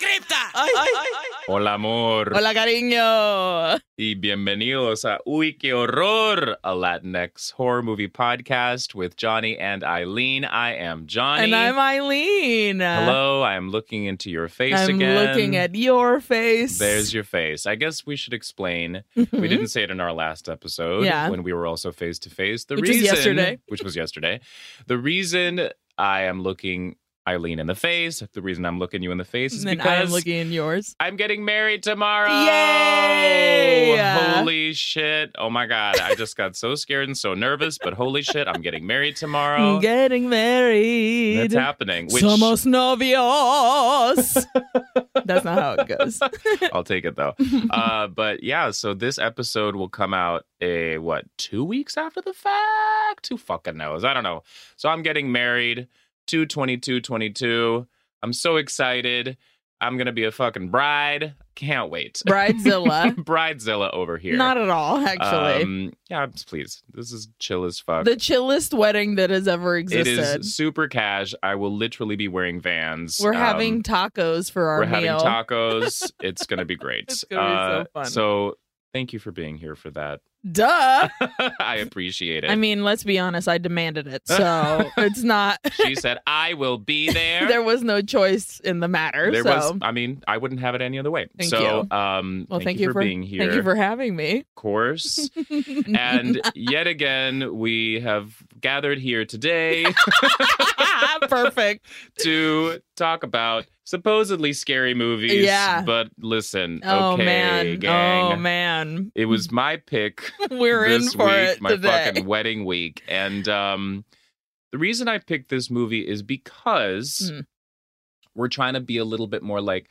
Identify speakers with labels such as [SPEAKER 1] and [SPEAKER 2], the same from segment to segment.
[SPEAKER 1] Ay, ay.
[SPEAKER 2] Hola, amor.
[SPEAKER 1] Hola, cariño.
[SPEAKER 2] Y bienvenidos a Uy, qué horror, a Latinx horror movie podcast with Johnny and Eileen. I am Johnny.
[SPEAKER 1] And I'm Eileen.
[SPEAKER 2] Hello, I am looking into your face
[SPEAKER 1] I'm
[SPEAKER 2] again.
[SPEAKER 1] looking at your face.
[SPEAKER 2] There's your face. I guess we should explain. We
[SPEAKER 1] Mhm.
[SPEAKER 2] didn't say it in our last episode
[SPEAKER 1] Yeah.
[SPEAKER 2] when we were also face to face. The
[SPEAKER 1] Which was
[SPEAKER 2] reason,
[SPEAKER 1] yesterday.
[SPEAKER 2] which was yesterday, the reason I am looking Eileen in the face, the reason I'm looking you in the face is
[SPEAKER 1] And then I'm
[SPEAKER 2] because
[SPEAKER 1] looking in yours.
[SPEAKER 2] I'm getting married tomorrow.
[SPEAKER 1] Yay!
[SPEAKER 2] Holy shit. Oh my God. I just got so scared and so nervous, but holy shit, I'm getting married tomorrow.
[SPEAKER 1] I'm getting married.
[SPEAKER 2] That's happening. Which
[SPEAKER 1] Somos novios. That's not how it goes.
[SPEAKER 2] I'll take it though. Uh, but yeah, so this episode will come out a what, two weeks after the fact? Who fucking knows? I don't know. So I'm getting married 2 22 I'm so excited. I'm gonna be a fucking bride. Can't wait.
[SPEAKER 1] Bridezilla.
[SPEAKER 2] Bridezilla over here.
[SPEAKER 1] Not at all, actually.
[SPEAKER 2] Um, yeah, I'm- please. This is chill as fuck.
[SPEAKER 1] the chillest wedding that has ever
[SPEAKER 2] it
[SPEAKER 1] existed.
[SPEAKER 2] is super cash. I will literally be wearing Vans.
[SPEAKER 1] We're
[SPEAKER 2] Um,
[SPEAKER 1] having tacos for our
[SPEAKER 2] we're having
[SPEAKER 1] meal.
[SPEAKER 2] tacos. it's gonna be great.
[SPEAKER 1] It's gonna be so
[SPEAKER 2] Uh,
[SPEAKER 1] fun.
[SPEAKER 2] so thank you for being here for that.
[SPEAKER 1] Duh.
[SPEAKER 2] I appreciate it.
[SPEAKER 1] I mean, let's be honest, I demanded it. So it's not
[SPEAKER 2] she said I will be there.
[SPEAKER 1] there was no choice in the matter.
[SPEAKER 2] There
[SPEAKER 1] so
[SPEAKER 2] was. I mean, I wouldn't have it any other way.
[SPEAKER 1] Thank
[SPEAKER 2] so, um,
[SPEAKER 1] well,
[SPEAKER 2] thank, you, for, being here.
[SPEAKER 1] Thank you for having me.
[SPEAKER 2] of course. and yet again, we have gathered here today.
[SPEAKER 1] Perfect.
[SPEAKER 2] to talk about supposedly scary movies.
[SPEAKER 1] Yeah.
[SPEAKER 2] But listen,
[SPEAKER 1] oh
[SPEAKER 2] okay,
[SPEAKER 1] man.
[SPEAKER 2] gang.
[SPEAKER 1] Oh man.
[SPEAKER 2] It was my pick
[SPEAKER 1] We're in
[SPEAKER 2] this
[SPEAKER 1] for
[SPEAKER 2] week,
[SPEAKER 1] it
[SPEAKER 2] my
[SPEAKER 1] today.
[SPEAKER 2] fucking wedding week. And um the reason I picked this movie is because
[SPEAKER 1] Mm.
[SPEAKER 2] we're trying to be a little bit more like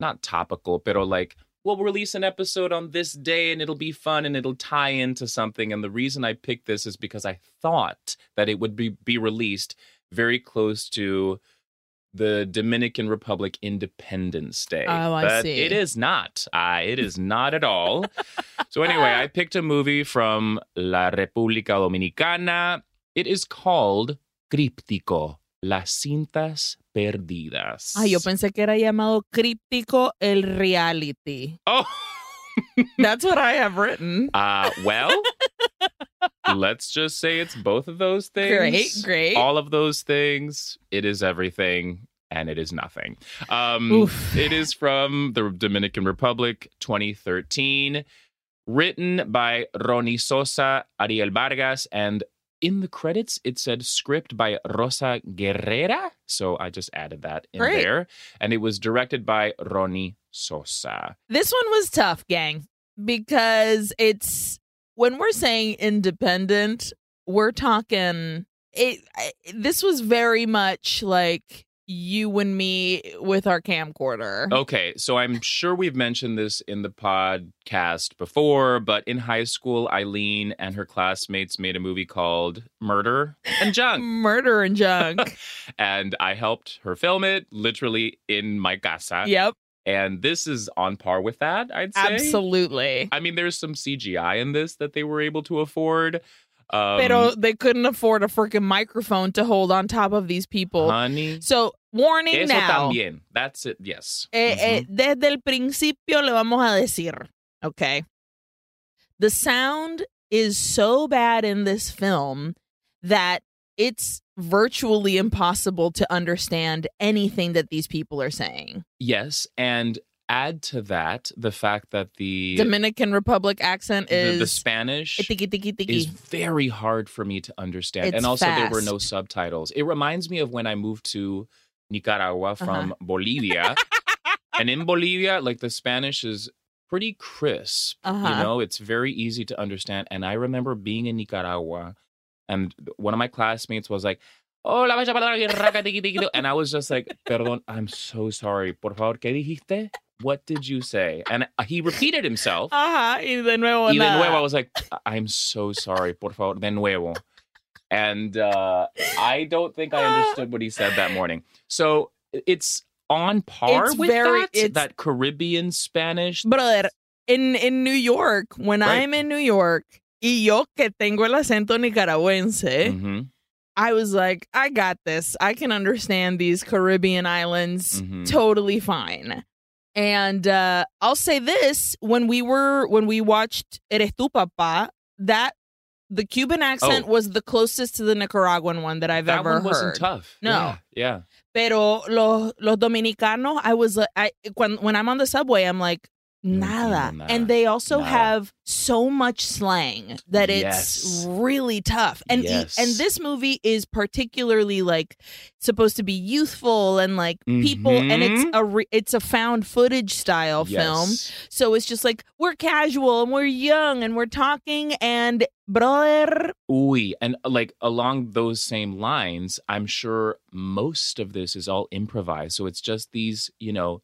[SPEAKER 2] not topical, but like we'll release an episode on this day and it'll be fun and it'll tie into something. And the reason I picked this is because I thought that it would be, be released very close to the Dominican Republic Independence Day.
[SPEAKER 1] Oh, I
[SPEAKER 2] but
[SPEAKER 1] see.
[SPEAKER 2] It is not. Uh, it is not at all. so anyway, I picked a movie from La República Dominicana. It is called Críptico, Las Cintas Perdidas.
[SPEAKER 1] Ay, yo pensé que era llamado críptico el reality.
[SPEAKER 2] oh.
[SPEAKER 1] That's what I have written.
[SPEAKER 2] Uh, well, let's just say it's both of those things.
[SPEAKER 1] Great, great.
[SPEAKER 2] All of those things. It is everything and it is nothing. Um,
[SPEAKER 1] Oof.
[SPEAKER 2] It is from the Dominican Republic 2013, written by Ronnie Sosa, Ariel Vargas, and in the credits, it said script by Rosa Guerrera. So I just added that in
[SPEAKER 1] Great.
[SPEAKER 2] there. And it was directed by Ronnie Sosa.
[SPEAKER 1] This one was tough, gang, because it's when we're saying independent, we're talking it I, this was very much like you and me with our camcorder.
[SPEAKER 2] Okay, so I'm sure we've mentioned this in the podcast before, but in high school, Eileen and her classmates made a movie called Murder and Junk,
[SPEAKER 1] Murder and junk.
[SPEAKER 2] and I helped her film it literally in my casa.
[SPEAKER 1] yep,
[SPEAKER 2] And this is on par with that, I'd say.
[SPEAKER 1] absolutely.
[SPEAKER 2] I mean, there's some CGI in this that they were able to afford. Um,
[SPEAKER 1] Pero they couldn't afford a freaking microphone to hold on top of these people.
[SPEAKER 2] honey,
[SPEAKER 1] So, warning
[SPEAKER 2] eso
[SPEAKER 1] now.
[SPEAKER 2] Uh-huh. también. That's it. Yes.
[SPEAKER 1] Eh,
[SPEAKER 2] Mhm.
[SPEAKER 1] eh, desde el principio le vamos a decir, okay? The sound is so bad in this film that it's virtually impossible to understand anything that these people are saying.
[SPEAKER 2] Yes, and add to that the fact that the
[SPEAKER 1] Dominican Republic accent
[SPEAKER 2] the,
[SPEAKER 1] is
[SPEAKER 2] the Spanish.
[SPEAKER 1] tiki tiki
[SPEAKER 2] is
[SPEAKER 1] tiki.
[SPEAKER 2] very hard for me to understand.
[SPEAKER 1] It's
[SPEAKER 2] and also, there were no
[SPEAKER 1] fast.
[SPEAKER 2] subtitles. It reminds me of when I moved to Nicaragua
[SPEAKER 1] Uh-huh.
[SPEAKER 2] from Bolivia. and in Bolivia, like the Spanish is pretty crisp. You
[SPEAKER 1] Uh-huh.
[SPEAKER 2] know, it's very easy to understand. And I remember being in Nicaragua, and one of my classmates was like, "Oh, la vaya palabra que raca tiki tiki do." And I was just like, Perdón, I'm so sorry. Por favor, ¿qué dijiste? What did you say? And uh, he repeated himself.
[SPEAKER 1] Ajá, y de nuevo
[SPEAKER 2] Y de
[SPEAKER 1] nada.
[SPEAKER 2] nuevo, I was like, I'm so sorry, por favor, de nuevo. And uh, I don't think I understood what he said that morning. So it's on par
[SPEAKER 1] It's
[SPEAKER 2] with
[SPEAKER 1] very-
[SPEAKER 2] that,
[SPEAKER 1] it's-
[SPEAKER 2] that Caribbean Spanish.
[SPEAKER 1] Brother, in, in New York, when
[SPEAKER 2] Right.
[SPEAKER 1] I'm in New York, y yo que tengo el acento nicaragüense,
[SPEAKER 2] Mhm,
[SPEAKER 1] I was like, I got this. I can understand these Caribbean islands
[SPEAKER 2] mhm.
[SPEAKER 1] totally fine. And uh, I'll say this: when we were when we watched Eres tu Papa, that the Cuban accent
[SPEAKER 2] Oh.
[SPEAKER 1] was the closest to the Nicaraguan one that I've
[SPEAKER 2] that
[SPEAKER 1] ever
[SPEAKER 2] one wasn't
[SPEAKER 1] heard.
[SPEAKER 2] tough.
[SPEAKER 1] No.
[SPEAKER 2] Yeah. yeah.
[SPEAKER 1] Pero los los dominicanos, I was uh, I when when I'm on the subway, I'm like
[SPEAKER 2] No
[SPEAKER 1] nada.
[SPEAKER 2] entiendo nada.
[SPEAKER 1] And they also
[SPEAKER 2] Nada.
[SPEAKER 1] have so much slang that it's
[SPEAKER 2] Yes.
[SPEAKER 1] really tough. And e-
[SPEAKER 2] Yes.
[SPEAKER 1] and this movie is particularly like supposed to be youthful and like people and it's
[SPEAKER 2] Mhm.
[SPEAKER 1] a re- it's a found footage style film.
[SPEAKER 2] Yes.
[SPEAKER 1] So it's just like we're casual and we're young and we're talking and brother
[SPEAKER 2] Ooh, and uh, like along those same lines, I'm sure most of this is all improvised. So it's just these, you know,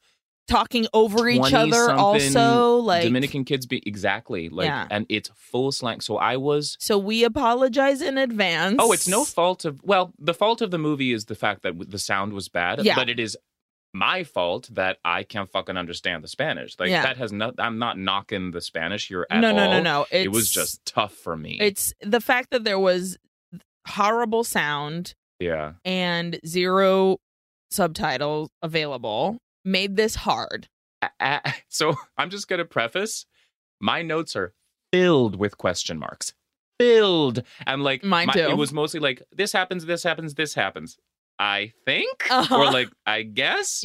[SPEAKER 1] talking over each other
[SPEAKER 2] 20-something
[SPEAKER 1] also like
[SPEAKER 2] Dominican kids be exactly like,
[SPEAKER 1] Yeah.
[SPEAKER 2] and it's full slang. So I was
[SPEAKER 1] So we apologize in advance.
[SPEAKER 2] Oh, it's no fault of. Well, the fault of the movie is the fact that w- the sound was bad.
[SPEAKER 1] Yeah.
[SPEAKER 2] But it is my fault that I can't fucking understand the Spanish. Like
[SPEAKER 1] Yeah.
[SPEAKER 2] that has not. I'm not knocking the Spanish here
[SPEAKER 1] no,
[SPEAKER 2] at
[SPEAKER 1] no,
[SPEAKER 2] all.
[SPEAKER 1] no, no. It's,
[SPEAKER 2] It was just tough for me.
[SPEAKER 1] It's the fact that there was horrible sound
[SPEAKER 2] yeah.
[SPEAKER 1] and zero subtitles available made this hard.
[SPEAKER 2] A- a- So I'm just gonna preface. My notes are filled with question marks. Filled and like
[SPEAKER 1] Mine
[SPEAKER 2] my-
[SPEAKER 1] too.
[SPEAKER 2] It was mostly like this happens, this happens, this happens. I think,
[SPEAKER 1] Uh-huh.
[SPEAKER 2] or like I guess,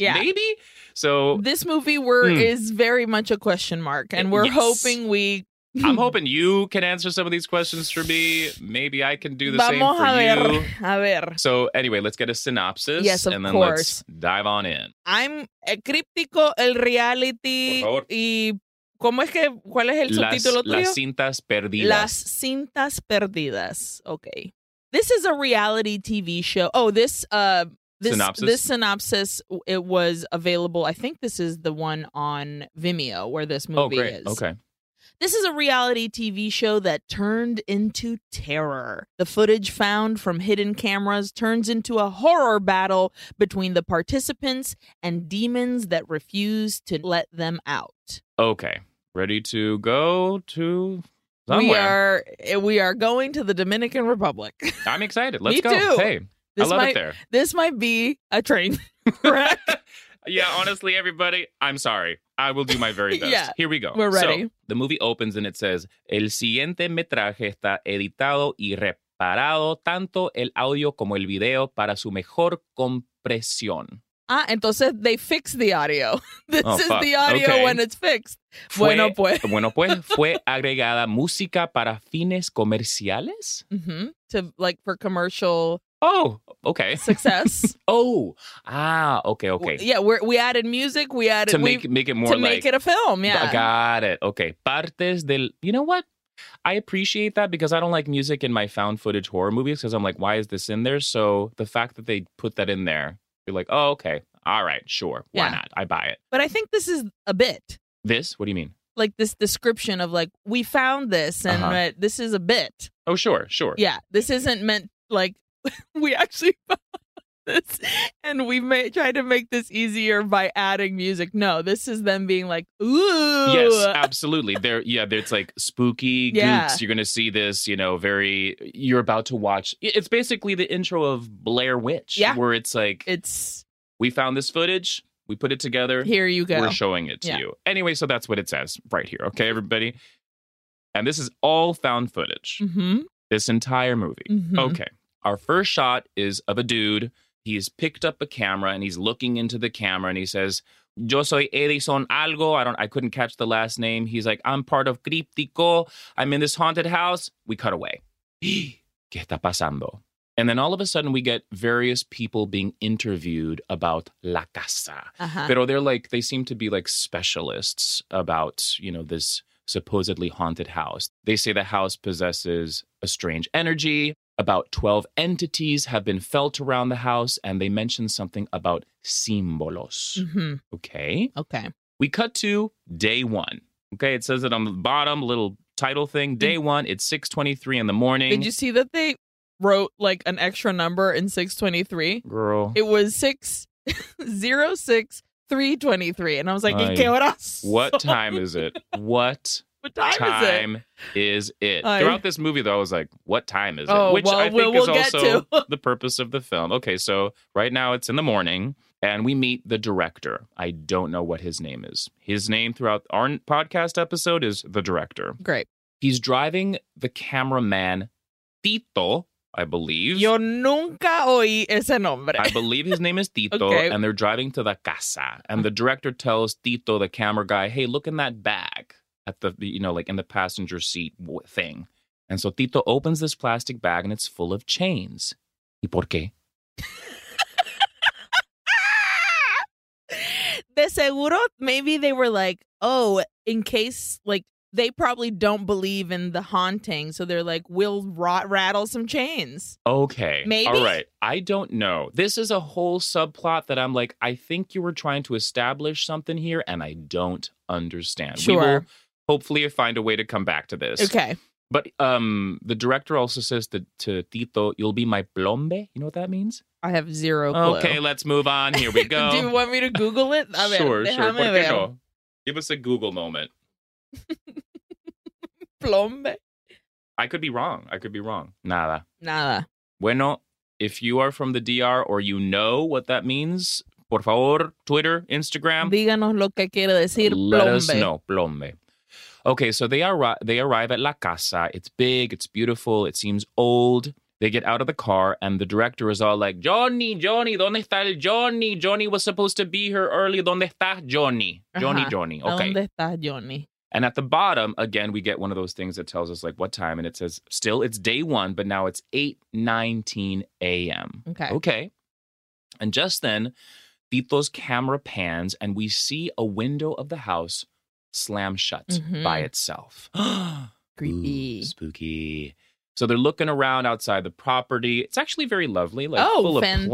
[SPEAKER 1] Yeah.
[SPEAKER 2] maybe. So
[SPEAKER 1] This movie we're,
[SPEAKER 2] Oh. Hmm.
[SPEAKER 1] is very much a question mark, and we're
[SPEAKER 2] Yes.
[SPEAKER 1] hoping we.
[SPEAKER 2] I'm hoping you can answer some of these questions for me. Maybe I can do the
[SPEAKER 1] Vamos
[SPEAKER 2] same
[SPEAKER 1] a
[SPEAKER 2] for
[SPEAKER 1] ver,
[SPEAKER 2] you.
[SPEAKER 1] a ver.
[SPEAKER 2] So anyway, let's get a synopsis.
[SPEAKER 1] Yes, of
[SPEAKER 2] and then
[SPEAKER 1] course.
[SPEAKER 2] let's dive on in.
[SPEAKER 1] I'm eh, críptico el reality
[SPEAKER 2] Por favor.
[SPEAKER 1] y cómo es que cuál es el
[SPEAKER 2] Las,
[SPEAKER 1] subtítulo tuyo?
[SPEAKER 2] las cintas perdidas.
[SPEAKER 1] Las cintas perdidas. Okay. This is a reality TV show. Oh, this uh this
[SPEAKER 2] Synopsis?
[SPEAKER 1] this synopsis it was available. I think this is the one on Vimeo where this movie
[SPEAKER 2] oh, great.
[SPEAKER 1] is.
[SPEAKER 2] Okay.
[SPEAKER 1] This is a reality TV show that turned into terror. The footage found from hidden cameras turns into a horror battle between the participants and demons that refuse to let them out.
[SPEAKER 2] Okay. Ready to go to
[SPEAKER 1] We
[SPEAKER 2] somewhere.
[SPEAKER 1] are eh, we are going to the Dominican Republic.
[SPEAKER 2] I'm excited.
[SPEAKER 1] Me
[SPEAKER 2] Let's go.
[SPEAKER 1] too.
[SPEAKER 2] Hey, I love
[SPEAKER 1] might
[SPEAKER 2] it there.
[SPEAKER 1] this might be a train wreck.
[SPEAKER 2] Yeah, honestly, everybody, I'm sorry. I will do my very best.
[SPEAKER 1] Yeah,
[SPEAKER 2] Here we go.
[SPEAKER 1] we're
[SPEAKER 2] So,
[SPEAKER 1] ready.
[SPEAKER 2] the movie opens and it says, El siguiente metraje está editado y reparado tanto el audio como el video para su mejor compresión.
[SPEAKER 1] ah, entonces they fixed the audio. This
[SPEAKER 2] Oh,
[SPEAKER 1] is
[SPEAKER 2] fuck.
[SPEAKER 1] the audio
[SPEAKER 2] Okay.
[SPEAKER 1] when it's fixed.
[SPEAKER 2] Fue-
[SPEAKER 1] Bueno, pues.
[SPEAKER 2] Bueno, pues fue agregada música para fines comerciales?
[SPEAKER 1] hmm To like for commercial
[SPEAKER 2] Oh, okay.
[SPEAKER 1] success.
[SPEAKER 2] Oh, ah, okay, okay.
[SPEAKER 1] Yeah, we're, we added music. We added
[SPEAKER 2] to
[SPEAKER 1] we-
[SPEAKER 2] make make it more
[SPEAKER 1] to
[SPEAKER 2] like
[SPEAKER 1] make it a film. Yeah.
[SPEAKER 2] I Got it. Okay. Partes del. You know what? I appreciate that because I don't like music in my found footage horror movies because I'm like, why is this in there? So the fact that they put that in there, you're like, oh, okay. All right. Sure. Why
[SPEAKER 1] Yeah.
[SPEAKER 2] not? I buy it.
[SPEAKER 1] But I think this is a bit
[SPEAKER 2] This? What do you mean?
[SPEAKER 1] like this description of like we found this and
[SPEAKER 2] Uh-huh.
[SPEAKER 1] uh, this is a bit.
[SPEAKER 2] Oh, sure. Sure.
[SPEAKER 1] Yeah, this isn't meant like we actually found this and we may try to make this easier by adding music. No, this is them being like, ooh,
[SPEAKER 2] Yes, absolutely. There, yeah, there- it's like spooky
[SPEAKER 1] Yeah.
[SPEAKER 2] gooks. You're gonna see this, you know, very. You're about to watch. It's basically the intro of Blair Witch,
[SPEAKER 1] Yeah.
[SPEAKER 2] where it's like
[SPEAKER 1] it's
[SPEAKER 2] we found this footage, we put it together,
[SPEAKER 1] here you go.
[SPEAKER 2] We're showing it to
[SPEAKER 1] Yeah.
[SPEAKER 2] you. Anyway, so that's what it says right here. Okay, everybody. And this is all found footage,
[SPEAKER 1] hmm
[SPEAKER 2] this entire movie.
[SPEAKER 1] hmm
[SPEAKER 2] Okay. Our first shot is of a dude. He's picked up a camera and he's looking into the camera and he says, Yo soy Edison Algo. I don't I couldn't catch the last name. He's like, I'm part of Críptico. I'm in this haunted house. We cut away. ¿Qué está pasando? And then all of a sudden we get various people being interviewed about La Casa.
[SPEAKER 1] Uh-huh.
[SPEAKER 2] But they're like they seem to be like specialists about you know this supposedly haunted house. They say the house possesses a strange energy. About twelve entities have been felt around the house, and they mention something about símbolos.
[SPEAKER 1] hmm
[SPEAKER 2] Okay,
[SPEAKER 1] Okay.
[SPEAKER 2] we cut to day one. Okay, it says it on the bottom little title thing. Day one. It's six twenty three in the morning.
[SPEAKER 1] Did you see that Mm. they wrote like an extra number in 623?
[SPEAKER 2] girl?
[SPEAKER 1] It was 606323. And I was like,
[SPEAKER 2] Ay,
[SPEAKER 1] ¿qué horas?
[SPEAKER 2] what time is it? What
[SPEAKER 1] What time, is it?
[SPEAKER 2] time is it?
[SPEAKER 1] I-
[SPEAKER 2] Throughout this movie, though, I was like, "What time is
[SPEAKER 1] Oh,
[SPEAKER 2] it?" Which
[SPEAKER 1] well,
[SPEAKER 2] I think
[SPEAKER 1] we'll-
[SPEAKER 2] is
[SPEAKER 1] we'll get
[SPEAKER 2] also
[SPEAKER 1] to.
[SPEAKER 2] the purpose of the film. Okay, so right now it's in the morning, and we meet the director. I don't know what his name is. His name throughout our podcast episode is the director.
[SPEAKER 1] Great.
[SPEAKER 2] He's driving the cameraman Tito, I believe.
[SPEAKER 1] Yo nunca oí ese nombre.
[SPEAKER 2] I believe his name is Tito,
[SPEAKER 1] Okay.
[SPEAKER 2] and they're driving to the casa. And the director tells Tito, the camera guy, "Hey, look in that bag at the you know like in the passenger seat w- thing." And so Tito opens this plastic bag, and it's full of chains. ¿Y por qué?
[SPEAKER 1] De seguro, maybe they were like, oh, in case, like, they probably don't believe in the haunting. So they're like, we'll rot- rattle some chains.
[SPEAKER 2] Okay.
[SPEAKER 1] Maybe?
[SPEAKER 2] All right. I don't know. This is a whole subplot that I'm like, I think you were trying to establish something here, and I don't understand. We
[SPEAKER 1] Sure.
[SPEAKER 2] will hopefully find a way to come back to this.
[SPEAKER 1] Okay.
[SPEAKER 2] But um, the director also says to, to Tito, "You'll be my plombe." You know what that means?
[SPEAKER 1] I have zero clue.
[SPEAKER 2] Okay, let's move on. Here we go.
[SPEAKER 1] Oh, Do you want me to Google it? A ver,
[SPEAKER 2] sure, sure.
[SPEAKER 1] déjame
[SPEAKER 2] ¿Por qué
[SPEAKER 1] ver.
[SPEAKER 2] no? Give us a Google moment.
[SPEAKER 1] Plombe.
[SPEAKER 2] I could be wrong. I could be wrong. Nada.
[SPEAKER 1] Nada.
[SPEAKER 2] Bueno, if you are from the DR or you know what that means, por favor, Twitter, Instagram,
[SPEAKER 1] Díganos lo que quiere decir
[SPEAKER 2] Let us
[SPEAKER 1] plombe.
[SPEAKER 2] know, plombe. Okay, so they are they arrive at La Casa. It's big, it's beautiful, it seems old. They get out of the car, and the director is all like, "Johnny, Johnny, ¿dónde está el Johnny? Johnny was supposed to be here early. ¿Dónde está Johnny? Johnny,
[SPEAKER 1] Ajá.
[SPEAKER 2] Johnny." Okay.
[SPEAKER 1] ¿Dónde está Johnny?
[SPEAKER 2] And at the bottom, again, we get one of those things that tells us like what time, and it says still it's day one, but now it's eight nineteen a.m.
[SPEAKER 1] Okay.
[SPEAKER 2] Okay. And just then, Tito's camera pans and we see a window of the house slam shut
[SPEAKER 1] Mhm.
[SPEAKER 2] by itself. Ooh,
[SPEAKER 1] Creepy.
[SPEAKER 2] spooky. So they're looking around outside the property. It's actually very lovely, like
[SPEAKER 1] Oh,
[SPEAKER 2] full of plants.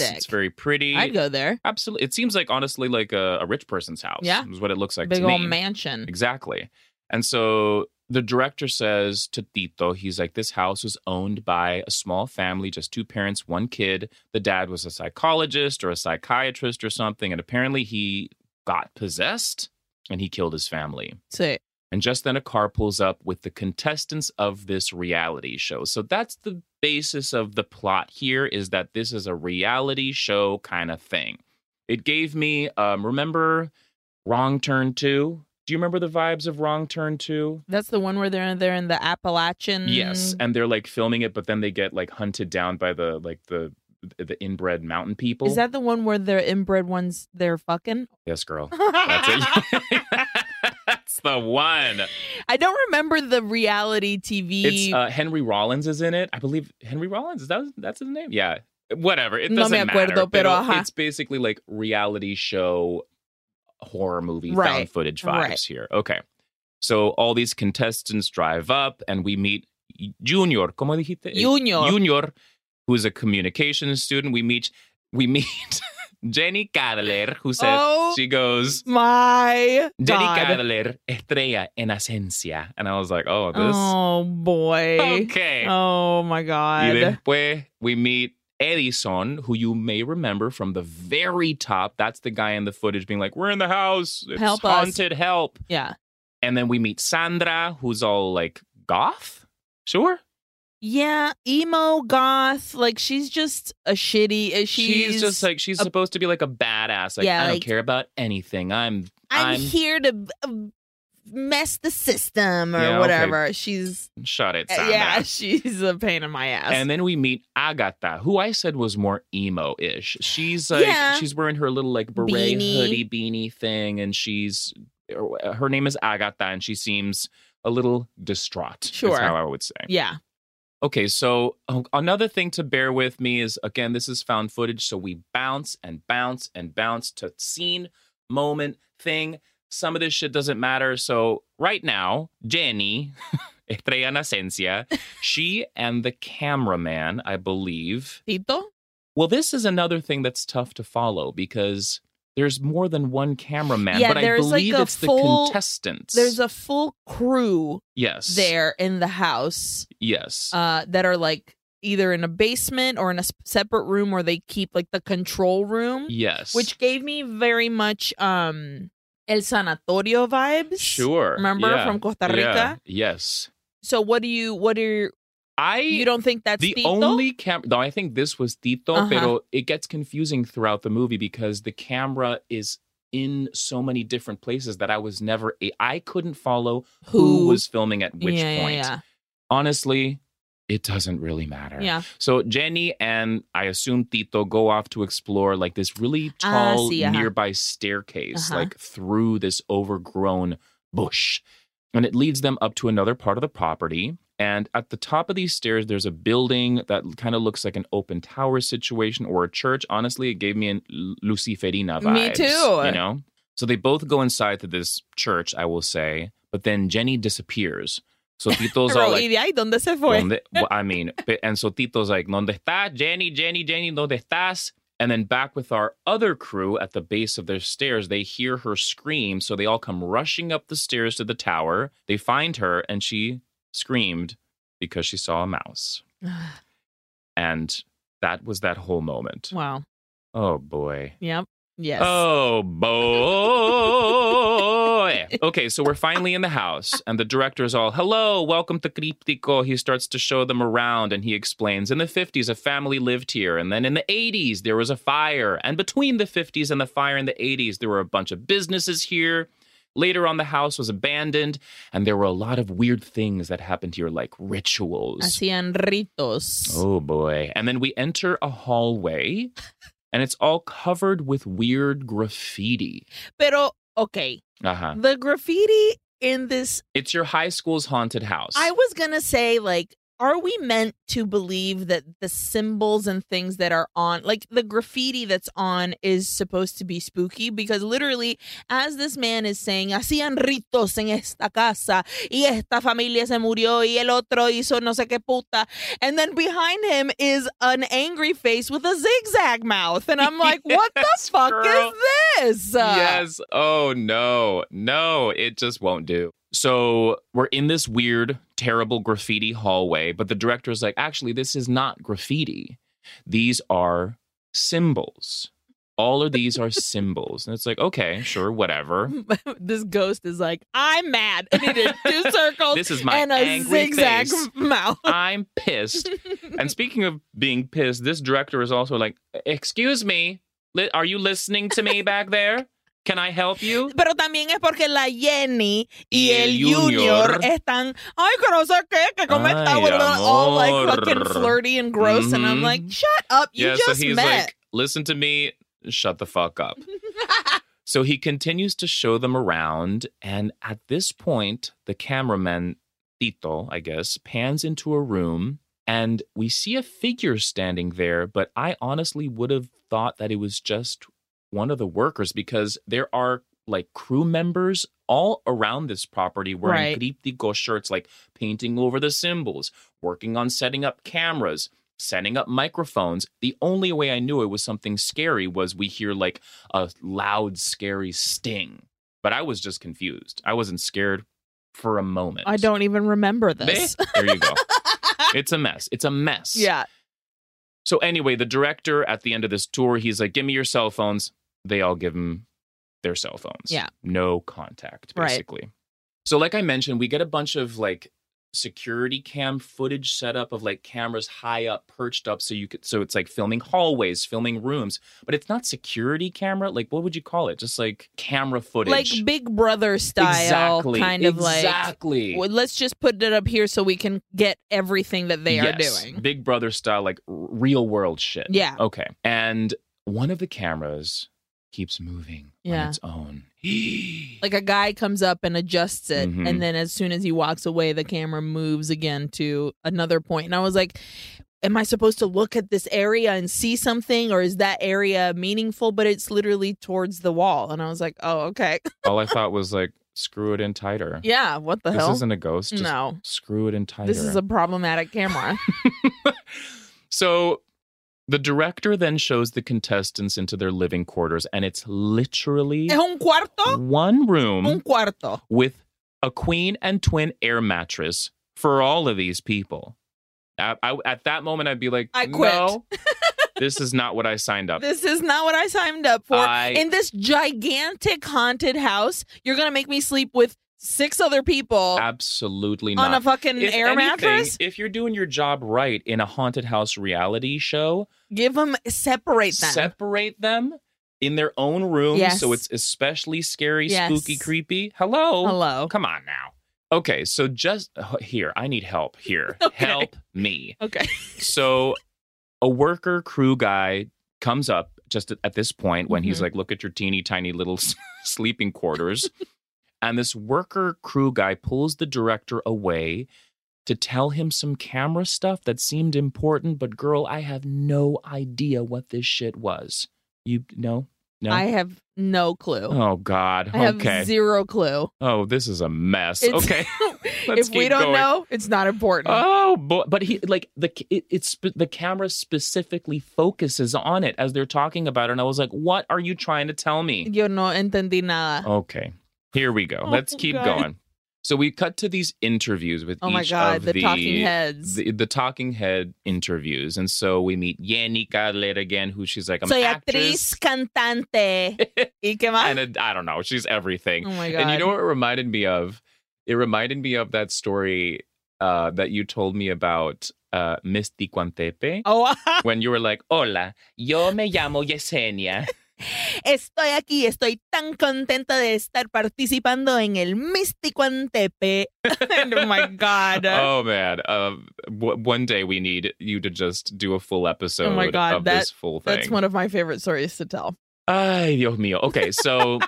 [SPEAKER 1] fantastic.
[SPEAKER 2] It's very pretty.
[SPEAKER 1] I'd go there.
[SPEAKER 2] Absolutely. It seems like honestly like a, a rich person's house.
[SPEAKER 1] Yeah.
[SPEAKER 2] Is what it looks like
[SPEAKER 1] Big
[SPEAKER 2] to
[SPEAKER 1] old
[SPEAKER 2] me.
[SPEAKER 1] mansion.
[SPEAKER 2] Exactly. And so the director says to Tito, he's like, this house was owned by a small family, just two parents, one kid. The dad was a psychologist or a psychiatrist or something. And apparently he got possessed and he killed his family.
[SPEAKER 1] Sí.
[SPEAKER 2] And just then a car pulls up with the contestants of this reality show. So that's the basis of the plot here is that this is a reality show kind of thing. It gave me um remember Wrong Turn 2? Do you remember the vibes of Wrong Turn 2?
[SPEAKER 1] That's the one where they're in, they're in the Appalachian.
[SPEAKER 2] Yes, and they're like filming it but then they get like hunted down by the like the the inbred mountain people.
[SPEAKER 1] Is that the one where the inbred ones they're fucking?
[SPEAKER 2] Yes, girl. That's it. That's the one.
[SPEAKER 1] I don't remember the reality TV.
[SPEAKER 2] It's uh, Henry Rollins is in it. I believe Henry Rollins is that that's his name. Yeah, whatever. It
[SPEAKER 1] No
[SPEAKER 2] doesn't
[SPEAKER 1] me acuerdo, pero
[SPEAKER 2] matter. pero
[SPEAKER 1] ajá.
[SPEAKER 2] it's basically like reality show horror movie
[SPEAKER 1] Right,
[SPEAKER 2] found footage vibes
[SPEAKER 1] right.
[SPEAKER 2] here. Okay, so all these contestants drive up, and we meet Junior. ¿Cómo dijiste? Eh,
[SPEAKER 1] Junior.
[SPEAKER 2] Junior, who is a communications student. We meet we meet Jenny Cadler, who says
[SPEAKER 1] oh
[SPEAKER 2] she goes.
[SPEAKER 1] my
[SPEAKER 2] Jenny
[SPEAKER 1] god!
[SPEAKER 2] Cadler, estrella en ascencia. And I was like, oh, this.
[SPEAKER 1] Oh boy!
[SPEAKER 2] okay.
[SPEAKER 1] Oh my
[SPEAKER 2] Y
[SPEAKER 1] god!
[SPEAKER 2] después we meet Edison, who you may remember from the very top. That's the guy in the footage being like, "We're in the house. It's
[SPEAKER 1] Help us."
[SPEAKER 2] haunted. Help!"
[SPEAKER 1] Yeah.
[SPEAKER 2] And then we meet Sandra, who's all like goth. Sure,
[SPEAKER 1] Yeah, emo goth. Like she's just a shitty. uh, She's,
[SPEAKER 2] she's just like she's
[SPEAKER 1] a-
[SPEAKER 2] supposed to be like a badass. Like
[SPEAKER 1] Yeah,
[SPEAKER 2] I don't
[SPEAKER 1] like-
[SPEAKER 2] care about anything. I'm
[SPEAKER 1] I'm,
[SPEAKER 2] I'm-
[SPEAKER 1] here to uh, mess the system or
[SPEAKER 2] Yeah, okay.
[SPEAKER 1] whatever. She's
[SPEAKER 2] shut it. Sandra.
[SPEAKER 1] Uh, yeah, she's a pain in my ass.
[SPEAKER 2] And then we meet Agatha, who I said was more emo-ish. She's like
[SPEAKER 1] Yeah.
[SPEAKER 2] she's wearing her little like beret
[SPEAKER 1] Beanie.
[SPEAKER 2] hoodie beanie thing, and she's er, her name is Agatha, and she seems a little distraught. is
[SPEAKER 1] Sure.
[SPEAKER 2] how I would say.
[SPEAKER 1] yeah.
[SPEAKER 2] Okay, so oh, another thing to bear with me is again this is found footage, so we bounce and bounce and bounce to scene, moment, thing. Some of this shit doesn't matter. So right now, Jenny Estrella Nascencia, she and the cameraman, I believe.
[SPEAKER 1] Tito?
[SPEAKER 2] Well, this is another thing that's tough to follow because there's more than one cameraman,
[SPEAKER 1] Yeah,
[SPEAKER 2] but I
[SPEAKER 1] there's like
[SPEAKER 2] believe
[SPEAKER 1] a
[SPEAKER 2] it's
[SPEAKER 1] full-
[SPEAKER 2] the contestants.
[SPEAKER 1] There's a full crew
[SPEAKER 2] yes,
[SPEAKER 1] there in the house
[SPEAKER 2] yes,
[SPEAKER 1] uh, that are like either in a basement or in a s- separate room where they keep like the control room,
[SPEAKER 2] yes,
[SPEAKER 1] which gave me very much um El Sanatorio vibes.
[SPEAKER 2] sure
[SPEAKER 1] Remember
[SPEAKER 2] yeah.
[SPEAKER 1] from Costa Rica?
[SPEAKER 2] Yeah. Yes.
[SPEAKER 1] So what do you what are
[SPEAKER 2] I
[SPEAKER 1] You don't think that's
[SPEAKER 2] the
[SPEAKER 1] Tito?
[SPEAKER 2] only camera. No, I think this was Tito,
[SPEAKER 1] Uh-huh.
[SPEAKER 2] pero it gets confusing throughout the movie because the camera is in so many different places that I was never. A- I couldn't follow who, was filming at which
[SPEAKER 1] yeah,
[SPEAKER 2] point.
[SPEAKER 1] Yeah,
[SPEAKER 2] Honestly, it doesn't really matter.
[SPEAKER 1] yeah. yeah.
[SPEAKER 2] So Jenny and I assume Tito go off to explore like this really
[SPEAKER 1] Ah,
[SPEAKER 2] tall
[SPEAKER 1] see, uh-huh.
[SPEAKER 2] nearby staircase,
[SPEAKER 1] Uh-huh.
[SPEAKER 2] like through this overgrown bush. And it leads them up to another part of the property. And at the top of these stairs, there's a building that kind of looks like an open tower situation or a church. Honestly, it gave me an L- Luciferina vibes.
[SPEAKER 1] Me too.
[SPEAKER 2] You know? So they both go inside to this church, I will say. But then Jenny disappears. So Tito's all
[SPEAKER 1] Pero,
[SPEAKER 2] like,
[SPEAKER 1] y de ahí, ¿dónde se fue?
[SPEAKER 2] Donde- well, I mean, but- and so Tito's like, ¿Dónde estás? Jenny, Jenny, Jenny, ¿dónde estás? And then back with our other crew at the base of their stairs, they hear her scream. So they all come rushing up the stairs to the tower. They find her, and she screamed because she saw a mouse. And that was that whole moment.
[SPEAKER 1] wow.
[SPEAKER 2] Oh, boy.
[SPEAKER 1] Yep. Yes.
[SPEAKER 2] Oh boy. okay, so we're finally in the house, and the director is all, hello, welcome to Críptico. He starts to show them around, and he explains, in the 50s, a family lived here, and then in the 80s, there was a fire, and between the 50s and the fire in the 80s, there were a bunch of businesses here. Later on, the house was abandoned, and there were a lot of weird things that happened here, like rituals.
[SPEAKER 1] Hacían ritos.
[SPEAKER 2] Oh boy. And then we enter a hallway and it's all covered with weird graffiti.
[SPEAKER 1] Pero, okay.
[SPEAKER 2] Uh-huh.
[SPEAKER 1] The graffiti in this,
[SPEAKER 2] It's your high school's haunted house.
[SPEAKER 1] I was going to say, like, are we meant to believe that the symbols and things that are on, like the graffiti that's on, is supposed to be spooky? Because literally, as this man is saying, hacían ritos en esta casa, y esta familia se murió, y el otro hizo no sé qué puta. And then behind him is an angry face with a zigzag mouth. And I'm like, what the
[SPEAKER 2] Yes,
[SPEAKER 1] fuck
[SPEAKER 2] girl.
[SPEAKER 1] is this?
[SPEAKER 2] yes. Oh no. No, it just won't do. So we're in this weird, terrible graffiti hallway, but the director is like, actually, this is not graffiti. These are symbols. All of these are symbols. And it's like, okay, sure, whatever.
[SPEAKER 1] this ghost is like, I'm mad. And he did two circles
[SPEAKER 2] This is my
[SPEAKER 1] Oh, and a
[SPEAKER 2] angry
[SPEAKER 1] zigzag
[SPEAKER 2] face.
[SPEAKER 1] mouth.
[SPEAKER 2] I'm pissed. and speaking of being pissed, this director is also like, "Excuse me, li- are you listening to me back there? Can I help you?"
[SPEAKER 1] Pero también es porque la Jenny y,
[SPEAKER 2] Y
[SPEAKER 1] el
[SPEAKER 2] el
[SPEAKER 1] Junior,
[SPEAKER 2] Junior.
[SPEAKER 1] están, ay, que no sé qué, que como
[SPEAKER 2] Ay,
[SPEAKER 1] está, blah, blah, blah, all like
[SPEAKER 2] amor.
[SPEAKER 1] fucking flirty and gross. And I'm
[SPEAKER 2] Mhm.
[SPEAKER 1] like, shut up, you
[SPEAKER 2] yeah, so
[SPEAKER 1] just
[SPEAKER 2] he's
[SPEAKER 1] met.
[SPEAKER 2] like, "Listen to me, shut the fuck up." so he continues to show them around, and at this point, the cameraman Tito, I guess, pans into a room. And we see a figure standing there, but I honestly would have thought that it was just one of the workers because there are like crew members all around this property wearing
[SPEAKER 1] Right.
[SPEAKER 2] Críptico shirts, like painting over the symbols, working on setting up cameras, setting up microphones. The only way I knew it was something scary was we hear like a loud, scary sting. But I was just confused. I wasn't scared for a moment.
[SPEAKER 1] I don't even remember
[SPEAKER 2] Meh.
[SPEAKER 1] this.
[SPEAKER 2] There you go. it's a mess. It's a mess.
[SPEAKER 1] yeah.
[SPEAKER 2] So anyway, the director at the end of this tour, he's like, "Give me your cell phones." They all give him their cell phones.
[SPEAKER 1] Yeah.
[SPEAKER 2] No contact,
[SPEAKER 1] Right.
[SPEAKER 2] basically. So, like I mentioned, we get a bunch of like security cam footage set up of like cameras high up, perched up, so you could. So it's like filming hallways, filming rooms, but it's not security camera. Like, what would you call it? Just like camera footage,
[SPEAKER 1] Like Big Brother style,
[SPEAKER 2] exactly,
[SPEAKER 1] kind of like.
[SPEAKER 2] exactly.
[SPEAKER 1] Well, let's just put it up here so we can get everything that they are
[SPEAKER 2] Yes,
[SPEAKER 1] doing.
[SPEAKER 2] Big Brother style, like r- real world shit.
[SPEAKER 1] Yeah.
[SPEAKER 2] Okay. And one of the cameras keeps moving
[SPEAKER 1] Yeah.
[SPEAKER 2] on its own.
[SPEAKER 1] like a guy comes up and adjusts it
[SPEAKER 2] Mhm.
[SPEAKER 1] and then as soon as he walks away the camera moves again to another point and i was like am i supposed to look at this area and see something or is that area meaningful but it's literally towards the wall and i was like oh okay
[SPEAKER 2] All I thought was like, screw it in tighter.
[SPEAKER 1] yeah what the
[SPEAKER 2] this
[SPEAKER 1] hell
[SPEAKER 2] isn't a ghost. Just
[SPEAKER 1] no
[SPEAKER 2] Screw it in tighter.
[SPEAKER 1] this is a problematic camera
[SPEAKER 2] so the director then shows the contestants into their living quarters, and it's literally
[SPEAKER 1] es un cuarto
[SPEAKER 2] one room
[SPEAKER 1] un cuarto
[SPEAKER 2] with a queen and twin air mattress for all of these people. I, I- at that moment, I'd be like,
[SPEAKER 1] I quit.
[SPEAKER 2] No, this is not what I signed up.
[SPEAKER 1] this is not what i signed up for
[SPEAKER 2] I-
[SPEAKER 1] in this gigantic haunted house you're gonna make me sleep with six other people
[SPEAKER 2] Absolutely
[SPEAKER 1] on
[SPEAKER 2] not.
[SPEAKER 1] a fucking
[SPEAKER 2] If
[SPEAKER 1] air
[SPEAKER 2] anything,
[SPEAKER 1] mattress.
[SPEAKER 2] If you're doing your job right in a haunted house reality show,
[SPEAKER 1] Give them separate them.
[SPEAKER 2] separate them in their own rooms
[SPEAKER 1] Yes.
[SPEAKER 2] so it's especially scary,
[SPEAKER 1] Yes.
[SPEAKER 2] spooky, creepy. Hello.
[SPEAKER 1] Hello.
[SPEAKER 2] Come on now. Okay, so just oh, here, I need help here.
[SPEAKER 1] Okay.
[SPEAKER 2] Help me.
[SPEAKER 1] Okay.
[SPEAKER 2] So a worker crew guy comes up just at, at this point when he's
[SPEAKER 1] Mhm.
[SPEAKER 2] like, look at your teeny tiny little sleeping quarters. and this worker crew guy pulls the director away to tell him some camera stuff that seemed important, but girl, I have no idea what this shit was. You no? No.
[SPEAKER 1] I have no clue.
[SPEAKER 2] oh God.
[SPEAKER 1] I have
[SPEAKER 2] okay.
[SPEAKER 1] zero clue.
[SPEAKER 2] oh, this is a mess.
[SPEAKER 1] It's-
[SPEAKER 2] okay. Let's
[SPEAKER 1] if we
[SPEAKER 2] keep
[SPEAKER 1] don't
[SPEAKER 2] going.
[SPEAKER 1] know, it's not important.
[SPEAKER 2] Oh boy! But he like the it, it's sp- the camera specifically focuses on it as they're talking about it, and I was like, "What are you trying to tell me?"
[SPEAKER 1] Yo no entendí nada.
[SPEAKER 2] Okay, here we go.
[SPEAKER 1] Oh,
[SPEAKER 2] Let's keep
[SPEAKER 1] God.
[SPEAKER 2] going. So we cut to these interviews with
[SPEAKER 1] Oh my
[SPEAKER 2] each
[SPEAKER 1] god,
[SPEAKER 2] of
[SPEAKER 1] the, talking heads.
[SPEAKER 2] the, the talking head interviews, and so we meet Yannicka later again, who she's like, "I'm
[SPEAKER 1] Soy
[SPEAKER 2] actress,"
[SPEAKER 1] actriz, cantante. ¿Y qué más?
[SPEAKER 2] and I I don't know, she's everything.
[SPEAKER 1] Oh my god.
[SPEAKER 2] And you know what it reminded me of? It reminded me of that story uh, that you told me about uh, Miss Ticuantepe.
[SPEAKER 1] Oh,
[SPEAKER 2] When you were like, hola, yo me llamo Yesenia.
[SPEAKER 1] estoy aquí, estoy tan contenta de estar participando en el Místico Antepe. and oh my god.
[SPEAKER 2] oh, man. Uh, w- one day we need you to just do a full episode
[SPEAKER 1] Oh God,
[SPEAKER 2] of
[SPEAKER 1] that-
[SPEAKER 2] this full thing.
[SPEAKER 1] That's one of my favorite stories to tell.
[SPEAKER 2] Ay, Dios mío. Okay, so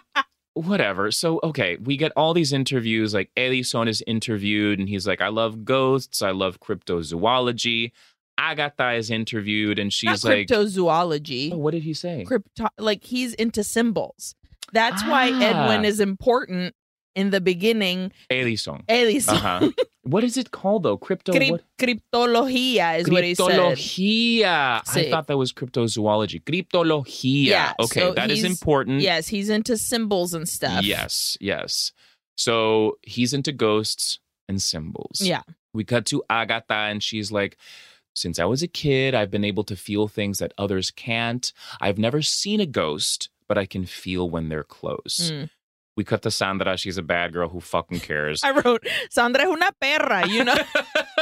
[SPEAKER 2] whatever. So, okay, we get all these interviews. Like, Edison is interviewed, and he's like, I love ghosts. I love cryptozoology. Agatha is interviewed, and she's
[SPEAKER 1] Not
[SPEAKER 2] like,
[SPEAKER 1] cryptozoology.
[SPEAKER 2] Oh, what did he say?
[SPEAKER 1] Crypto like he's into symbols. That's why
[SPEAKER 2] Ah.
[SPEAKER 1] Edwin is important in the beginning.
[SPEAKER 2] Edison.
[SPEAKER 1] Edison.
[SPEAKER 2] Uh huh. what is it called though? Crypto.
[SPEAKER 1] Cryp-
[SPEAKER 2] what?
[SPEAKER 1] cryptologia is what he said.
[SPEAKER 2] Cryptologia.
[SPEAKER 1] Sí.
[SPEAKER 2] I thought that was cryptozoology. Cryptologia.
[SPEAKER 1] Yeah,
[SPEAKER 2] okay,
[SPEAKER 1] so
[SPEAKER 2] that is
[SPEAKER 1] he's-
[SPEAKER 2] important.
[SPEAKER 1] Yes, he's into symbols and stuff.
[SPEAKER 2] Yes. Yes. So he's into ghosts and symbols.
[SPEAKER 1] Yeah.
[SPEAKER 2] We cut to Agatha, and she's like, Since I was a kid, I've been able to feel things that others can't. I've never seen a ghost, but I can feel when they're close.
[SPEAKER 1] Mm.
[SPEAKER 2] We cut to Sandra. She's a bad girl who fucking cares.
[SPEAKER 1] I wrote Sandra es una perra, you know.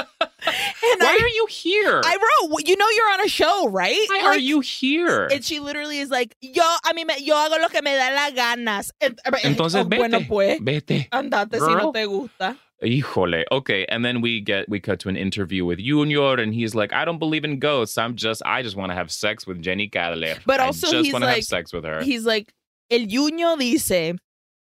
[SPEAKER 1] and
[SPEAKER 2] Why
[SPEAKER 1] I,
[SPEAKER 2] are you here?
[SPEAKER 1] I wrote, "Well, you know, you're on a show, right?
[SPEAKER 2] Why are
[SPEAKER 1] Like,
[SPEAKER 2] you here?
[SPEAKER 1] And she literally is like, yo, a mí me, yo hago lo que me da las ganas. And-
[SPEAKER 2] Entonces
[SPEAKER 1] oh,
[SPEAKER 2] vete.
[SPEAKER 1] bueno pues,
[SPEAKER 2] Vete.
[SPEAKER 1] andate si no
[SPEAKER 2] girl.
[SPEAKER 1] te gusta.
[SPEAKER 2] Híjole. Okay. And then we get we cut to an interview with Junior, and he's like, I don't believe in ghosts. I'm just I just want to have sex with Jenny Cadle.
[SPEAKER 1] But also
[SPEAKER 2] I just
[SPEAKER 1] he's
[SPEAKER 2] wanna
[SPEAKER 1] like-
[SPEAKER 2] have sex with her.
[SPEAKER 1] He's like, el yuño dice,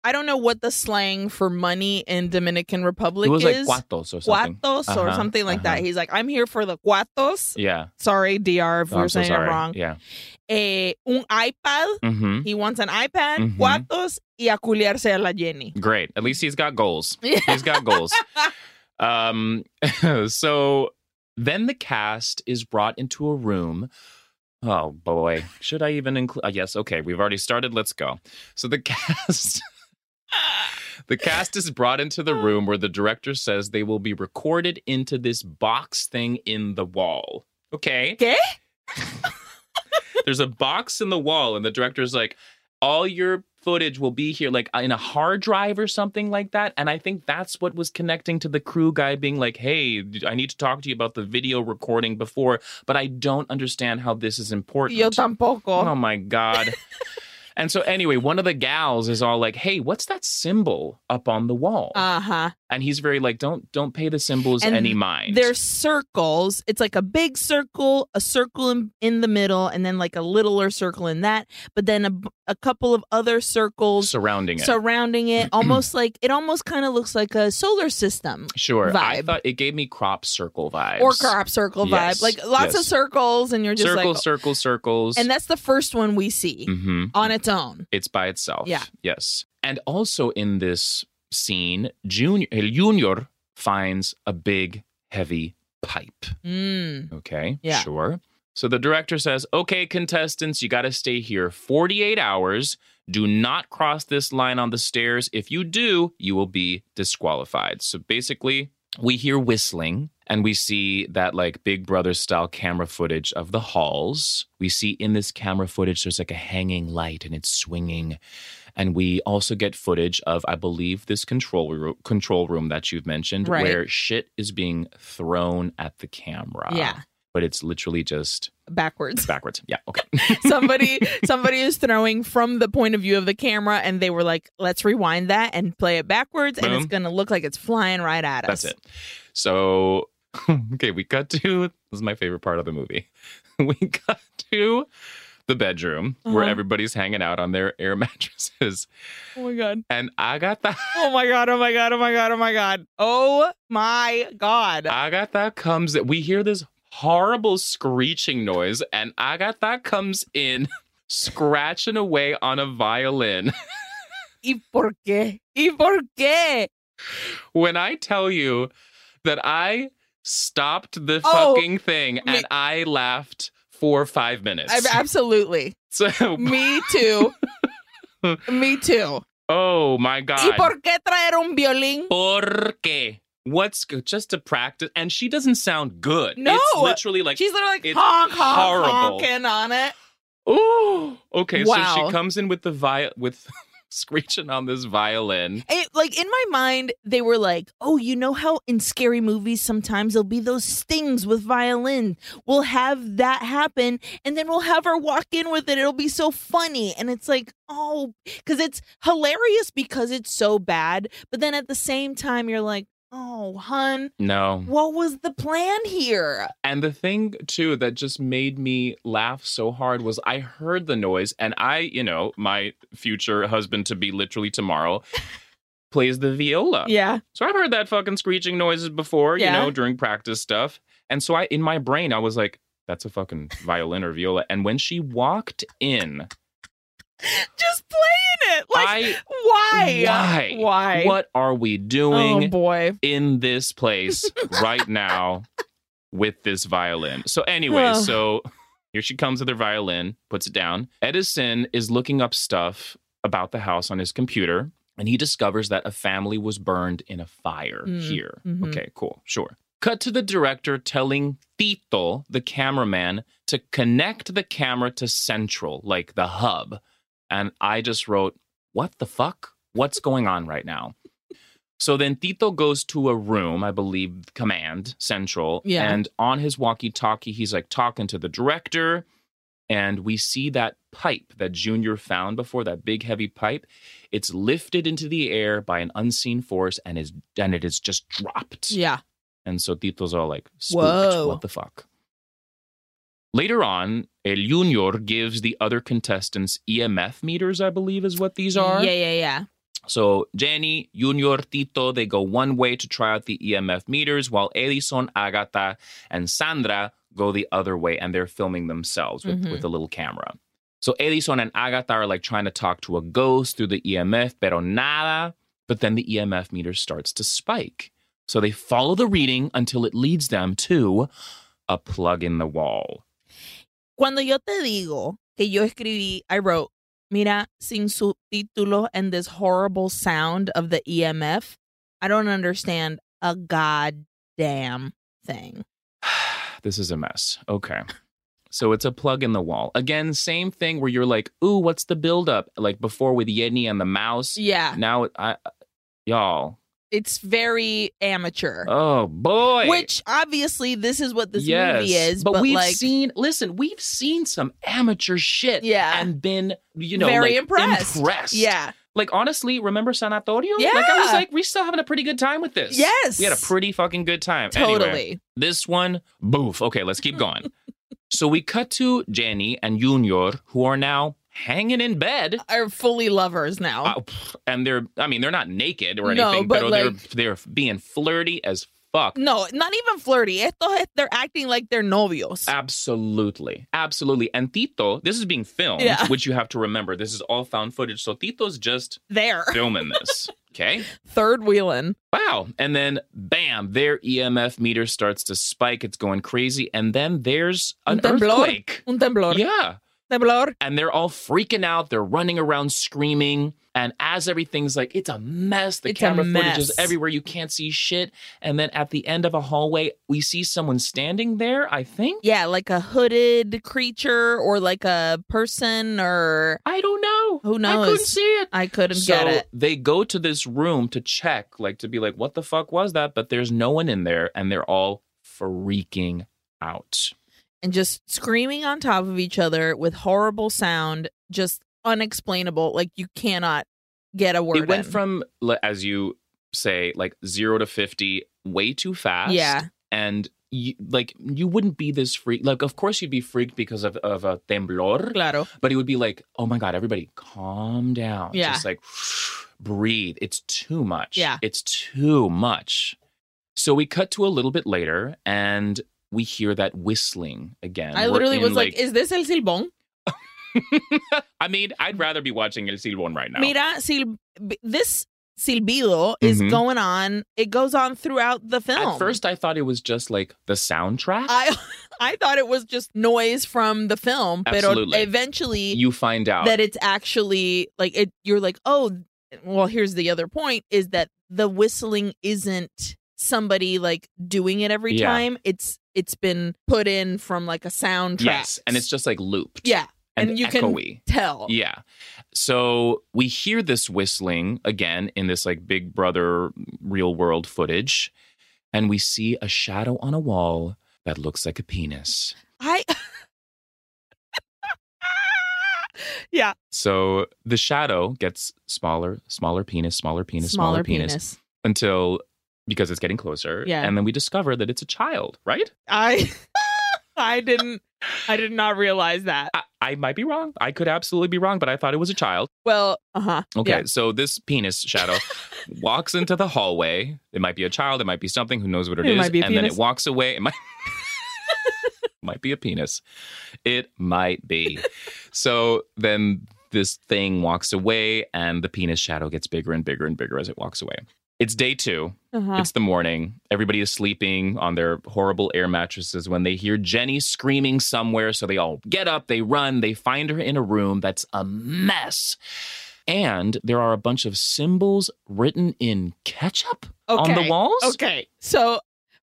[SPEAKER 1] I don't know what the slang for money in Dominican Republic
[SPEAKER 2] it was like
[SPEAKER 1] is.
[SPEAKER 2] cuatos or something.
[SPEAKER 1] Cuatos or
[SPEAKER 2] Uh-huh,
[SPEAKER 1] something like that.
[SPEAKER 2] uh-huh.
[SPEAKER 1] He's like, I'm here for the cuatos.
[SPEAKER 2] Yeah.
[SPEAKER 1] Sorry, DR, if
[SPEAKER 2] Oh,
[SPEAKER 1] we're
[SPEAKER 2] I'm so
[SPEAKER 1] saying
[SPEAKER 2] sorry.
[SPEAKER 1] it wrong.
[SPEAKER 2] Yeah.
[SPEAKER 1] Eh, un iPad.
[SPEAKER 2] Mm-hmm.
[SPEAKER 1] He wants an iPad,
[SPEAKER 2] Mhm.
[SPEAKER 1] cuatos, y a culiarse a la Jenny.
[SPEAKER 2] Great. At least he's got goals. He's got goals. Um, so then the cast is brought into a room. Oh boy, should I even include? Uh, yes, okay, we've already started. Let's go. So the cast, the cast is brought into the room where the director says they will be recorded into this box thing in the wall. Okay.
[SPEAKER 1] ¿Qué?
[SPEAKER 2] There's a box in the wall, and the director's like, all your footage will be here, like uh, in a hard drive or something like that. And I think that's what was connecting to the crew guy being like, hey, I need to talk to you about the video recording before, but I don't understand how this is important.
[SPEAKER 1] Yo tampoco.
[SPEAKER 2] oh my God. and so, anyway, one of the gals is all like, hey, what's that symbol up on the wall?
[SPEAKER 1] Uh huh.
[SPEAKER 2] and he's very like, don't don't pay the symbols
[SPEAKER 1] And
[SPEAKER 2] any mind.
[SPEAKER 1] There's circles. It's like a big circle, a circle in, in the middle, and then like a littler circle in that. But then a, b- a couple of other circles
[SPEAKER 2] surrounding it.
[SPEAKER 1] surrounding it, almost like it almost kind of looks like a solar system
[SPEAKER 2] Sure. I
[SPEAKER 1] vibe.
[SPEAKER 2] thought it gave me crop circle vibes.
[SPEAKER 1] or crop circle
[SPEAKER 2] Yes,
[SPEAKER 1] vibe. Like lots of
[SPEAKER 2] yes.
[SPEAKER 1] circles, and you're just
[SPEAKER 2] circles,
[SPEAKER 1] like, oh,
[SPEAKER 2] circles, circles.
[SPEAKER 1] and that's the first one we see
[SPEAKER 2] hmm
[SPEAKER 1] on its own.
[SPEAKER 2] It's by itself.
[SPEAKER 1] Yeah.
[SPEAKER 2] Yes. And also in this scene, Junior El Junior finds a big, heavy pipe.
[SPEAKER 1] Mm.
[SPEAKER 2] Okay.
[SPEAKER 1] Yeah.
[SPEAKER 2] Sure. So the director says, okay, contestants, you got to stay here 48 hours. Do not cross this line on the stairs. If you do, you will be disqualified. So basically, we hear whistling and we see that like Big Brother style camera footage of the halls. We see in this camera footage, there's like a hanging light and it's swinging and we also get footage of I believe this control room, control room that you've mentioned
[SPEAKER 1] Right.
[SPEAKER 2] where shit is being thrown at the camera.
[SPEAKER 1] Yeah.
[SPEAKER 2] But it's literally just
[SPEAKER 1] backwards.
[SPEAKER 2] backwards. Yeah. Okay.
[SPEAKER 1] somebody somebody is throwing from the point of view of the camera and they were like let's rewind that and play it backwards and it's
[SPEAKER 2] Boom.
[SPEAKER 1] going to look like it's flying right at us
[SPEAKER 2] That's it. So, okay, we cut to this is my favorite part of the movie. We cut to the bedroom where
[SPEAKER 1] Uh-huh.
[SPEAKER 2] everybody's hanging out on their air mattresses.
[SPEAKER 1] oh my god
[SPEAKER 2] And Agatha
[SPEAKER 1] oh my god oh my god oh my god oh my god
[SPEAKER 2] Agatha comes we hear this horrible screeching noise and Agatha comes in scratching away on a violin.
[SPEAKER 1] y por qué y por qué
[SPEAKER 2] When I tell you that I stopped the
[SPEAKER 1] Oh,
[SPEAKER 2] fucking thing
[SPEAKER 1] me-
[SPEAKER 2] and I laughed for 5 minutes.
[SPEAKER 1] Ab- absolutely
[SPEAKER 2] so
[SPEAKER 1] me too me too
[SPEAKER 2] Oh my
[SPEAKER 1] y
[SPEAKER 2] god.
[SPEAKER 1] por qué traer un violín
[SPEAKER 2] Porque. What's good? Just to practice. And she doesn't sound good.
[SPEAKER 1] No!
[SPEAKER 2] It's literally like,
[SPEAKER 1] she's literally like
[SPEAKER 2] it's
[SPEAKER 1] honk honk
[SPEAKER 2] horrible.
[SPEAKER 1] honking on it
[SPEAKER 2] oh, okay. So
[SPEAKER 1] Wow.
[SPEAKER 2] she comes in with the vi- with screeching on this violin.
[SPEAKER 1] It, like in my mind, they were like, "Oh, you know how in scary movies sometimes there'll be those stings with violin. We'll have that happen, and then we'll have her walk in with it. It'll be so funny." And it's like, "Oh, because it's hilarious because it's so bad, but then at the same time, you're like." Oh, hun,
[SPEAKER 2] No.
[SPEAKER 1] what was the plan here?
[SPEAKER 2] And the thing, too, that just made me laugh so hard was I heard the noise, and I, you know, my future husband to be literally tomorrow plays the viola.
[SPEAKER 1] Yeah.
[SPEAKER 2] So I've heard that fucking screeching noises before,
[SPEAKER 1] Yeah.
[SPEAKER 2] you know, during practice stuff. And so I in my brain I was like, that's a fucking violin or viola. And when she walked in,
[SPEAKER 1] Just playing it. Like,
[SPEAKER 2] I
[SPEAKER 1] why?
[SPEAKER 2] why?
[SPEAKER 1] Why?
[SPEAKER 2] what are we doing
[SPEAKER 1] Oh, boy.
[SPEAKER 2] in this place right now with this violin? So anyway,
[SPEAKER 1] Ugh.
[SPEAKER 2] so here she comes with her violin, puts it down. Edison is looking up stuff about the house on his computer, and he discovers that a family was burned in a fire
[SPEAKER 1] Mm.
[SPEAKER 2] here.
[SPEAKER 1] Mhm.
[SPEAKER 2] Okay, cool. Sure. Cut to the director telling Tito, the cameraman, to connect the camera to Central, like the hub. And I just wrote, What the fuck? What's going on right now? So then Tito goes to a room, I believe, command, Central.
[SPEAKER 1] Yeah.
[SPEAKER 2] And on his walkie talkie, he's like talking to the director. And we see that pipe that Junior found before, that big heavy pipe. It's lifted into the air by an unseen force and is and it is just dropped.
[SPEAKER 1] Yeah.
[SPEAKER 2] And so Tito's all like, spooked.
[SPEAKER 1] Whoa.
[SPEAKER 2] What the fuck? Later on, El Junior gives the other contestants EMF meters, I believe is what these are.
[SPEAKER 1] Yeah, yeah, yeah.
[SPEAKER 2] So Jenny, Junior, Tito, they go one way to try out the EMF meters, while Edison, Agata, and Sandra go the other way and they're filming themselves with,
[SPEAKER 1] Mhm.
[SPEAKER 2] with a little camera. So Edison and Agata are like trying to talk to a ghost through the EMF, pero nada. But then the EMF meter starts to spike. So they follow the reading until it leads them to a plug in the wall.
[SPEAKER 1] Cuando yo te digo que yo escribí, I wrote, mira, sin subtítulos and this horrible sound of the EMF, I don't understand a goddamn thing.
[SPEAKER 2] this is a mess. Okay. So it's a plug in the wall. Again, same thing where you're like, ooh, what's the buildup? Like before with Yenny and the mouse.
[SPEAKER 1] Yeah,
[SPEAKER 2] Now, it- I, y'all.
[SPEAKER 1] it's very amateur.
[SPEAKER 2] Oh, boy.
[SPEAKER 1] Which obviously this is what this
[SPEAKER 2] yes.
[SPEAKER 1] movie is,
[SPEAKER 2] But,
[SPEAKER 1] but,
[SPEAKER 2] we've
[SPEAKER 1] like,
[SPEAKER 2] seen, listen, we've seen some amateur shit.
[SPEAKER 1] Yeah.
[SPEAKER 2] And been, you know,
[SPEAKER 1] Very
[SPEAKER 2] like,
[SPEAKER 1] impressed.
[SPEAKER 2] impressed.
[SPEAKER 1] yeah,
[SPEAKER 2] Like, honestly, remember Sanatorio? Like, I
[SPEAKER 1] Yeah.
[SPEAKER 2] was like, we're still having a pretty good time with this.
[SPEAKER 1] yes,
[SPEAKER 2] We had a pretty fucking good time. Anyway.
[SPEAKER 1] totally.
[SPEAKER 2] This one, boof. Okay, let's keep going. so we cut to Jenny and Junior, who are now hanging in bed.
[SPEAKER 1] Are fully lovers now.
[SPEAKER 2] Uh, pff, and they're, I mean, they're not naked or
[SPEAKER 1] Uh-huh. No,
[SPEAKER 2] anything,
[SPEAKER 1] but
[SPEAKER 2] but,
[SPEAKER 1] like-
[SPEAKER 2] they're, they're being flirty as fuck.
[SPEAKER 1] no, not even flirty. Estos, they're acting like they're novios.
[SPEAKER 2] Uh, Absolutely. Absolutely. And Tito, this is being filmed,
[SPEAKER 1] Yeah.
[SPEAKER 2] which you have to remember. This is all found footage. So Tito's just
[SPEAKER 1] there,
[SPEAKER 2] filming this. Okay.
[SPEAKER 1] third wheeling.
[SPEAKER 2] Wow. And then bam, their EMF meter starts to spike. It's going crazy. And then there's an
[SPEAKER 1] Un temblor.
[SPEAKER 2] earthquake.
[SPEAKER 1] Un temblor.
[SPEAKER 2] Yeah.
[SPEAKER 1] temblor.
[SPEAKER 2] and they're all freaking out. They're running around screaming. And as everything's like, it's a mess. The
[SPEAKER 1] It's a
[SPEAKER 2] camera footage
[SPEAKER 1] mess.
[SPEAKER 2] is everywhere. You can't see shit. And then at the end of a hallway, we see someone standing there, I think.
[SPEAKER 1] Yeah, like a hooded creature or like a person or
[SPEAKER 2] I don't know.
[SPEAKER 1] Who
[SPEAKER 2] I couldn't
[SPEAKER 1] knows?
[SPEAKER 2] see it.
[SPEAKER 1] I couldn't
[SPEAKER 2] So
[SPEAKER 1] get it.
[SPEAKER 2] they go to this room to check, like to be like, what the fuck was that? But there's no one in there. And they're all freaking out.
[SPEAKER 1] And just screaming on top of each other with horrible sound, just unexplainable. Like you cannot get a word
[SPEAKER 2] it went
[SPEAKER 1] in.
[SPEAKER 2] from, le- as you say, like zero to 50 way too fast.
[SPEAKER 1] Yeah.
[SPEAKER 2] and you, like you wouldn't be this freak. Like, of course, you'd be freaked because of of a temblor,
[SPEAKER 1] Claro.
[SPEAKER 2] but it would be like, oh my god, everybody, calm down.
[SPEAKER 1] Yeah.
[SPEAKER 2] just like breathe. It's too much.
[SPEAKER 1] Yeah.
[SPEAKER 2] it's too much. So we cut to a little bit later, and we hear that whistling again.
[SPEAKER 1] I
[SPEAKER 2] We're
[SPEAKER 1] literally
[SPEAKER 2] in,
[SPEAKER 1] was like, is this El Silbón?
[SPEAKER 2] I mean, I'd rather be watching El Silbón right now.
[SPEAKER 1] Mira, sil- b- this silbido is
[SPEAKER 2] Mhm.
[SPEAKER 1] going on. It goes on throughout the film.
[SPEAKER 2] At first, I thought it was just like the soundtrack.
[SPEAKER 1] I I thought it was just noise from the film, but
[SPEAKER 2] Absolutely.
[SPEAKER 1] eventually
[SPEAKER 2] you find out
[SPEAKER 1] that it's actually like it. You're like, oh, well. Here's the other point: is that the whistling isn't somebody like doing it every
[SPEAKER 2] Yeah.
[SPEAKER 1] time. It's it's been put in from like a soundtrack.
[SPEAKER 2] yes, and it's just like looped.
[SPEAKER 1] yeah,
[SPEAKER 2] and,
[SPEAKER 1] and you can-
[SPEAKER 2] echoey.
[SPEAKER 1] tell.
[SPEAKER 2] Yeah. So we hear this whistling again in this like Big Brother real world footage, and we see a shadow on a wall that looks like a penis.
[SPEAKER 1] I. yeah,
[SPEAKER 2] So the shadow gets smaller, smaller penis, smaller penis, smaller, penis, until because it's getting closer.
[SPEAKER 1] Yeah.
[SPEAKER 2] And then we discover that it's a child, right?
[SPEAKER 1] I I didn't I did not realize that.
[SPEAKER 2] I, I might be wrong. I could absolutely be wrong, but I thought it was a child.
[SPEAKER 1] Well, uh-huh.
[SPEAKER 2] Okay,
[SPEAKER 1] Yeah.
[SPEAKER 2] so this penis shadow walks into the hallway. It might be a child, it might be something, who knows what
[SPEAKER 1] It
[SPEAKER 2] it is.
[SPEAKER 1] might be a
[SPEAKER 2] and then
[SPEAKER 1] penis.
[SPEAKER 2] it walks away. It might might be a penis. It might be. So then this thing walks away and the penis shadow gets bigger and bigger and bigger as it walks away. It's day 2.
[SPEAKER 1] Uh-huh.
[SPEAKER 2] It's the morning. Everybody is sleeping on their horrible air mattresses when they hear Jenny screaming somewhere. So they all get up, they run, they find her in a room that's a mess. And there are a bunch of symbols written in ketchup on the
[SPEAKER 1] Okay.
[SPEAKER 2] walls.
[SPEAKER 1] Okay. So,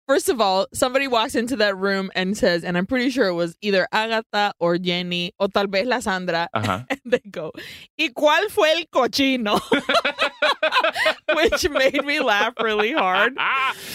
[SPEAKER 1] first of all, somebody walks into that room and says, and I'm pretty sure it was either Agatha or Jenny or tal vez la Sandra,
[SPEAKER 2] Uh-huh.
[SPEAKER 1] and they go, "¿Y cuál fue el cochino?" which made me laugh really hard.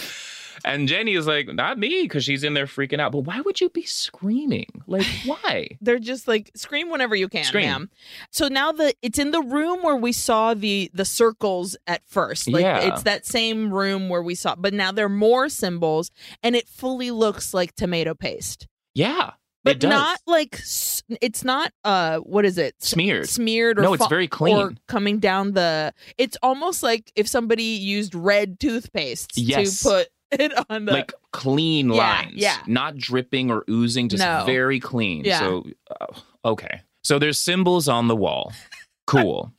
[SPEAKER 2] and Jenny is like, not me, because she's in there freaking out. But why would you be screaming? Like, why?
[SPEAKER 1] They're just like scream whenever you can,
[SPEAKER 2] Scream.
[SPEAKER 1] ma'am. So now the it's in the room where we saw the the circles at first. Like
[SPEAKER 2] Yeah.
[SPEAKER 1] it's that same room where we saw, but now there are more symbols, and it fully looks like tomato paste,
[SPEAKER 2] Yeah. it
[SPEAKER 1] but
[SPEAKER 2] does.
[SPEAKER 1] not like s- it's not uh what is it S-
[SPEAKER 2] smeared.
[SPEAKER 1] smeared or
[SPEAKER 2] No, it's
[SPEAKER 1] fa-
[SPEAKER 2] very clean.
[SPEAKER 1] or coming down the. It's almost like if somebody used red toothpaste
[SPEAKER 2] Yes.
[SPEAKER 1] to put it on the.
[SPEAKER 2] like clean
[SPEAKER 1] Yeah,
[SPEAKER 2] lines,
[SPEAKER 1] yeah.
[SPEAKER 2] not dripping or oozing, just
[SPEAKER 1] No.
[SPEAKER 2] very clean.
[SPEAKER 1] Yeah.
[SPEAKER 2] So, uh, okay. So there's symbols on the wall. Cool.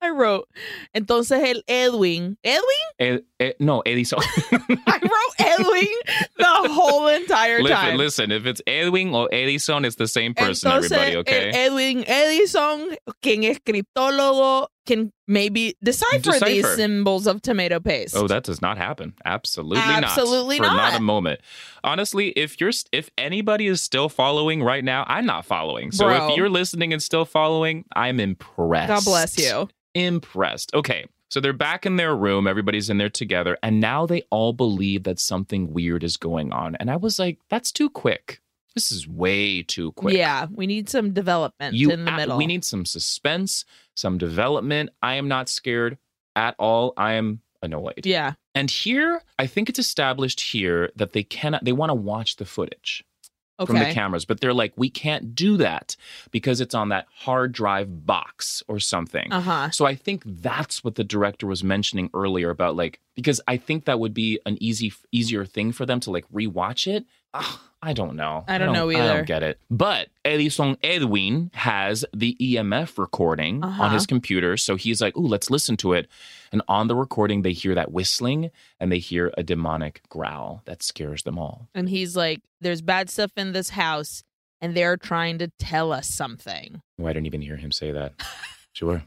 [SPEAKER 1] I wrote, entonces el Edwin, Edwin.
[SPEAKER 2] Eh, eh, no, Edison.
[SPEAKER 1] I wrote Edwin the whole entire
[SPEAKER 2] listen,
[SPEAKER 1] time.
[SPEAKER 2] listen, if it's Edwin or Edison, it's the same person,
[SPEAKER 1] Entonces,
[SPEAKER 2] everybody,
[SPEAKER 1] el
[SPEAKER 2] okay?
[SPEAKER 1] Edwin Edison, quien es criptólogo, can maybe decipher, these
[SPEAKER 2] Decipher.
[SPEAKER 1] symbols of tomato paste.
[SPEAKER 2] Oh, that does not happen. Absolutely,
[SPEAKER 1] Absolutely
[SPEAKER 2] not. For
[SPEAKER 1] not.
[SPEAKER 2] not a moment. Honestly, if you're st- if anybody is still following right now, I'm not following. So
[SPEAKER 1] Bro.
[SPEAKER 2] if you're listening and still following, I'm impressed.
[SPEAKER 1] God bless you.
[SPEAKER 2] impressed. Okay. So they're back in their room. Everybody's in there together. And now they all believe that something weird is going on. And I was like, that's too quick. This is way too quick.
[SPEAKER 1] Yeah, we need some development
[SPEAKER 2] You
[SPEAKER 1] in the
[SPEAKER 2] a-
[SPEAKER 1] middle.
[SPEAKER 2] We need some suspense, some development. I am not scared at all. I am annoyed.
[SPEAKER 1] yeah,
[SPEAKER 2] And here, I think it's established here that they cannot, they want to watch the footage
[SPEAKER 1] okay.
[SPEAKER 2] from the cameras, but they're like, we can't do that because it's on that hard drive box or something.
[SPEAKER 1] uh huh.
[SPEAKER 2] So I think that's what the director was mentioning earlier about like because I think that would be an easy easier thing for them to like rewatch it. Ugh, I don't know.
[SPEAKER 1] I don't know
[SPEAKER 2] I
[SPEAKER 1] either.
[SPEAKER 2] don't get it. But Edison Edwin has the EMF recording
[SPEAKER 1] Uh-huh.
[SPEAKER 2] on his computer, so he's like, "Ooh, let's listen to it." And on the recording, they hear that whistling and they hear a demonic growl that scares them all.
[SPEAKER 1] And he's like, "There's bad stuff in this house. and they're trying to tell us something.
[SPEAKER 2] Oh, I didn't even hear him say that. Sure.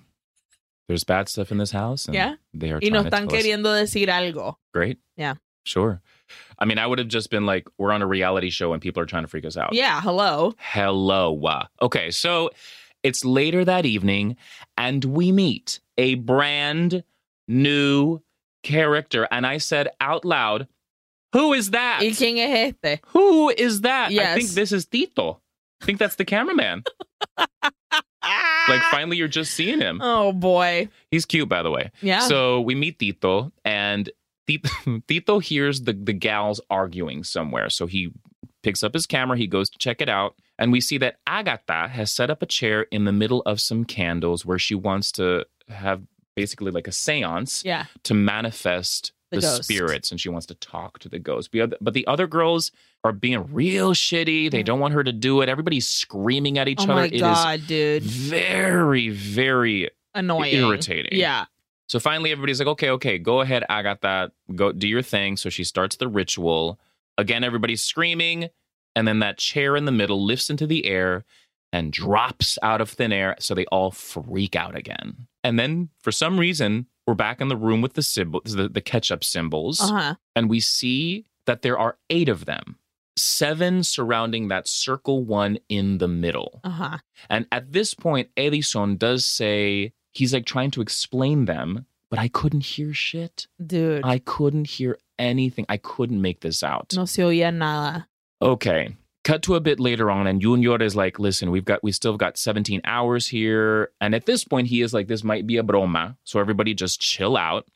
[SPEAKER 2] There's bad stuff in this house. And
[SPEAKER 1] Yeah.
[SPEAKER 2] They are
[SPEAKER 1] Y
[SPEAKER 2] trying
[SPEAKER 1] nos
[SPEAKER 2] to
[SPEAKER 1] están
[SPEAKER 2] tell us-
[SPEAKER 1] queriendo decir algo.
[SPEAKER 2] Great.
[SPEAKER 1] Yeah.
[SPEAKER 2] Sure. I mean, I would have just been like, we're on a reality show and people are trying to freak us out.
[SPEAKER 1] Yeah, hello.
[SPEAKER 2] Hello. Okay. So it's later that evening and we meet a brand new character. And I said out loud, who is that?
[SPEAKER 1] ¿Y quién es este?
[SPEAKER 2] Who is that? I think
[SPEAKER 1] Yes.
[SPEAKER 2] this is Tito. I think that's the cameraman.
[SPEAKER 1] Ah!
[SPEAKER 2] like, finally, you're just seeing him.
[SPEAKER 1] oh boy.
[SPEAKER 2] He's cute, by the way.
[SPEAKER 1] Yeah.
[SPEAKER 2] So we meet Tito, and Tito, Tito hears the, the gals arguing somewhere. So he picks up his camera, he goes to check it out, and we see that Agatha has set up a chair in the middle of some candles where she wants to have basically like a seance
[SPEAKER 1] yeah.
[SPEAKER 2] to manifest
[SPEAKER 1] The
[SPEAKER 2] the,
[SPEAKER 1] ghost.
[SPEAKER 2] spirits and she wants to talk to the ghost. The other- But the other girls are being real shitty. They don't want her to do it. Everybody's screaming at each
[SPEAKER 1] Oh
[SPEAKER 2] other.
[SPEAKER 1] my god,
[SPEAKER 2] It
[SPEAKER 1] dude.
[SPEAKER 2] is very, very
[SPEAKER 1] Annoying.
[SPEAKER 2] irritating.
[SPEAKER 1] Yeah.
[SPEAKER 2] So finally, everybody's like, okay, okay, go ahead, Agatha, go do your thing. So she starts the ritual. Again, everybody's screaming. And then that chair in the middle lifts into the air and drops out of thin air. So they all freak out again. And then for some reason, we're back in the room with the, symbol, the, the ketchup symbols.
[SPEAKER 1] Uh-huh.
[SPEAKER 2] And we see that there are eight of them, seven surrounding that circle one in the middle.
[SPEAKER 1] Uh-huh.
[SPEAKER 2] And at this point, Edison does say he's like trying to explain them, but I couldn't hear shit.
[SPEAKER 1] Dude.
[SPEAKER 2] I couldn't hear anything. I couldn't make this out.
[SPEAKER 1] no se oía nada.
[SPEAKER 2] Okay. Cut to a bit later on, and Junior is like, listen, we've got we still got 17 hours here. And at this point, he is like, this might be a broma. So everybody just chill out.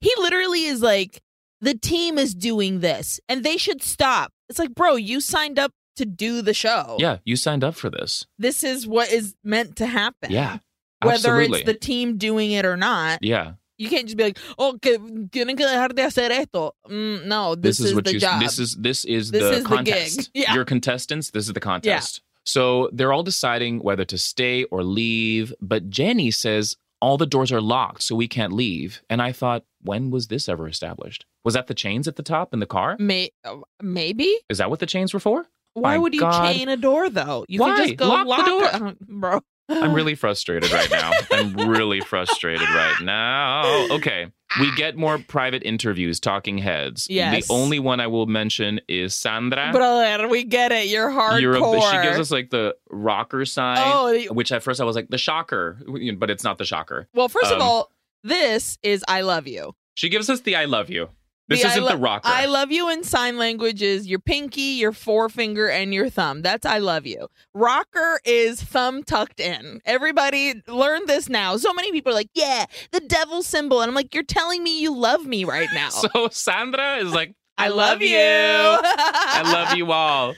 [SPEAKER 1] He literally is like, the team is doing this and they should stop. It's like, bro, you signed up to do the show.
[SPEAKER 2] Yeah, you signed up for this.
[SPEAKER 1] This is what is meant to happen.
[SPEAKER 2] Yeah.
[SPEAKER 1] Whether
[SPEAKER 2] absolutely.
[SPEAKER 1] it's the team doing it or not,
[SPEAKER 2] Yeah.
[SPEAKER 1] you can't just be like, oh, que tienen que dejar de hacer esto. Mm, no, this, is, the
[SPEAKER 2] you
[SPEAKER 1] job.
[SPEAKER 2] this is this is
[SPEAKER 1] This
[SPEAKER 2] the
[SPEAKER 1] is the gig.
[SPEAKER 2] contest.
[SPEAKER 1] Yeah.
[SPEAKER 2] Your contestants, this is the contest. So they're all deciding whether to stay or leave, but Jenny says all the doors are locked, so we can't leave. And I thought, when was this ever established? Was that the chains at the top in the car?
[SPEAKER 1] May- uh, maybe?
[SPEAKER 2] Is that what the chains were for?
[SPEAKER 1] Why
[SPEAKER 2] My
[SPEAKER 1] would you
[SPEAKER 2] God.
[SPEAKER 1] chain a door though? You
[SPEAKER 2] Why?
[SPEAKER 1] could just go
[SPEAKER 2] Lock
[SPEAKER 1] lock,
[SPEAKER 2] the door.
[SPEAKER 1] it. Uh, bro.
[SPEAKER 2] I'm really frustrated right now. I'm really frustrated right now. Okay. We get more private interviews, talking heads.
[SPEAKER 1] Yes.
[SPEAKER 2] The only one I will mention is Sandra.
[SPEAKER 1] brother. We get it. You're hardcore.
[SPEAKER 2] Europe- She gives us like the rocker sign,
[SPEAKER 1] oh, y-
[SPEAKER 2] which at first I was like the shocker, you know, but it's not the shocker.
[SPEAKER 1] well. First
[SPEAKER 2] um,
[SPEAKER 1] of all, this is "I love you."
[SPEAKER 2] She gives us the I love you. This
[SPEAKER 1] The I
[SPEAKER 2] isn't
[SPEAKER 1] lo-
[SPEAKER 2] the rocker.
[SPEAKER 1] "I love you" in sign language is your pinky, your forefinger, and your thumb. That's "I love you." Rocker is thumb tucked in. Everybody learn this now. So many people are like, "Yeah, the devil symbol," and I'm like, "You're telling me you love me right now."
[SPEAKER 2] so Sandra is like,
[SPEAKER 1] I love you.
[SPEAKER 2] I love you all.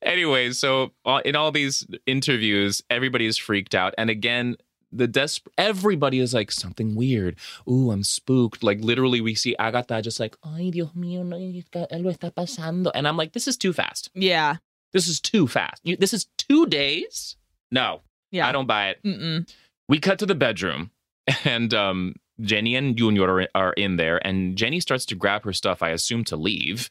[SPEAKER 2] Anyway, so uh, in all these interviews, everybody is freaked out, and again, the desp- everybody is like something weird. Ooh, I'm spooked. Like literally, we see Agatha just like, ay Dios mío, no, algo está pasando, and I'm like, this is too fast.
[SPEAKER 1] Yeah.
[SPEAKER 2] This is too fast. You, this is two days? No,
[SPEAKER 1] Yeah.
[SPEAKER 2] I don't buy it.
[SPEAKER 1] Mm-mm.
[SPEAKER 2] We cut to the bedroom, and um, Jenny and Junior are, are in there, and Jenny starts to grab her stuff, I assume, to leave.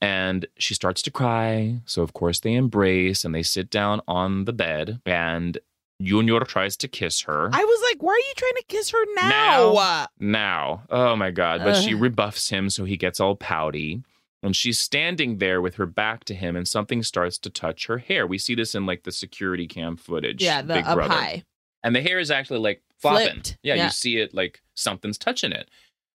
[SPEAKER 2] And she starts to cry. So, of course, they embrace and they sit down on the bed, and Junior tries to kiss her.
[SPEAKER 1] I was like, why are you trying to kiss her now?
[SPEAKER 2] Now? now. Oh my God. But she
[SPEAKER 1] Ugh.
[SPEAKER 2] rebuffs him, so he gets all pouty. And she's standing there with her back to him, and something starts to touch her hair. We see this in like the security cam footage.
[SPEAKER 1] Yeah, the
[SPEAKER 2] Big
[SPEAKER 1] up
[SPEAKER 2] Brother.
[SPEAKER 1] high.
[SPEAKER 2] And the hair is actually like flopping.
[SPEAKER 1] Flipped.
[SPEAKER 2] Yeah,
[SPEAKER 1] Yeah.
[SPEAKER 2] you see it like something's touching it.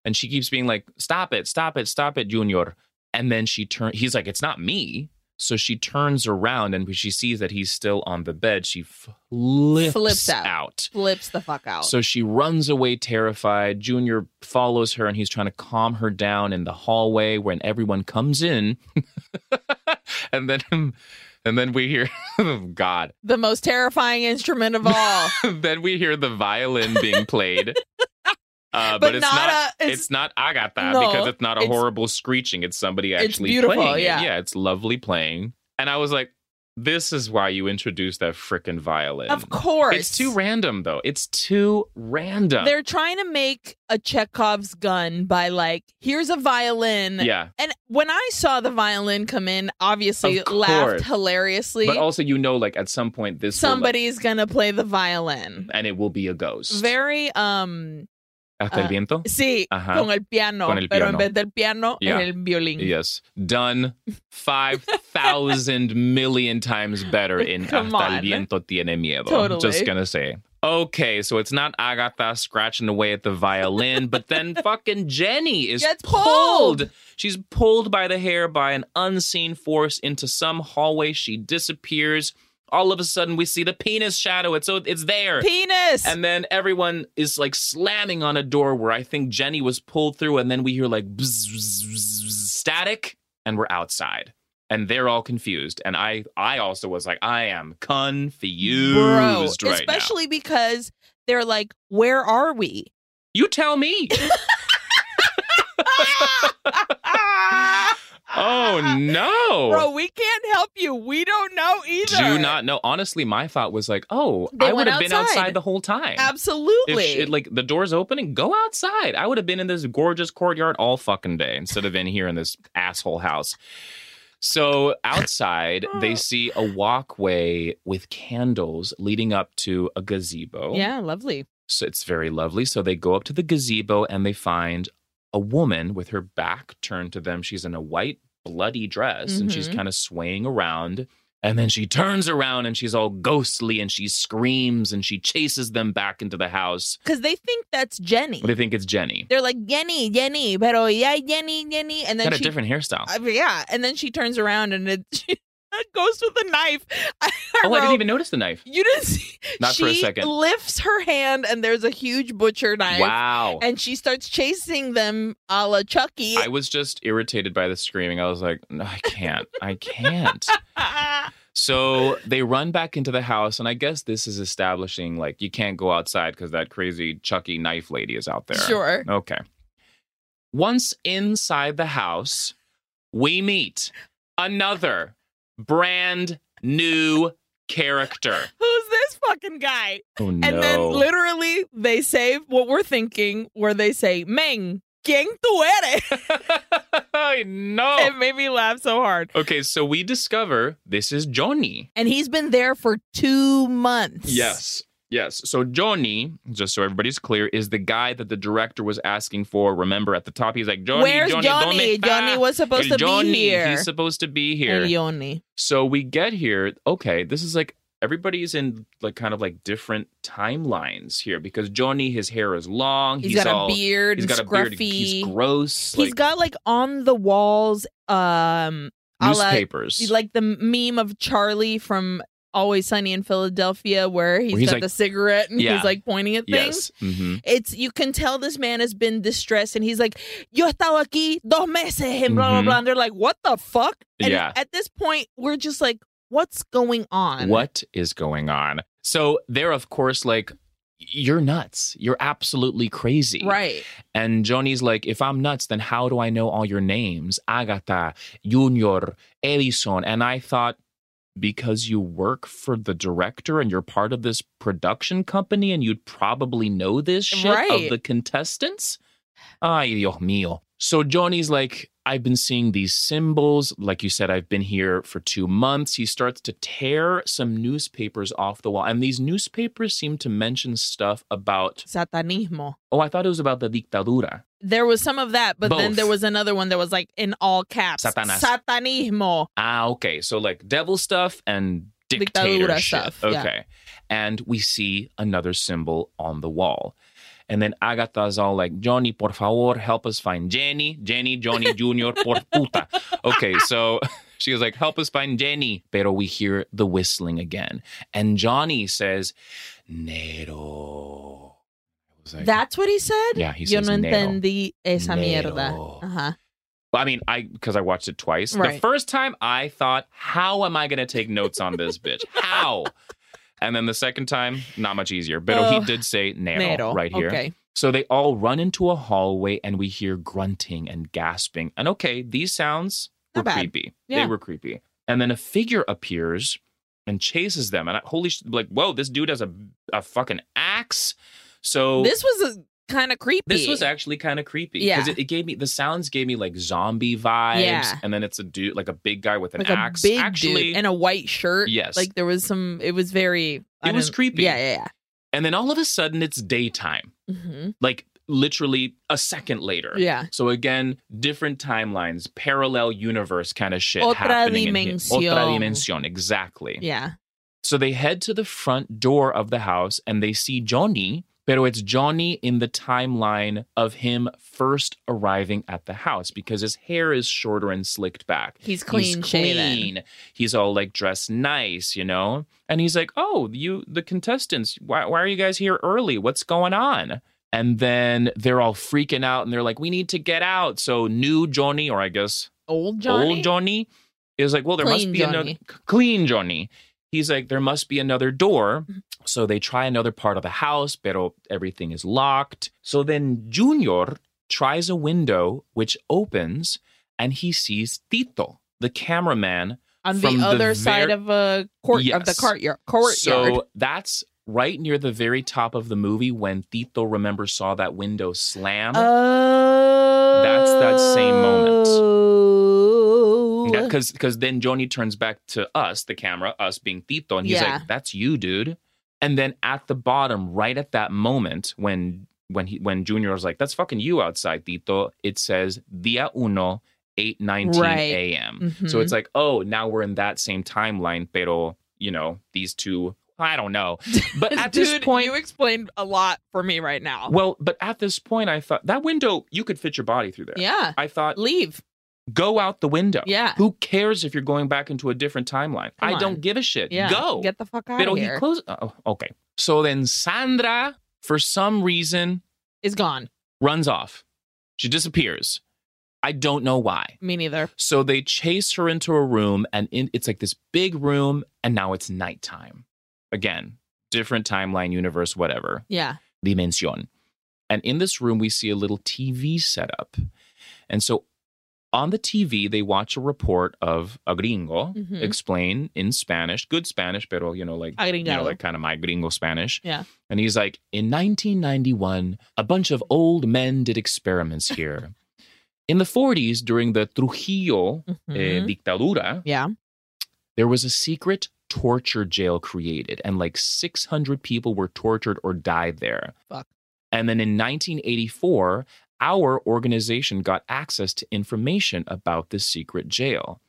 [SPEAKER 2] And she keeps being like, Stop it, stop it, stop it, Junior. And then she turns, he's like, It's not me. So she turns around, and when she sees that he's still on the bed, she flips,
[SPEAKER 1] Flips out.
[SPEAKER 2] out.
[SPEAKER 1] Flips the fuck out.
[SPEAKER 2] So she runs away terrified. Junior follows her and he's trying to calm her down in the hallway when everyone comes in. and then and then we hear "Oh, god.
[SPEAKER 1] the most terrifying instrument of all.
[SPEAKER 2] then we hear the violin being played. Uh,
[SPEAKER 1] but,
[SPEAKER 2] but, it's
[SPEAKER 1] not,
[SPEAKER 2] not,
[SPEAKER 1] a
[SPEAKER 2] it's,
[SPEAKER 1] it's,
[SPEAKER 2] not Agatha
[SPEAKER 1] No,
[SPEAKER 2] because it's not a
[SPEAKER 1] it's-
[SPEAKER 2] horrible screeching. It's somebody
[SPEAKER 1] It's
[SPEAKER 2] actually
[SPEAKER 1] beautiful,
[SPEAKER 2] playing it.
[SPEAKER 1] yeah.
[SPEAKER 2] Yeah, it's lovely playing. And I was like, This is why you introduced that frickin' violin.
[SPEAKER 1] Of course.
[SPEAKER 2] It's too random, though. It's too random.
[SPEAKER 1] They're trying to make a Chekhov's gun by like, here's a violin.
[SPEAKER 2] yeah.
[SPEAKER 1] And when I saw the violin come in, obviously
[SPEAKER 2] Of course.
[SPEAKER 1] laughed hilariously.
[SPEAKER 2] But also, you know, like at some point, this will, like-
[SPEAKER 1] Somebody's gonna play the violin.
[SPEAKER 2] and it will be a ghost.
[SPEAKER 1] Very um
[SPEAKER 2] Hasta el
[SPEAKER 1] uh,
[SPEAKER 2] viento?
[SPEAKER 1] sí,
[SPEAKER 2] Ajá.
[SPEAKER 1] con el piano,
[SPEAKER 2] Uh-huh. Con el
[SPEAKER 1] pero en
[SPEAKER 2] piano.
[SPEAKER 1] vez del piano,
[SPEAKER 2] Yeah.
[SPEAKER 1] en el violín.
[SPEAKER 2] Yes. Done 5,000 million times better in
[SPEAKER 1] Come
[SPEAKER 2] Hasta el
[SPEAKER 1] on.
[SPEAKER 2] viento tiene miedo.
[SPEAKER 1] Totally.
[SPEAKER 2] Just gonna say. Okay, so it's not Agatha scratching away at the violin, but then fucking Jenny is
[SPEAKER 1] Gets
[SPEAKER 2] pulled.
[SPEAKER 1] pulled.
[SPEAKER 2] She's pulled by the hair by an unseen force into some hallway. She disappears. All of a sudden, we see the penis shadow. It's so it's there.
[SPEAKER 1] Penis.
[SPEAKER 2] And then everyone is like slamming on a door where I think Jenny was pulled through, and then we hear like bzz, bzz, bzz, bzz, static, and we're outside, and they're all confused, and I I also was like I am confused
[SPEAKER 1] Bro,
[SPEAKER 2] right now.
[SPEAKER 1] especially because they're like, where are we?
[SPEAKER 2] You tell me. oh no.
[SPEAKER 1] Bro, we can't help you. We don't know either.
[SPEAKER 2] Do not know. Honestly, my thought was like, oh,
[SPEAKER 1] They
[SPEAKER 2] I would
[SPEAKER 1] went
[SPEAKER 2] have been
[SPEAKER 1] outside.
[SPEAKER 2] outside the whole time. If
[SPEAKER 1] Absolutely.
[SPEAKER 2] sh- it, like the doors open and go outside. I would have been in this gorgeous courtyard all fucking day instead of in here in this asshole house. So outside, they see a walkway with candles leading up to a gazebo.
[SPEAKER 1] yeah, lovely.
[SPEAKER 2] So it's very lovely. So they go up to the gazebo and they find a woman with her back turned to them. She's in a white, bloody dress and she's
[SPEAKER 1] Mhm.
[SPEAKER 2] kind of swaying around. And then she turns around and she's all ghostly and she screams and she chases them back into the house.
[SPEAKER 1] Because they think that's Jenny.
[SPEAKER 2] They think it's Jenny.
[SPEAKER 1] They're like, Jenny, Jenny, pero yeah, Jenny, Jenny. And then
[SPEAKER 2] Got a
[SPEAKER 1] she,
[SPEAKER 2] different hairstyle.
[SPEAKER 1] I mean, yeah, and then she turns around and it, she, a ghost with a knife. I
[SPEAKER 2] oh, I
[SPEAKER 1] wrote-
[SPEAKER 2] didn't even notice the knife.
[SPEAKER 1] You didn't see.
[SPEAKER 2] Not
[SPEAKER 1] she
[SPEAKER 2] for a second.
[SPEAKER 1] lifts her hand and there's a huge butcher knife.
[SPEAKER 2] Wow.
[SPEAKER 1] And she starts chasing them a la Chucky.
[SPEAKER 2] I was just irritated by the screaming. I was like, no, I can't. I can't. So they run back into the house, and I guess this is establishing like you can't go outside because that crazy Chucky knife lady is out there.
[SPEAKER 1] Sure.
[SPEAKER 2] Okay. Once inside the house, we meet another brand new character.
[SPEAKER 1] Who's this fucking guy?
[SPEAKER 2] Oh no!
[SPEAKER 1] And then literally they say what we're thinking, where they say, Meng, ¿quién tú eres?
[SPEAKER 2] I know.
[SPEAKER 1] It made me laugh so hard.
[SPEAKER 2] Okay, so we discover this is Johnny.
[SPEAKER 1] And he's been there for two months.
[SPEAKER 2] Yes. So Johnny, just so everybody's clear, is the guy that the director was asking for. Remember at the top, he's like, Johnny,
[SPEAKER 1] Where's
[SPEAKER 2] Johnny,
[SPEAKER 1] Johnny?
[SPEAKER 2] ¿dónde
[SPEAKER 1] Johnny,
[SPEAKER 2] está?
[SPEAKER 1] was supposed
[SPEAKER 2] El
[SPEAKER 1] to
[SPEAKER 2] Johnny,
[SPEAKER 1] be here.
[SPEAKER 2] He's supposed to be
[SPEAKER 1] El
[SPEAKER 2] here.
[SPEAKER 1] Johnny.
[SPEAKER 2] So we get here. Okay, this is like everybody's in like kind of like different timelines here because Johnny, his hair is long. He's,
[SPEAKER 1] he's got
[SPEAKER 2] all,
[SPEAKER 1] a beard.
[SPEAKER 2] He's
[SPEAKER 1] and
[SPEAKER 2] got a
[SPEAKER 1] scruffy.
[SPEAKER 2] beard. He's gross.
[SPEAKER 1] He's
[SPEAKER 2] like
[SPEAKER 1] got like on the walls, um, a la-
[SPEAKER 2] newspapers.
[SPEAKER 1] like the meme of Charlie from Always Sunny in Philadelphia, where he's
[SPEAKER 2] Where he's
[SPEAKER 1] got
[SPEAKER 2] like-
[SPEAKER 1] the cigarette and
[SPEAKER 2] Yeah.
[SPEAKER 1] he's like pointing at things.
[SPEAKER 2] yes. hmm
[SPEAKER 1] It's you can tell this man has been distressed, and he's like, "Yo he estado aquí dos meses," and blah blah
[SPEAKER 2] Mhm.
[SPEAKER 1] blah. And they're like, "What the fuck?" And
[SPEAKER 2] Yeah.
[SPEAKER 1] At this point, we're just like, "What's going on?"
[SPEAKER 2] What is going on? So they're of course like, you're nuts. You're absolutely crazy.
[SPEAKER 1] Right.
[SPEAKER 2] And Johnny's like, if I'm nuts, then how do I know all your names? Agatha, Junior, Edison. And I thought, because you work for the director and you're part of this production company and you'd probably know this shit of
[SPEAKER 1] Right.
[SPEAKER 2] the contestants? Ay, Dios mío. So Johnny's like, I've been seeing these symbols. Like you said, I've been here for two months. He starts to tear some newspapers off the wall. And these newspapers seem to mention stuff about,
[SPEAKER 1] Satanismo.
[SPEAKER 2] oh, I thought it was about the dictadura.
[SPEAKER 1] There was some of that, but then
[SPEAKER 2] Both.
[SPEAKER 1] there was another one that was like in all caps.
[SPEAKER 2] Satanas.
[SPEAKER 1] Satanismo.
[SPEAKER 2] Ah, okay. So like devil stuff and
[SPEAKER 1] Dictadura
[SPEAKER 2] dictator
[SPEAKER 1] stuff,
[SPEAKER 2] stuff.
[SPEAKER 1] yeah.
[SPEAKER 2] Okay. And we see another symbol on the wall. And then Agatha's all like, Johnny, por favor, help us find Jenny. Jenny, Johnny Jr., por puta. Okay, so she was like, help us find Jenny. Pero we hear the whistling again. And Johnny says, Nero. I was like,
[SPEAKER 1] That's what he said.
[SPEAKER 2] yeah, he
[SPEAKER 1] Yo
[SPEAKER 2] says
[SPEAKER 1] no
[SPEAKER 2] Nero.
[SPEAKER 1] entendí esa
[SPEAKER 2] Nero.
[SPEAKER 1] mierda. Uh-huh.
[SPEAKER 2] I mean, I because I watched it twice. The
[SPEAKER 1] Right.
[SPEAKER 2] first time I thought, how am I going to take notes on this bitch? How? And then the second time, not much easier. But
[SPEAKER 1] Oh.
[SPEAKER 2] he did say Nero,
[SPEAKER 1] Nero.
[SPEAKER 2] right here.
[SPEAKER 1] Okay.
[SPEAKER 2] So they all run into a hallway and we hear grunting and gasping. And okay, these sounds were
[SPEAKER 1] Not bad.
[SPEAKER 2] creepy. They
[SPEAKER 1] Yeah.
[SPEAKER 2] were creepy. and then a figure appears and chases them. And I, holy, sh- like, whoa, this dude has a a fucking axe. So
[SPEAKER 1] This was kind of creepy.
[SPEAKER 2] this was actually kind of creepy because
[SPEAKER 1] Yeah.
[SPEAKER 2] it, it gave me the sounds gave me like zombie vibes,
[SPEAKER 1] Yeah.
[SPEAKER 2] and then it's a dude like a big guy with an
[SPEAKER 1] like
[SPEAKER 2] axe.
[SPEAKER 1] a big
[SPEAKER 2] actually,
[SPEAKER 1] dude and a white shirt.
[SPEAKER 2] yes,
[SPEAKER 1] Like there was some. It was very. I
[SPEAKER 2] It was
[SPEAKER 1] don't-
[SPEAKER 2] creepy.
[SPEAKER 1] Yeah, yeah,
[SPEAKER 2] and then all of a sudden it's daytime,
[SPEAKER 1] yeah. hmm
[SPEAKER 2] like literally a second later.
[SPEAKER 1] Yeah.
[SPEAKER 2] So again, different timelines, parallel universe kind of shit
[SPEAKER 1] Otra
[SPEAKER 2] happening. in here. Otra
[SPEAKER 1] dimensión.
[SPEAKER 2] dimensión, exactly.
[SPEAKER 1] Yeah.
[SPEAKER 2] So they head to the front door of the house and they see Johnny, pero it's Johnny in the timeline of him first arriving at the house because his hair is shorter and slicked back.
[SPEAKER 1] He's clean
[SPEAKER 2] he's
[SPEAKER 1] shaven.
[SPEAKER 2] clean. He's all like dressed nice, you know? And he's like, Oh, you the contestants, why why are you guys here early? What's going on? And then they're all freaking out and they're like, We need to get out. So new Johnny, or I guess
[SPEAKER 1] Old Johnny.
[SPEAKER 2] old Johnny is like, well, there must
[SPEAKER 1] Clean
[SPEAKER 2] be another
[SPEAKER 1] Johnny.
[SPEAKER 2] clean Johnny. He's like, there must be another door.
[SPEAKER 1] Mm-hmm.
[SPEAKER 2] So they try another part of the house, pero everything is locked. So then Junior tries a window which opens and he sees Tito, the cameraman.
[SPEAKER 1] on
[SPEAKER 2] from
[SPEAKER 1] the
[SPEAKER 2] the
[SPEAKER 1] other
[SPEAKER 2] ver-
[SPEAKER 1] side of a court of the
[SPEAKER 2] Yes.
[SPEAKER 1] courtyard. Courtyard.
[SPEAKER 2] So that's right near the very top of the movie when Tito, remember, saw that window slam.
[SPEAKER 1] oh.
[SPEAKER 2] That's that same moment.
[SPEAKER 1] moment.
[SPEAKER 2] Yeah, because because then Joni turns back to us, the camera, us being Tito, and he's
[SPEAKER 1] Yeah.
[SPEAKER 2] like, "That's you, dude." And then at the bottom, right at that moment, when when he when Junior was like, "That's fucking you outside, Tito," it says "Dia Uno, eight nineteen
[SPEAKER 1] Right.
[SPEAKER 2] a.m."
[SPEAKER 1] Mhm.
[SPEAKER 2] So it's like, oh, now we're in that same timeline, pero you know these two, I don't know. But at this
[SPEAKER 1] Dude,
[SPEAKER 2] point,
[SPEAKER 1] you explained a lot for me right now.
[SPEAKER 2] well, but at this point, I thought that window you could fit your body through there.
[SPEAKER 1] yeah.
[SPEAKER 2] I thought,
[SPEAKER 1] Leave.
[SPEAKER 2] go out the window.
[SPEAKER 1] Yeah.
[SPEAKER 2] Who cares if you're going back into a different timeline?
[SPEAKER 1] Come
[SPEAKER 2] I
[SPEAKER 1] on.
[SPEAKER 2] don't give a shit.
[SPEAKER 1] Yeah.
[SPEAKER 2] Go.
[SPEAKER 1] Get the fuck out
[SPEAKER 2] Pero
[SPEAKER 1] of
[SPEAKER 2] he
[SPEAKER 1] here.
[SPEAKER 2] closed. Oh, okay. So then Sandra, for some reason,
[SPEAKER 1] Is gone.
[SPEAKER 2] runs off. She disappears. I don't know why.
[SPEAKER 1] Me neither.
[SPEAKER 2] So they chase her into a room, and in, it's like this big room, and now it's nighttime. Again, different timeline, universe, whatever
[SPEAKER 1] Yeah.
[SPEAKER 2] dimension. And in this room, we see a little TV set up. And so on the TV, they watch a report of a gringo
[SPEAKER 1] Mhm.
[SPEAKER 2] explain in Spanish, good Spanish, pero, you know, like,
[SPEAKER 1] I didn't
[SPEAKER 2] you know, like kind of my gringo Spanish.
[SPEAKER 1] Ah, Yeah.
[SPEAKER 2] And he's like, in 1991, a bunch of old men did experiments here. in the 40s, during the Trujillo eh, dictadura,
[SPEAKER 1] Mm-hmm. Yeah.
[SPEAKER 2] there was a secret torture jail created, and like 600 people were tortured or died there.
[SPEAKER 1] Fuck.
[SPEAKER 2] And then in 1984, our organization got access to information about this secret jail.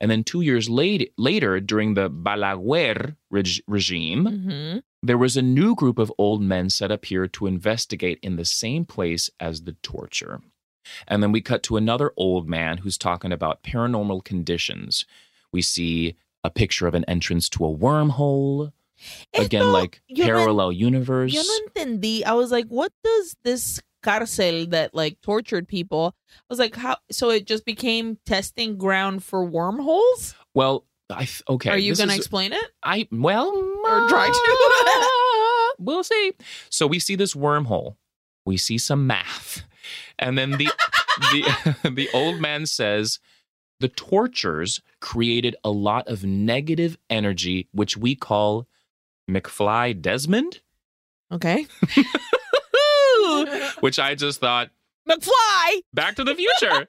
[SPEAKER 2] And then two years later, later during the Balaguer reg- regime,
[SPEAKER 1] hmm
[SPEAKER 2] there was a new group of old men set up here to investigate in the same place as the torture. And then we cut to another old man who's talking about paranormal conditions. We see a picture of an entrance to a wormhole, again, like
[SPEAKER 1] yo no-
[SPEAKER 2] parallel universe.
[SPEAKER 1] Yo no entendí. I was like, what does this cárcel that like tortured people? I was like, how? So it just became testing ground for wormholes?
[SPEAKER 2] well, I th- okay.
[SPEAKER 1] Are you
[SPEAKER 2] this
[SPEAKER 1] going to
[SPEAKER 2] is-
[SPEAKER 1] explain it?
[SPEAKER 2] I well, mm,
[SPEAKER 1] Or try to.
[SPEAKER 2] we'll see. So we see this wormhole. We see some math, and then the the the old man says the tortures created a lot of negative energy, which we call McFly Desmond.
[SPEAKER 1] Okay.
[SPEAKER 2] which I just thought
[SPEAKER 1] McFly.
[SPEAKER 2] Back to the Future.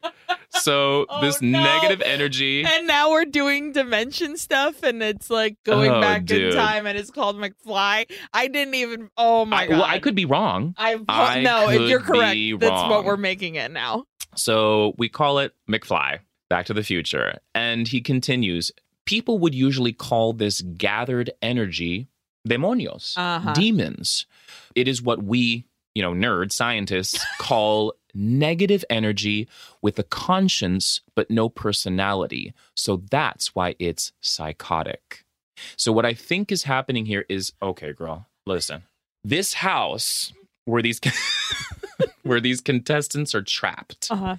[SPEAKER 2] So
[SPEAKER 1] Oh,
[SPEAKER 2] this
[SPEAKER 1] no. Oh
[SPEAKER 2] negative energy.
[SPEAKER 1] And now we're doing dimension stuff, and it's like going
[SPEAKER 2] Oh,
[SPEAKER 1] back in
[SPEAKER 2] dude.
[SPEAKER 1] time, and it's called McFly. I didn't even. Oh my
[SPEAKER 2] I,
[SPEAKER 1] god!
[SPEAKER 2] well, I could be wrong.
[SPEAKER 1] I, pu-
[SPEAKER 2] I
[SPEAKER 1] no,
[SPEAKER 2] could
[SPEAKER 1] you're correct.
[SPEAKER 2] be
[SPEAKER 1] That's what
[SPEAKER 2] wrong.
[SPEAKER 1] we're making it now.
[SPEAKER 2] So we call it McFly, Back to the Future. And he continues people would usually call this gathered energy demonios,
[SPEAKER 1] Uh-huh.
[SPEAKER 2] demons. It is what we, you know, nerd scientists call negative energy with a conscience but no personality. So that's why it's psychotic. So what I think is happening here is okay, girl, listen. This house where these where these contestants are trapped
[SPEAKER 1] Uh huh.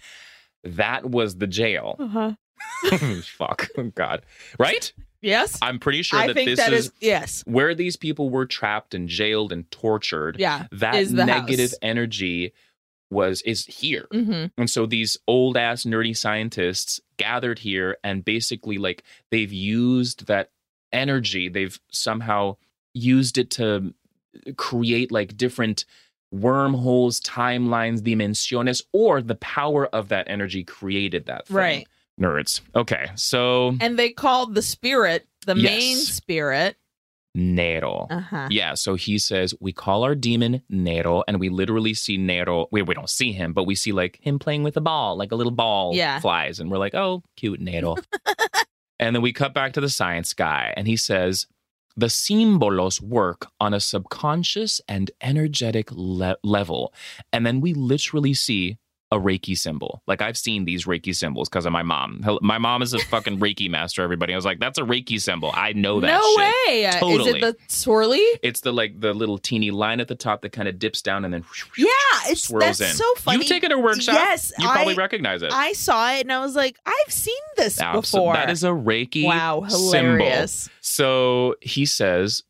[SPEAKER 2] that was the jail.
[SPEAKER 1] Uh huh.
[SPEAKER 2] Fuck. Oh, God. Right?
[SPEAKER 1] Yes.
[SPEAKER 2] I'm pretty sure
[SPEAKER 1] I
[SPEAKER 2] that
[SPEAKER 1] think
[SPEAKER 2] this
[SPEAKER 1] that
[SPEAKER 2] is
[SPEAKER 1] is, yes.
[SPEAKER 2] where these people were trapped and jailed and tortured.
[SPEAKER 1] Yeah.
[SPEAKER 2] That
[SPEAKER 1] is the
[SPEAKER 2] negative
[SPEAKER 1] house.
[SPEAKER 2] energy was is here.
[SPEAKER 1] hmm
[SPEAKER 2] And so these old ass nerdy scientists gathered here and basically like they've used that energy. They've somehow used it to uh, create like different wormholes, timelines, dimensiones, or the power of that energy created that thing.
[SPEAKER 1] Right.
[SPEAKER 2] Nerds. Okay. So
[SPEAKER 1] And they called the spirit, the
[SPEAKER 2] Yes.
[SPEAKER 1] main spirit.
[SPEAKER 2] Nero.
[SPEAKER 1] Uh huh.
[SPEAKER 2] Yeah, so he says we call our demon Nero, and we literally see Nero. Wait, we don't see him, but we see like him playing with a ball, like a little ball
[SPEAKER 1] Yeah.
[SPEAKER 2] flies, and we're like, oh, cute Nero. and then we cut back to the science guy, and he says the symbolos work on a subconscious and energetic le- level, and then we literally see. A Reiki symbol. Like, I've seen these Reiki symbols because of my mom. Hell- My mom is a fucking Reiki master, everybody. I was like, that's a Reiki symbol. I know that
[SPEAKER 1] no
[SPEAKER 2] shit.
[SPEAKER 1] way. Is
[SPEAKER 2] Totally.
[SPEAKER 1] it the swirly?
[SPEAKER 2] It's the like the little teeny line at the top that kind of dips down and then
[SPEAKER 1] Yeah, it's
[SPEAKER 2] swirls
[SPEAKER 1] that's
[SPEAKER 2] in.
[SPEAKER 1] so funny.
[SPEAKER 2] You've taken a workshop.
[SPEAKER 1] Yes,
[SPEAKER 2] you probably
[SPEAKER 1] I,
[SPEAKER 2] recognize it.
[SPEAKER 1] I saw it and I was like, I've seen this
[SPEAKER 2] Abso-
[SPEAKER 1] before.
[SPEAKER 2] That is a Reiki.
[SPEAKER 1] wow,
[SPEAKER 2] symbol.
[SPEAKER 1] hilarious.
[SPEAKER 2] So he says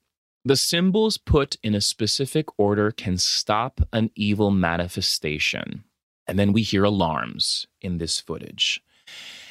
[SPEAKER 2] the symbols put in a specific order can stop an evil manifestation. And then we hear alarms in this footage.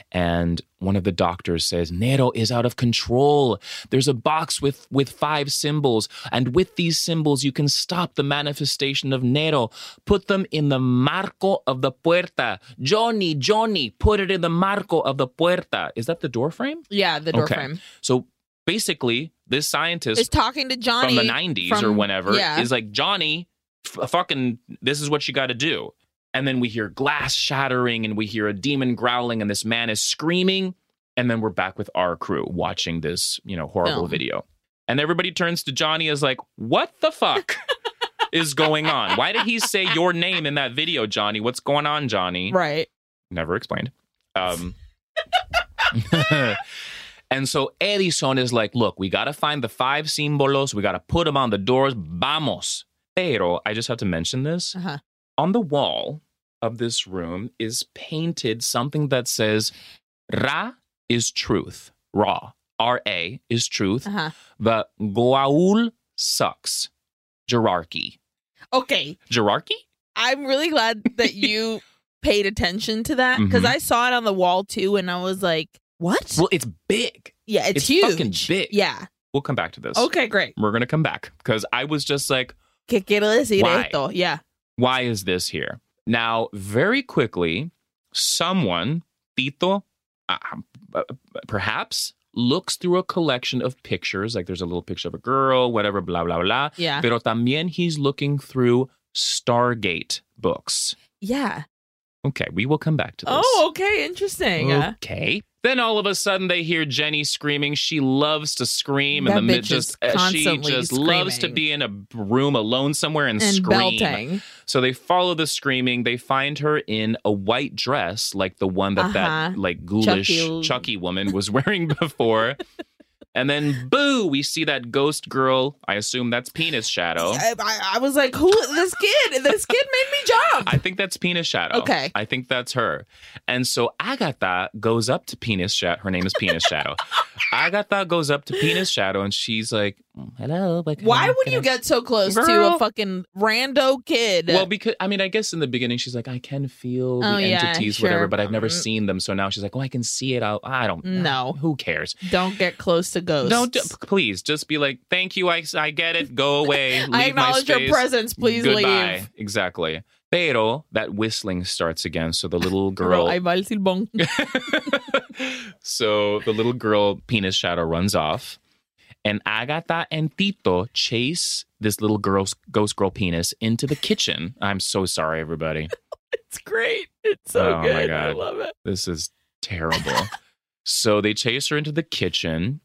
[SPEAKER 2] And one of the doctors says, Nero is out of control. There's a box with, with five symbols. And with these symbols, you can stop the manifestation of Nero. Put them in the marco of the puerta. Johnny, Johnny, put it in the marco of the puerta. Is that the door frame?
[SPEAKER 1] Yeah, the door
[SPEAKER 2] Okay.
[SPEAKER 1] frame
[SPEAKER 2] So basically, this
[SPEAKER 1] is
[SPEAKER 2] scientist
[SPEAKER 1] talking to Johnny
[SPEAKER 2] from the 90s or
[SPEAKER 1] from-
[SPEAKER 2] whenever
[SPEAKER 1] yeah.
[SPEAKER 2] is like, Johnny, f- fucking, this is what you got to do. And then we hear glass shattering and we hear a demon growling and this man is screaming. And then we're back with our crew watching this, you know, horrible
[SPEAKER 1] Film.
[SPEAKER 2] video. And everybody turns to Johnny as like, what the fuck is going on? Why did he say your name in that video, Johnny? What's going on, Johnny?
[SPEAKER 1] Right.
[SPEAKER 2] never explained. Um, and so Edison is like, look, we got to find the five símbolos. We got to put them on the doors. Vamos. Pero I just have to mention this.
[SPEAKER 1] Uh-huh.
[SPEAKER 2] On the wall of this room is painted something that says Ra is truth. Ra. R A is truth.
[SPEAKER 1] Uh-huh.
[SPEAKER 2] The Goa'uld sucks. Gerarchy.
[SPEAKER 1] Okay.
[SPEAKER 2] Gerarchy?
[SPEAKER 1] I'm really glad that you paid attention to that because
[SPEAKER 2] Mhm.
[SPEAKER 1] I saw it on the wall too and I was like, what?
[SPEAKER 2] Well, it's big.
[SPEAKER 1] yeah, it's,
[SPEAKER 2] it's
[SPEAKER 1] huge.
[SPEAKER 2] fucking big.
[SPEAKER 1] Yeah.
[SPEAKER 2] We'll come back to this.
[SPEAKER 1] Okay, great.
[SPEAKER 2] we're gonna come back because I was just like,
[SPEAKER 1] Que quiero decir
[SPEAKER 2] Why?
[SPEAKER 1] esto? Yeah.
[SPEAKER 2] why is this here? Now, very quickly, someone, Tito, uh, uh, perhaps, looks through a collection of pictures. Like there's a little picture of a girl, whatever, blah, blah, blah.
[SPEAKER 1] Yeah.
[SPEAKER 2] Pero también he's looking through Stargate books.
[SPEAKER 1] Yeah.
[SPEAKER 2] Okay, we will come back to this.
[SPEAKER 1] Oh, okay. Interesting. Uh,
[SPEAKER 2] Okay. Then all of a sudden they hear Jenny screaming. She loves to scream,
[SPEAKER 1] That
[SPEAKER 2] and the mid
[SPEAKER 1] bitch
[SPEAKER 2] just
[SPEAKER 1] is
[SPEAKER 2] uh, she
[SPEAKER 1] constantly
[SPEAKER 2] just loves to
[SPEAKER 1] screaming.
[SPEAKER 2] be in a room alone somewhere and,
[SPEAKER 1] and
[SPEAKER 2] scream.
[SPEAKER 1] belting.
[SPEAKER 2] So they follow the screaming. They find her in a white dress, like the one that
[SPEAKER 1] Uh-huh.
[SPEAKER 2] that like ghoulish
[SPEAKER 1] Chucky.
[SPEAKER 2] Chucky. woman was wearing before. and then boo, we see that ghost girl. I assume that's penis shadow.
[SPEAKER 1] I, I, I was like, who? This kid. this kid made me jump.
[SPEAKER 2] I think that's Penis Shadow.
[SPEAKER 1] Okay.
[SPEAKER 2] I think that's her. And so Agatha goes up to Penis Shadow. Her name is Penis Shadow. Agatha goes up to Penis Shadow and she's like, "Mm, hello. Like,
[SPEAKER 1] Why
[SPEAKER 2] hello,
[SPEAKER 1] would
[SPEAKER 2] can
[SPEAKER 1] you
[SPEAKER 2] I-"
[SPEAKER 1] get so close to a
[SPEAKER 2] Girl.
[SPEAKER 1] fucking rando kid?
[SPEAKER 2] Well, because I mean, I guess in the beginning she's like, I can feel the
[SPEAKER 1] Oh, yeah,
[SPEAKER 2] entities,
[SPEAKER 1] sure.
[SPEAKER 2] whatever, but I've never
[SPEAKER 1] Mm.
[SPEAKER 2] seen them. So now she's like, oh, I can see it. I'll, I don't
[SPEAKER 1] No.
[SPEAKER 2] Who cares?
[SPEAKER 1] don't get close to ghosts.
[SPEAKER 2] Don't d- please just be like, thank you. I, I get it. Go away. Leave
[SPEAKER 1] I
[SPEAKER 2] my
[SPEAKER 1] acknowledge
[SPEAKER 2] space.
[SPEAKER 1] your presence. Please
[SPEAKER 2] Goodbye.
[SPEAKER 1] leave.
[SPEAKER 2] Exactly. Pero that whistling starts again. So the little girl.
[SPEAKER 1] Ahí va el silbón.
[SPEAKER 2] so the little girl penis shadow runs off and agatha and tito chase this little girl's ghost girl penis into the kitchen i'm so sorry everybody
[SPEAKER 1] It's great. It's so
[SPEAKER 2] Oh, my
[SPEAKER 1] good. I
[SPEAKER 2] God.
[SPEAKER 1] love it.
[SPEAKER 2] this is terrible so they chase her into the kitchen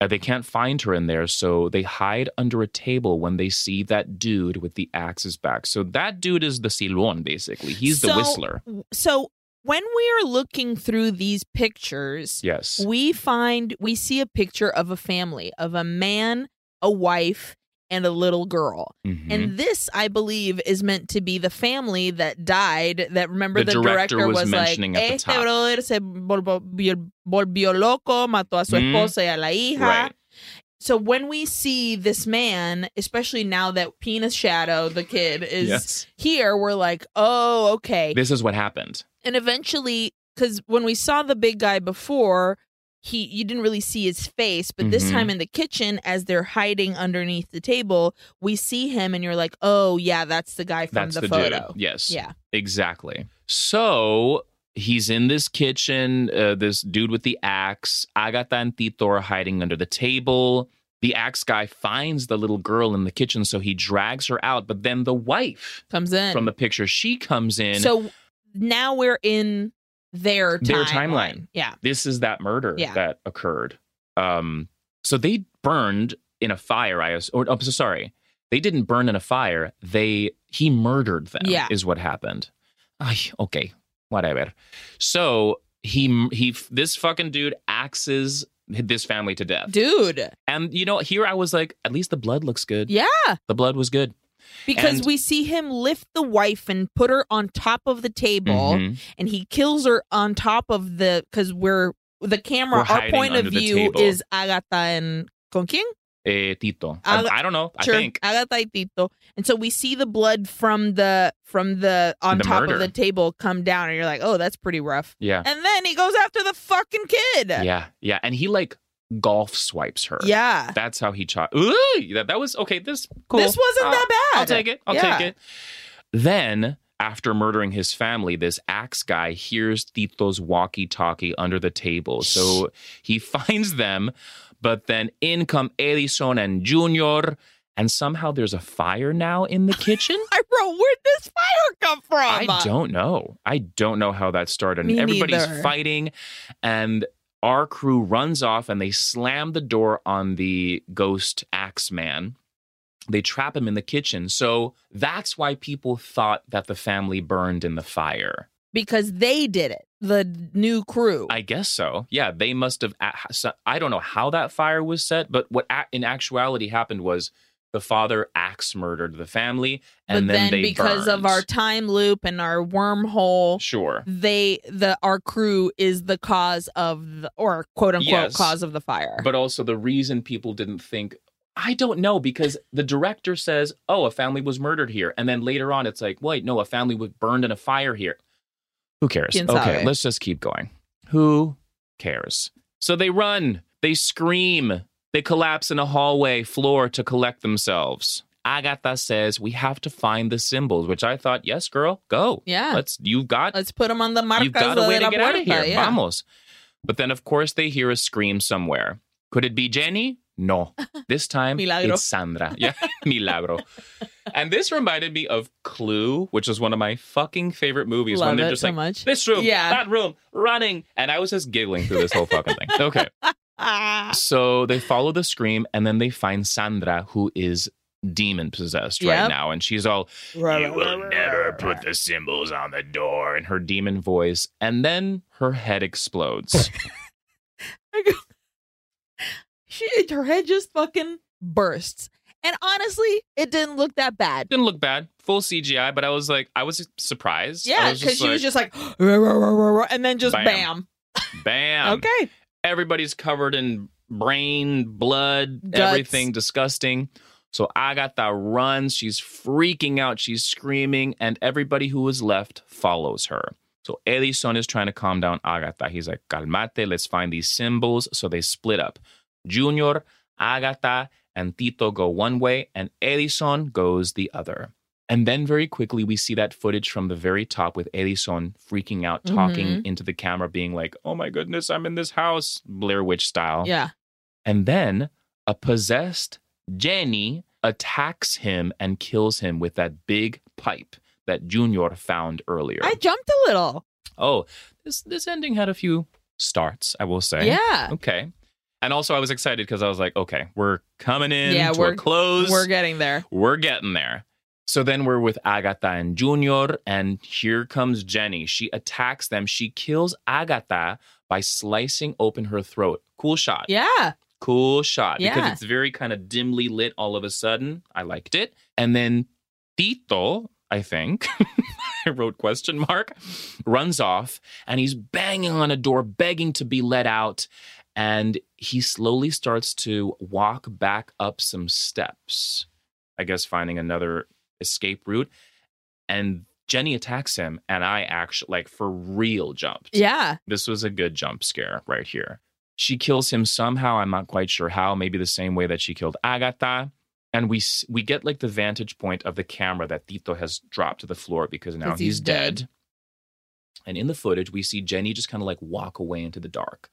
[SPEAKER 2] Uh, they can't find her in there so they hide under a table when they see that dude with the axes back so that dude is the silon basically he's the
[SPEAKER 1] So-
[SPEAKER 2] whistler
[SPEAKER 1] So when we are looking through these pictures,
[SPEAKER 2] yes
[SPEAKER 1] we find we see a picture of a family of a man, a wife, and a little girl.
[SPEAKER 2] Mhm.
[SPEAKER 1] And this, I believe, is meant to be the family that died. That remember the,
[SPEAKER 2] The director was
[SPEAKER 1] like,
[SPEAKER 2] mentioning at the
[SPEAKER 1] "Este
[SPEAKER 2] top."
[SPEAKER 1] brother se volvo- volvió loco, mató a su
[SPEAKER 2] Mm.
[SPEAKER 1] esposa y a la hija."
[SPEAKER 2] right
[SPEAKER 1] So when we see this man, especially now that Penis Shadow, the kid, is
[SPEAKER 2] yes.
[SPEAKER 1] here, we're like, oh, okay.
[SPEAKER 2] This is what happened.
[SPEAKER 1] and eventually, because when we saw the big guy before, he you didn't really see his face, but this
[SPEAKER 2] Mhm.
[SPEAKER 1] time in the kitchen, as they're hiding underneath the table, we see him, and you're like, oh yeah, that's the guy from
[SPEAKER 2] That's
[SPEAKER 1] the,
[SPEAKER 2] the,
[SPEAKER 1] photo.
[SPEAKER 2] dude. Yes.
[SPEAKER 1] Yeah.
[SPEAKER 2] Exactly. So he's in this kitchen, uh, this dude with the axe. Agatha and Tito are hiding under the table. The axe guy finds the little girl in the kitchen, so he drags her out. But then the wife
[SPEAKER 1] comes in.
[SPEAKER 2] from the picture, she comes in.
[SPEAKER 1] so now we're in their
[SPEAKER 2] Their
[SPEAKER 1] timeline.
[SPEAKER 2] timeline.
[SPEAKER 1] Yeah.
[SPEAKER 2] this is that murder
[SPEAKER 1] Yeah.
[SPEAKER 2] that occurred. Um, so they burned in a fire. I ass- or I'm so sorry. They didn't burn in a fire. They he murdered them.
[SPEAKER 1] Yeah.
[SPEAKER 2] is what happened. Ay, okay, whatever. So he he this fucking dude axes this family to death.
[SPEAKER 1] Dude.
[SPEAKER 2] And you know here I was like, at least the blood looks good.
[SPEAKER 1] Yeah.
[SPEAKER 2] The blood was good.
[SPEAKER 1] Because
[SPEAKER 2] And-
[SPEAKER 1] we see him lift the wife and put her on top of the table,
[SPEAKER 2] Mhm.
[SPEAKER 1] and he kills her on top of the because we're the camera.
[SPEAKER 2] We're
[SPEAKER 1] our
[SPEAKER 2] hiding
[SPEAKER 1] point of
[SPEAKER 2] under the
[SPEAKER 1] view
[SPEAKER 2] table.
[SPEAKER 1] is Agatha and con quién?
[SPEAKER 2] Eh, Tito. I,
[SPEAKER 1] Aga-
[SPEAKER 2] I don't know.
[SPEAKER 1] Sure,
[SPEAKER 2] I think
[SPEAKER 1] Agatha y Tito. And so we see the blood from the from the on
[SPEAKER 2] The
[SPEAKER 1] top of
[SPEAKER 2] murder.
[SPEAKER 1] the table come down, and you're like, oh, that's pretty rough.
[SPEAKER 2] yeah,
[SPEAKER 1] And then he goes after the fucking kid.
[SPEAKER 2] yeah, yeah. And he like golf swipes her.
[SPEAKER 1] Yeah.
[SPEAKER 2] That's how he shot. Ooh, that, that was okay. This cool.
[SPEAKER 1] This wasn't
[SPEAKER 2] I'll-
[SPEAKER 1] that bad.
[SPEAKER 2] I'll take it. I'll
[SPEAKER 1] Yeah.
[SPEAKER 2] take it. Then, after murdering his family, this axe guy hears Tito's walkie-talkie under the table. So he finds them, but then in come Edison and Junior, and somehow there's a fire now in the kitchen.
[SPEAKER 1] I wrote, where'd this fire come from?
[SPEAKER 2] I don't know. I don't know how that started.
[SPEAKER 1] Me
[SPEAKER 2] and everybody's
[SPEAKER 1] neither.
[SPEAKER 2] fighting, and our crew runs off and they slam the door on the ghost axe man. They trap him in the kitchen. So that's why people thought that the family burned in the fire.
[SPEAKER 1] Because they did it. The new crew.
[SPEAKER 2] I guess so. Yeah, they must have. a- so- I don't know how that fire was set, but what a- in actuality happened was the father axe murdered the family, and
[SPEAKER 1] but then,
[SPEAKER 2] they
[SPEAKER 1] because of
[SPEAKER 2] burned.
[SPEAKER 1] our time loop and our wormhole,
[SPEAKER 2] sure.
[SPEAKER 1] they the our crew is the cause of the, or quote unquote
[SPEAKER 2] Yes.
[SPEAKER 1] cause of the fire.
[SPEAKER 2] but also the reason people didn't think I don't know because the director says, "Oh, a family was murdered here," and then later on, it's like, "Wait, no, a family was burned in a fire here." Who cares?
[SPEAKER 1] Quién
[SPEAKER 2] Okay,
[SPEAKER 1] sabe?
[SPEAKER 2] let's just keep going. Who cares? So they run, they scream, they collapse in a hallway floor to collect themselves. Agatha says, "We have to find the symbols," which I thought, "Yes, girl, go.
[SPEAKER 1] yeah. Let's,
[SPEAKER 2] Let's. You've got
[SPEAKER 1] put them on the marcas
[SPEAKER 2] You've got a way
[SPEAKER 1] de la
[SPEAKER 2] to get out of
[SPEAKER 1] puerta,
[SPEAKER 2] here.
[SPEAKER 1] Yeah.
[SPEAKER 2] Vamos. But then, of course, they hear a scream somewhere. Could it be Jenny? No. This time,
[SPEAKER 1] Milagro.
[SPEAKER 2] it's Sandra. Yeah, Milagro. And this reminded me of Clue, which is one of my fucking favorite movies.
[SPEAKER 1] Love
[SPEAKER 2] when they're
[SPEAKER 1] it
[SPEAKER 2] just
[SPEAKER 1] so
[SPEAKER 2] like,
[SPEAKER 1] much.
[SPEAKER 2] this room,
[SPEAKER 1] Yeah.
[SPEAKER 2] that room, running. And I was just giggling through this whole fucking thing. Okay.
[SPEAKER 1] Ah.
[SPEAKER 2] So they follow the scream and then they find Sandra, who is demon possessed right
[SPEAKER 1] Yep.
[SPEAKER 2] now. And she's all, you will never put the symbols on the door in her demon voice. And then her head explodes.
[SPEAKER 1] She, her head just fucking bursts. And honestly, it didn't look that bad.
[SPEAKER 2] Didn't look bad, full CGI, but I was like, I was surprised. I
[SPEAKER 1] Yeah,
[SPEAKER 2] was
[SPEAKER 1] because
[SPEAKER 2] just
[SPEAKER 1] she was
[SPEAKER 2] like,
[SPEAKER 1] just like, and then just bam.
[SPEAKER 2] Bam. bam.
[SPEAKER 1] Okay.
[SPEAKER 2] Everybody's covered in brain, blood,
[SPEAKER 1] Guts.
[SPEAKER 2] everything disgusting. So Agatha runs. She's freaking out. She's screaming, and everybody who is left follows her. So Edison is trying to calm down Agatha. He's like, Calmate, let's find these symbols. So they split up. Junior, Agatha, and Tito go one way, and Edison goes the other. And then very quickly, we see that footage from the very top with Edison freaking out, talking
[SPEAKER 1] Mhm.
[SPEAKER 2] into the camera, being like, Oh my goodness, I'm in this house, Blair Witch style.
[SPEAKER 1] Yeah.
[SPEAKER 2] And then a possessed Jenny attacks him and kills him with that big pipe that Junior found earlier.
[SPEAKER 1] I jumped a little.
[SPEAKER 2] oh, this, this ending had a few starts, I will say.
[SPEAKER 1] Yeah.
[SPEAKER 2] Okay. And also, I was excited because I was like, okay, we're coming in
[SPEAKER 1] Yeah,
[SPEAKER 2] to
[SPEAKER 1] we're-
[SPEAKER 2] a close.
[SPEAKER 1] We're getting there.
[SPEAKER 2] We're getting there. So then we're with Agatha and Junior, and here comes Jenny. She attacks them. She kills Agatha by slicing open her throat. Cool shot.
[SPEAKER 1] Yeah.
[SPEAKER 2] Cool shot.
[SPEAKER 1] Yeah.
[SPEAKER 2] Because it's very kind of dimly lit all of a sudden. I liked it. And then Tito, I think, I wrote question mark, runs off and he's banging on a door, begging to be let out. and he slowly starts to walk back up some steps, I guess finding another escape route. And Jenny attacks him, and I actually, like, for real jumped.
[SPEAKER 1] Yeah.
[SPEAKER 2] This was a good jump scare right here. She kills him somehow. I'm not quite sure how. Maybe the same way that she killed Agatha. And we s- we get like the vantage point of the camera that Tito has dropped to the floor because now
[SPEAKER 1] 'Cause
[SPEAKER 2] he's,
[SPEAKER 1] he's
[SPEAKER 2] dead.
[SPEAKER 1] dead.
[SPEAKER 2] And in the footage, we see Jenny just kind of like walk away into the dark,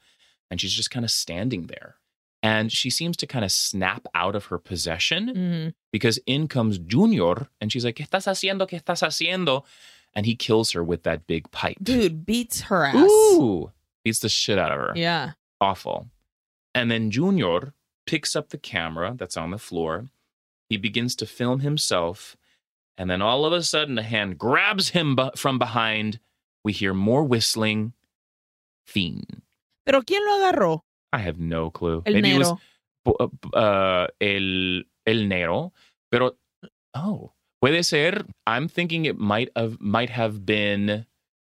[SPEAKER 2] and she's just kind of standing there. And she seems to kind of snap out of her possession
[SPEAKER 1] Mhm.
[SPEAKER 2] because in comes Junior, and she's like, "¿Qué estás haciendo? ¿Qué estás haciendo?" And he kills her with that big pipe.
[SPEAKER 1] Dude beats her ass.
[SPEAKER 2] Ooh, beats the shit out of her.
[SPEAKER 1] Yeah.
[SPEAKER 2] Awful. And then Junior picks up the camera that's on the floor. He begins to film himself. And then all of a sudden, a hand grabs him bu- from behind. We hear more whistling. Fiend.
[SPEAKER 1] Pero quién lo agarró?
[SPEAKER 2] I have no clue.
[SPEAKER 1] El
[SPEAKER 2] Maybe
[SPEAKER 1] negro.
[SPEAKER 2] it was uh, El, El Nero. Pero, oh, puede ser. I'm thinking it might have, might have been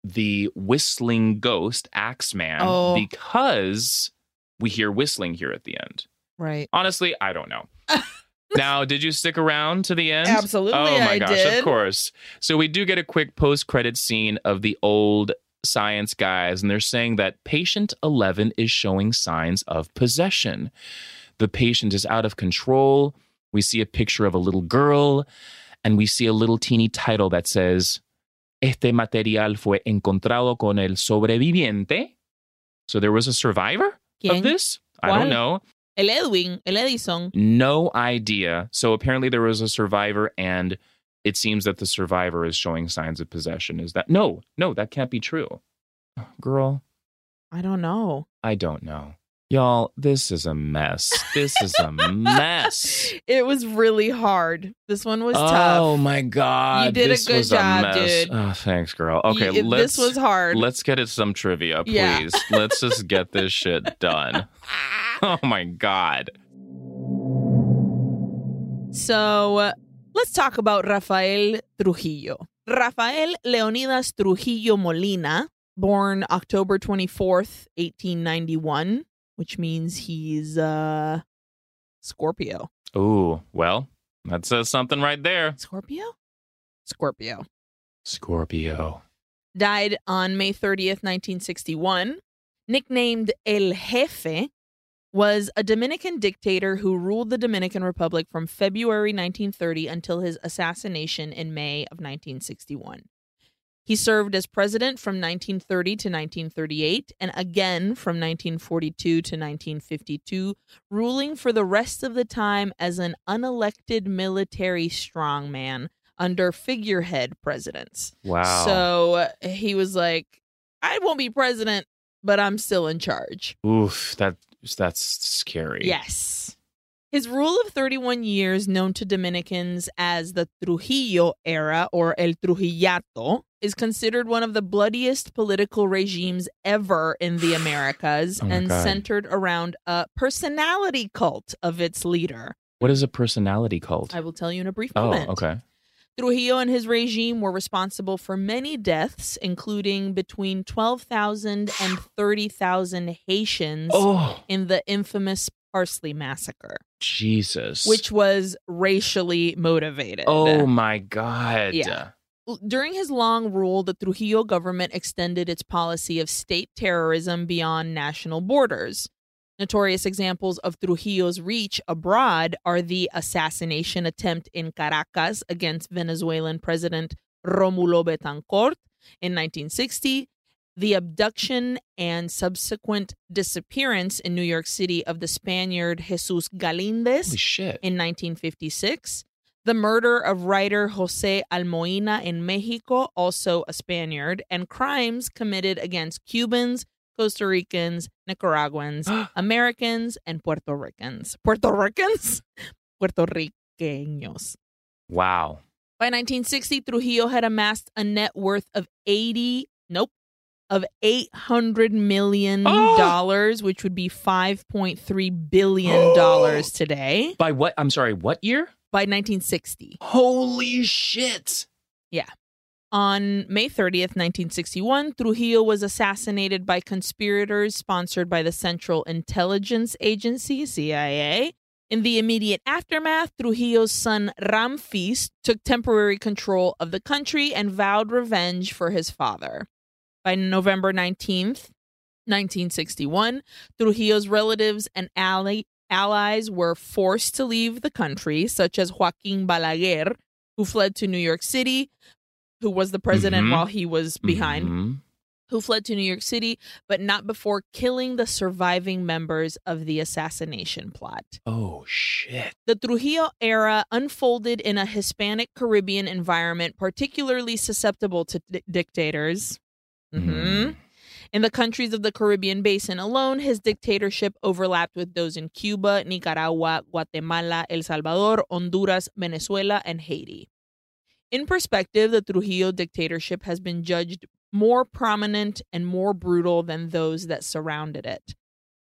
[SPEAKER 2] the whistling ghost, Axeman,
[SPEAKER 1] Oh.
[SPEAKER 2] because we hear whistling here at the end.
[SPEAKER 1] Right.
[SPEAKER 2] Honestly, I don't know. now, did you stick around to the end?
[SPEAKER 1] Absolutely,
[SPEAKER 2] Oh my
[SPEAKER 1] I
[SPEAKER 2] gosh, of
[SPEAKER 1] did.
[SPEAKER 2] course. So we do get a quick post-credit scene of the old science guys, and they're saying that patient 11 is showing signs of possession. The patient is out of control. We see a picture of a little girl, and we see a little teeny title that says, Este material fue encontrado con el sobreviviente. So there was a survivor of
[SPEAKER 1] ¿Quién?
[SPEAKER 2] this? I don't
[SPEAKER 1] ¿Cuál?
[SPEAKER 2] know.
[SPEAKER 1] El Edwin, el Edison.
[SPEAKER 2] No idea. So apparently there was a survivor, and it seems that the survivor is showing signs of possession. Is that no, no, that can't be true. Girl,
[SPEAKER 1] I don't know.
[SPEAKER 2] I don't know. Y'all, this is a mess. This is a mess.
[SPEAKER 1] It was really hard. This one was
[SPEAKER 2] Oh
[SPEAKER 1] tough.
[SPEAKER 2] my god.
[SPEAKER 1] did a
[SPEAKER 2] this
[SPEAKER 1] good
[SPEAKER 2] was
[SPEAKER 1] job,
[SPEAKER 2] mess.
[SPEAKER 1] dude.
[SPEAKER 2] Oh, thanks, girl. Okay,
[SPEAKER 1] You-
[SPEAKER 2] let's
[SPEAKER 1] this was hard.
[SPEAKER 2] let's get at some trivia, please.
[SPEAKER 1] Yeah.
[SPEAKER 2] let's just get this shit done. Oh my god.
[SPEAKER 1] So uh, let's talk about Rafael Trujillo. Rafael Leonidas Trujillo Molina, born October 24th, 1891, which means he's uh Scorpio.
[SPEAKER 2] Ooh, well, that says something right there.
[SPEAKER 1] Scorpio? Scorpio.
[SPEAKER 2] Scorpio.
[SPEAKER 1] Died on May 30th, 1961. Nicknamed El Jefe, was a Dominican dictator who ruled the Dominican Republic from February 1930 until his assassination in May of 1961. He served as president from 1930 to 1938 and again from 1942 to 1952, ruling for the rest of the time as an unelected military strongman under figurehead presidents.
[SPEAKER 2] Wow.
[SPEAKER 1] So uh, he was like, I won't be president, but I'm still in charge.
[SPEAKER 2] Oof, that that's scary.
[SPEAKER 1] Yes. His rule of 31 years, known to Dominicans as the Trujillo era or El Trujillato, is considered one of the bloodiest political regimes ever in the Americas
[SPEAKER 2] Oh my
[SPEAKER 1] and
[SPEAKER 2] God.
[SPEAKER 1] centered around a personality cult of its leader.
[SPEAKER 2] What is a personality cult?
[SPEAKER 1] I will tell you in a brief
[SPEAKER 2] oh,
[SPEAKER 1] moment.
[SPEAKER 2] okay.
[SPEAKER 1] Trujillo and his regime were responsible for many deaths, including between 12,000 and 30,000 Haitians
[SPEAKER 2] Oh,
[SPEAKER 1] in the infamous Parsley Massacre,
[SPEAKER 2] Jesus.
[SPEAKER 1] which was racially motivated.
[SPEAKER 2] Oh my god.
[SPEAKER 1] Yeah. During his long rule, the Trujillo government extended its policy of state terrorism beyond national borders. Notorious examples of Trujillo's reach abroad are the assassination attempt in Caracas against Venezuelan President Romulo Betancourt in 1960, the abduction and subsequent disappearance in New York City of the Spaniard Jesus Galindez
[SPEAKER 2] Holy shit.
[SPEAKER 1] in 1956. The murder of writer Jose Almoina in Mexico, also a Spaniard, and crimes committed against Cubans, Costa Ricans, Nicaraguans, Americans, and Puerto Ricans. Puerto Ricans? Puerto Riqueños.
[SPEAKER 2] wow.
[SPEAKER 1] By 1960, Trujillo had amassed a net worth of 80, nope, of 800 million
[SPEAKER 2] Oh!
[SPEAKER 1] dollars, which would be 5.3 billion dollars today
[SPEAKER 2] By what? I'm sorry, what year?
[SPEAKER 1] by 1960.
[SPEAKER 2] Holy shit.
[SPEAKER 1] Yeah. On May 30th, 1961, Trujillo was assassinated by conspirators sponsored by the Central Intelligence Agency, CIA. In the immediate aftermath, Trujillo's son Ramfis took temporary control of the country and vowed revenge for his father. By November 19th, 1961, Trujillo's relatives and ally- allies were forced to leave the country, such as Joaquin Balaguer, who fled to New York City, who was the president
[SPEAKER 2] Mhm.
[SPEAKER 1] while he was behind,
[SPEAKER 2] Mhm.
[SPEAKER 1] who fled to New York City, but not before killing the surviving members of the assassination plot.
[SPEAKER 2] Oh shit.
[SPEAKER 1] The Trujillo era unfolded in a Hispanic Caribbean environment particularly susceptible to di- dictators. hmm
[SPEAKER 2] Mm.
[SPEAKER 1] In the countries of the Caribbean basin alone, his dictatorship overlapped with those in Cuba, Nicaragua, Guatemala, El Salvador, Honduras, Venezuela, and Haiti. In perspective, the Trujillo dictatorship has been judged more prominent and more brutal than those that surrounded it.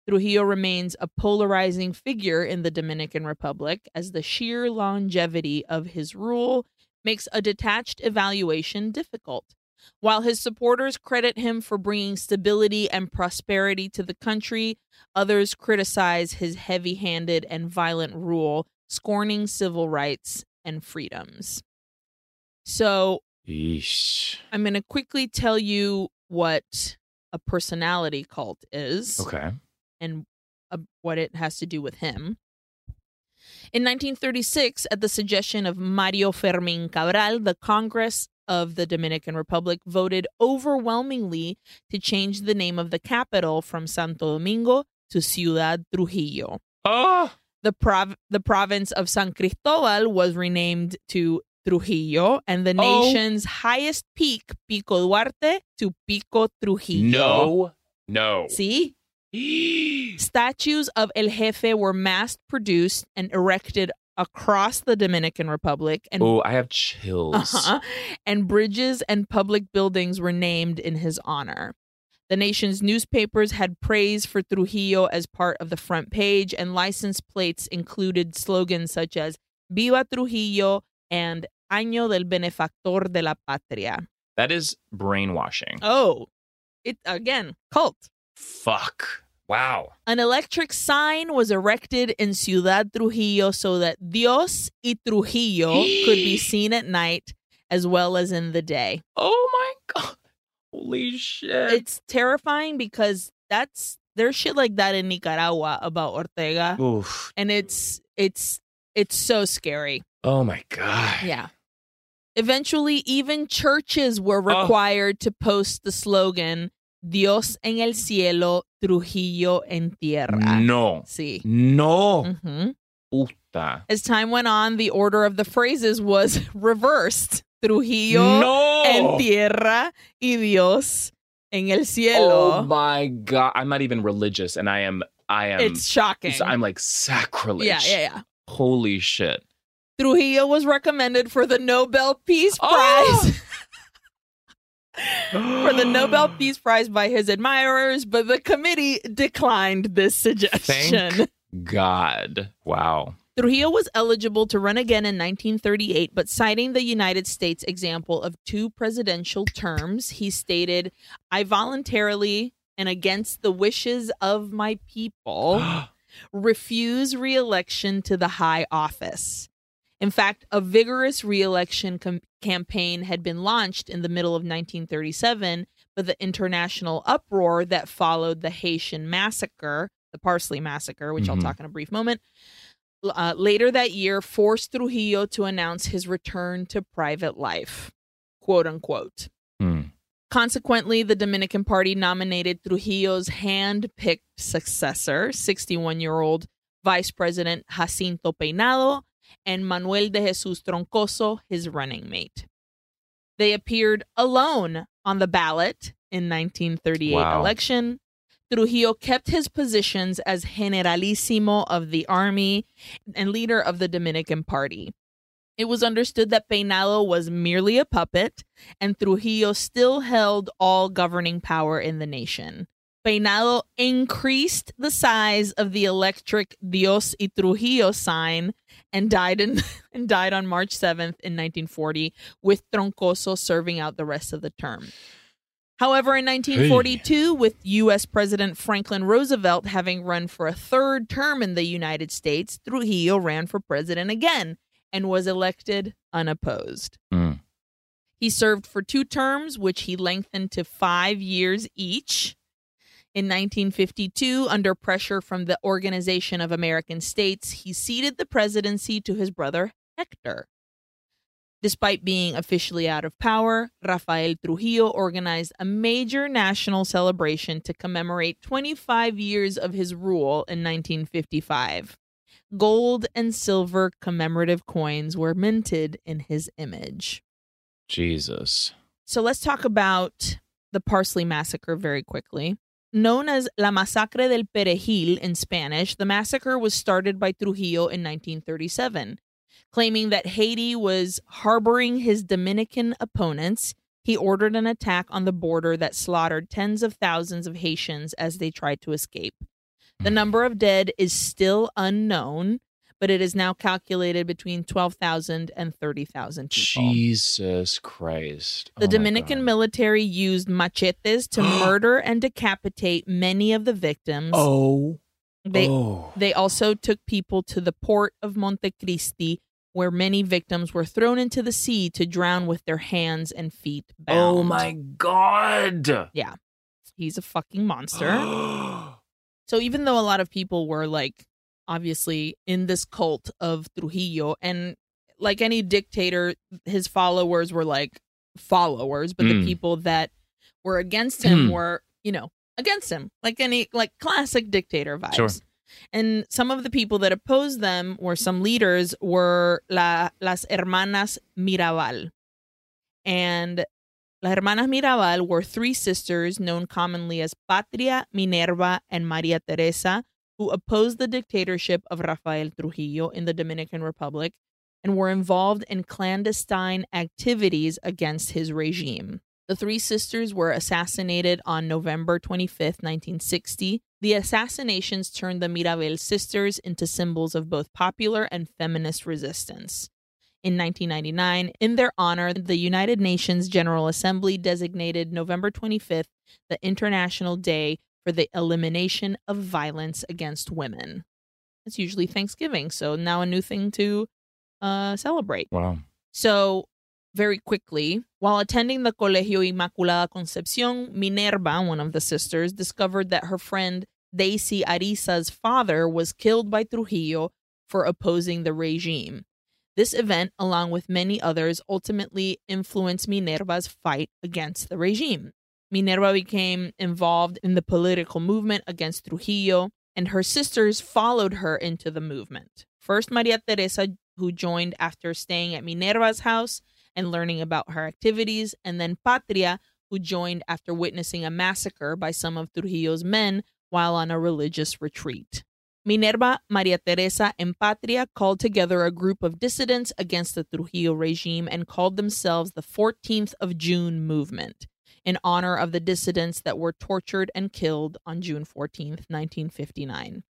[SPEAKER 1] Trujillo remains a polarizing figure in the Dominican Republic as the sheer longevity of his rule makes a detached evaluation difficult. While his supporters credit him for bringing stability and prosperity to the country, others criticize his heavy handed and violent rule, scorning civil rights and freedoms. So,
[SPEAKER 2] Yeesh.
[SPEAKER 1] I'm going to quickly tell you what a personality cult is
[SPEAKER 2] Okay.
[SPEAKER 1] and uh, what it has to do with him. In 1936, at the suggestion of Mario Fermin Cabral, the Congress of the Dominican Republic voted overwhelmingly to change the name of the capital from Santo Domingo to Ciudad Trujillo.
[SPEAKER 2] Oh.
[SPEAKER 1] The, prov- the province of San Cristobal was renamed to Trujillo, and the
[SPEAKER 2] Oh.
[SPEAKER 1] nation's highest peak, Pico Duarte, to Pico Trujillo.
[SPEAKER 2] No. No.
[SPEAKER 1] See? Statues of El Jefe were mass produced and erected across the Dominican Republic, and,
[SPEAKER 2] oh, I have chills.
[SPEAKER 1] Uh-huh. and bridges and public buildings were named in his honor. The nation's newspapers had praise for Trujillo as part of the front page, and license plates included slogans such as Viva Trujillo and Año del Benefactor de la Patria.
[SPEAKER 2] That is brainwashing.
[SPEAKER 1] Oh, it again, cult.
[SPEAKER 2] Fuck. Wow.
[SPEAKER 1] An electric sign was erected in Ciudad Trujillo so that Dios y Trujillo could be seen at night as well as in the day.
[SPEAKER 2] Oh my god. Holy shit.
[SPEAKER 1] It's terrifying because that's there's shit like that in Nicaragua about Ortega
[SPEAKER 2] Oof.
[SPEAKER 1] and it's it's it's so scary.
[SPEAKER 2] Oh my god.
[SPEAKER 1] Yeah. Eventually even churches were required to post the slogan Dios en el cielo, Trujillo en tierra.
[SPEAKER 2] No.
[SPEAKER 1] See.
[SPEAKER 2] Mm. No.
[SPEAKER 1] Mhm.
[SPEAKER 2] Puta.
[SPEAKER 1] As time went on, the order of the phrases was reversed. Trujillo
[SPEAKER 2] No.
[SPEAKER 1] en tierra y Dios en el
[SPEAKER 2] Oh
[SPEAKER 1] cielo.
[SPEAKER 2] my god. I'm not even religious and I am I am
[SPEAKER 1] it's shocking.
[SPEAKER 2] I'm like sacrilege.
[SPEAKER 1] yeah, yeah, yeah.
[SPEAKER 2] Holy shit.
[SPEAKER 1] Trujillo was recommended for the Nobel Peace
[SPEAKER 2] Oh!
[SPEAKER 1] Prize for the Nobel Peace Prize by his admirers, but the committee declined this suggestion.
[SPEAKER 2] God. Wow.
[SPEAKER 1] Trujillo was eligible to run again in 1938, but citing the United States example of two presidential terms, he stated, I voluntarily and against the wishes of my people refuse reelection to the high office. In fact, a vigorous reelection com- campaign had been launched in the middle of 1937, but the international uproar that followed the Haitian massacre, the Parsley massacre, which I'll
[SPEAKER 2] Mhm.
[SPEAKER 1] talk in a brief moment, l- uh, later that year forced Trujillo to announce his return to private life, quote unquote.
[SPEAKER 2] Hmm.
[SPEAKER 1] Consequently, the Dominican Party nominated Trujillo's hand picked successor, 61 year old Vice President Jacinto Peinado, and Manuel de Jesus Troncoso, his running mate. They appeared alone on the ballot in 1938
[SPEAKER 2] Wow.
[SPEAKER 1] election. Trujillo kept his positions as generalissimo of the army and leader of the Dominican Party. It was understood that Peinado was merely a puppet and Trujillo still held all governing power in the nation. Peinado increased the size of the electric Dios y Trujillo sign and died in, and died on March 7th in 1940 with Troncoso serving out the rest of the term. However, in 1942, with U.S. President Franklin Roosevelt having run for a third term in the United States, Trujillo ran for president again and was elected unopposed.
[SPEAKER 2] Mm.
[SPEAKER 1] He served for two terms, which he lengthened to five years each. In 1952, under pressure from the Organization of American States, he ceded the presidency to his brother Hector. Despite being officially out of power, Rafael Trujillo organized a major national celebration to commemorate 25 years of his rule in 1955. Gold and silver commemorative coins were minted in his image.
[SPEAKER 2] Jesus.
[SPEAKER 1] So let's talk about the Parsley Massacre very quickly. Known as La Masacre del Perejil in Spanish, the massacre was started by Trujillo in 1937. Claiming that Haiti was harboring his Dominican opponents, he ordered an attack on the border that slaughtered tens of thousands of Haitians as they tried to escape. The number of dead is still unknown, but it is now calculated between 12,000 and 30,000 people.
[SPEAKER 2] Jesus Christ.
[SPEAKER 1] The
[SPEAKER 2] Oh my
[SPEAKER 1] Dominican
[SPEAKER 2] God.
[SPEAKER 1] military used machetes to murder and decapitate many of the victims.
[SPEAKER 2] Oh.
[SPEAKER 1] they
[SPEAKER 2] oh.
[SPEAKER 1] they also took people to the port of Montecristi where many victims were thrown into the sea to drown with their hands and feet bound.
[SPEAKER 2] oh my God.
[SPEAKER 1] He's a fucking monster. so even though a lot of people were like obviously in this cult of Trujillo and like any dictator his followers were like followers but the
[SPEAKER 2] Mm.
[SPEAKER 1] people that were against him
[SPEAKER 2] Mm.
[SPEAKER 1] were you know against him like any like classic dictator vibes
[SPEAKER 2] Sure.
[SPEAKER 1] and some of the people that opposed them were some leaders were la las hermanas Mirabal and Las Hermanas Mirabal were three sisters known commonly as Patria, Minerva, and Maria Teresa, who opposed the dictatorship of Rafael Trujillo in the Dominican Republic and were involved in clandestine activities against his regime. The three sisters were assassinated on November 25th, 1960. The assassinations turned the Mirabel sisters into symbols of both popular and feminist resistance. In 1999, in their honor, the United Nations General Assembly designated November 25th the International Day for the Elimination of Violence Against Women. It's usually Thanksgiving, so now a new thing to uh, celebrate.
[SPEAKER 2] Wow.
[SPEAKER 1] So, very quickly, while attending the Colegio Inmaculada Concepcion, Minerva, one of the sisters, discovered that her friend Daisy Ariza's father was killed by Trujillo for opposing the regime. This event, along with many others, ultimately influenced Minerva's fight against the regime. Minerva became involved in the political movement against Trujillo, and her sisters followed her into the movement. First, Maria Teresa who joined after staying at Minerva's house and learning about her activities, and then Patria, who joined after witnessing a massacre by some of Trujillo's men while on a religious retreat. Minerva, Maria Teresa, and Patria called together a group of dissidents against the Trujillo regime and called themselves the 14th of June Movement in honor of the dissidents that were tortured and killed on June 14th, 1959.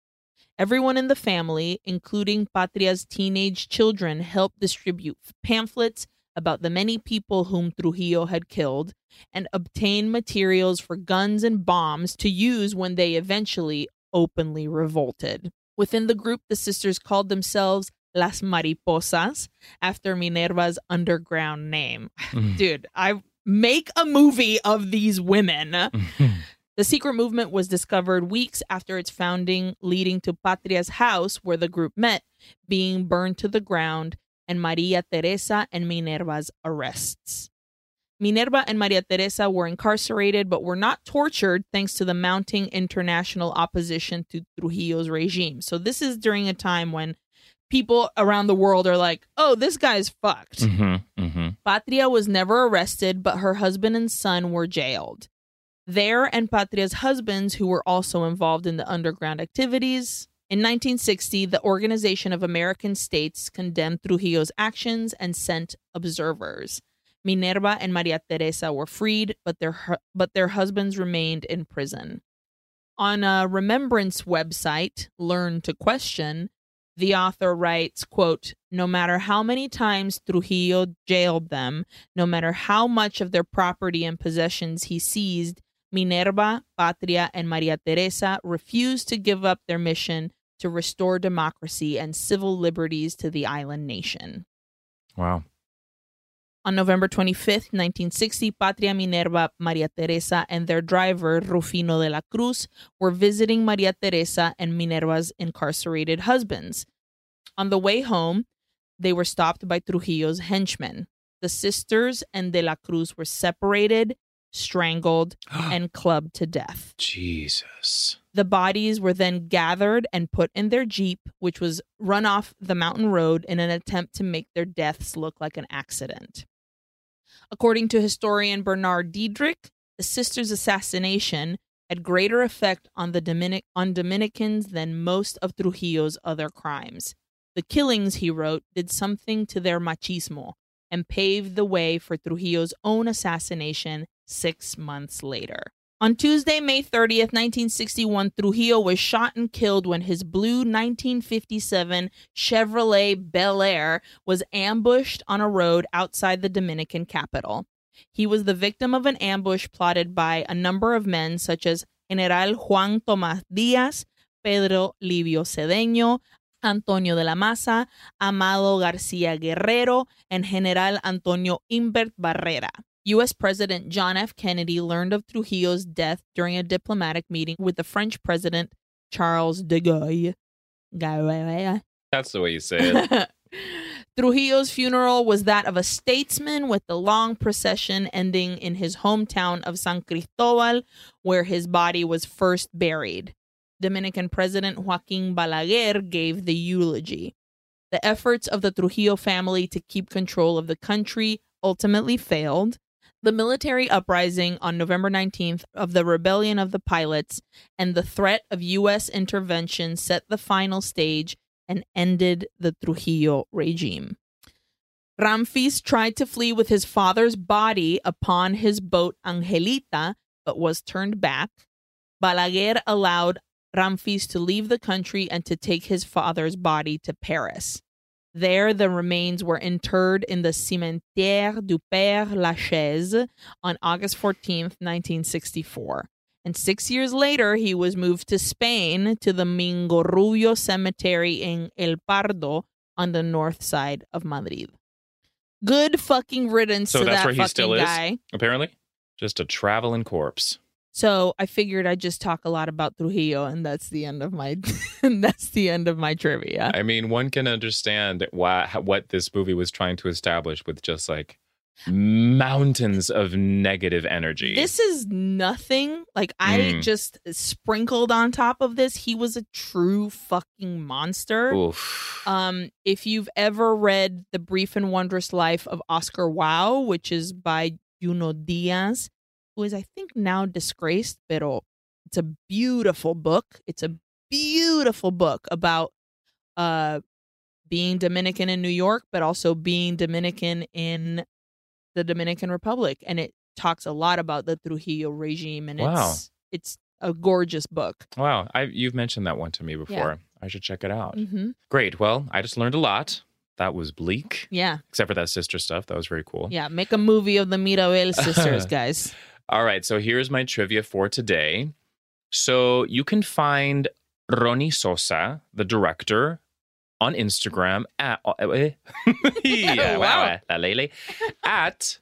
[SPEAKER 1] Everyone in the family, including Patria's teenage children, helped distribute pamphlets about the many people whom Trujillo had killed and obtain materials for guns and bombs to use when they eventually openly revolted. Within the group, the sisters called themselves Las Mariposas after Minerva's underground name.
[SPEAKER 2] Mm.
[SPEAKER 1] Dude, I make a movie of these women.
[SPEAKER 2] Mm-hmm.
[SPEAKER 1] The secret movement was discovered weeks after its founding, leading to Patria's house, where the group met, being burned to the ground, and Maria Teresa and Minerva's arrests. Minerva and Maria Teresa were incarcerated but were not tortured thanks to the mounting international opposition to Trujillo's regime. So, this is during a time when people around the world are like, oh, this guy's fucked.
[SPEAKER 2] hmm hmm
[SPEAKER 1] Patria was never arrested, but her husband and son were jailed. There and Patria's husbands, who were also involved in the underground activities. In 1960, the Organization of American States condemned Trujillo's actions and sent observers. Minerva and Maria Teresa were freed, but their hu- but their husbands remained in prison. on a remembrance website, Learn to Question, the author writes, quote, no matter how many times Trujillo jailed them, no matter how much of their property and possessions he seized, Minerva, Patria, and Maria Teresa refused to give up their mission to restore democracy and civil liberties to the island nation.
[SPEAKER 2] Wow.
[SPEAKER 1] On November 25th, 1960, Patria Minerva, Maria Teresa, and their driver, Rufino de la Cruz, were visiting Maria Teresa and Minerva's incarcerated husbands. On the way home, they were stopped by Trujillo's henchmen. The sisters and de la Cruz were separated, strangled, and clubbed to death.
[SPEAKER 2] Jesus.
[SPEAKER 1] The bodies were then gathered and put in their Jeep, which was run off the mountain road in an attempt to make their deaths look like an accident. According to historian Bernard Diedrich, the sisters' assassination had greater effect on the Dominic- on Dominicans than most of Trujillo's other crimes. The killings, he wrote, did something to their machismo and paved the way for Trujillo's own assassination six months later. On Tuesday, May 30th, 1961, Trujillo was shot and killed when his blue 1957 Chevrolet Bel Air was ambushed on a road outside the Dominican capital. He was the victim of an ambush plotted by a number of men such as General Juan Tomas Diaz, Pedro Livio Cedeño, Antonio de la Maza, Amado Garcia Guerrero, and General Antonio Imbert Barrera. U.S. President John F. Kennedy learned of Trujillo's death during a diplomatic meeting with the French President Charles de Gaulle. Gaulle.
[SPEAKER 2] That's the way you say it.
[SPEAKER 1] Trujillo's funeral was that of a statesman with the long procession ending in his hometown of San Cristobal, where his body was first buried. Dominican President Joaquin Balaguer gave the eulogy. The efforts of the Trujillo family to keep control of the country ultimately failed. The military uprising on November 19th of the rebellion of the pilots and the threat of U.S. intervention set the final stage and ended the Trujillo regime. Ramfis tried to flee with his father's body upon his boat Angelita, but was turned back. Balaguer allowed Ramfis to leave the country and to take his father's body to Paris. There, the remains were interred in the Cimetière du Père Lachaise on August 14th, 1964. And six years later, he was moved to Spain to the Mingorrubio Cemetery in El Pardo on the north side of Madrid. Good fucking riddance
[SPEAKER 2] So
[SPEAKER 1] to
[SPEAKER 2] that's
[SPEAKER 1] that
[SPEAKER 2] where he
[SPEAKER 1] fucking
[SPEAKER 2] still is?
[SPEAKER 1] guy.
[SPEAKER 2] Apparently, just a traveling corpse.
[SPEAKER 1] So I figured I'd just talk a lot about Trujillo, and that's the end of my and that's the end of my trivia.
[SPEAKER 2] I mean, one can understand why what this movie was trying to establish with just like mountains of negative energy.
[SPEAKER 1] This is nothing. Like I
[SPEAKER 2] Mm.
[SPEAKER 1] just sprinkled on top of this. He was a true fucking monster.
[SPEAKER 2] Oof.
[SPEAKER 1] Um, if you've ever read The Brief and Wondrous Life of Oscar Wilde, which is by Juno Diaz, who is, I think, now disgraced, pero it's a beautiful book. It's a beautiful book about uh, being Dominican in New York, but also being Dominican in the Dominican Republic. And it talks a lot about the Trujillo regime, and
[SPEAKER 2] Wow.
[SPEAKER 1] it's, it's a gorgeous book.
[SPEAKER 2] wow, I, you've mentioned that one to me before. I should check it out.
[SPEAKER 1] hmm
[SPEAKER 2] Great. Well, I just learned a lot. That was bleak,
[SPEAKER 1] Yeah,
[SPEAKER 2] except for that sister stuff. That was very cool.
[SPEAKER 1] yeah. Make a movie of the Mirabel sisters, guys.
[SPEAKER 2] All right, so here's my trivia for today. So you can find Ronnie Sosa, the director, on Instagram at eh, yeah, wow, eh, la lele. at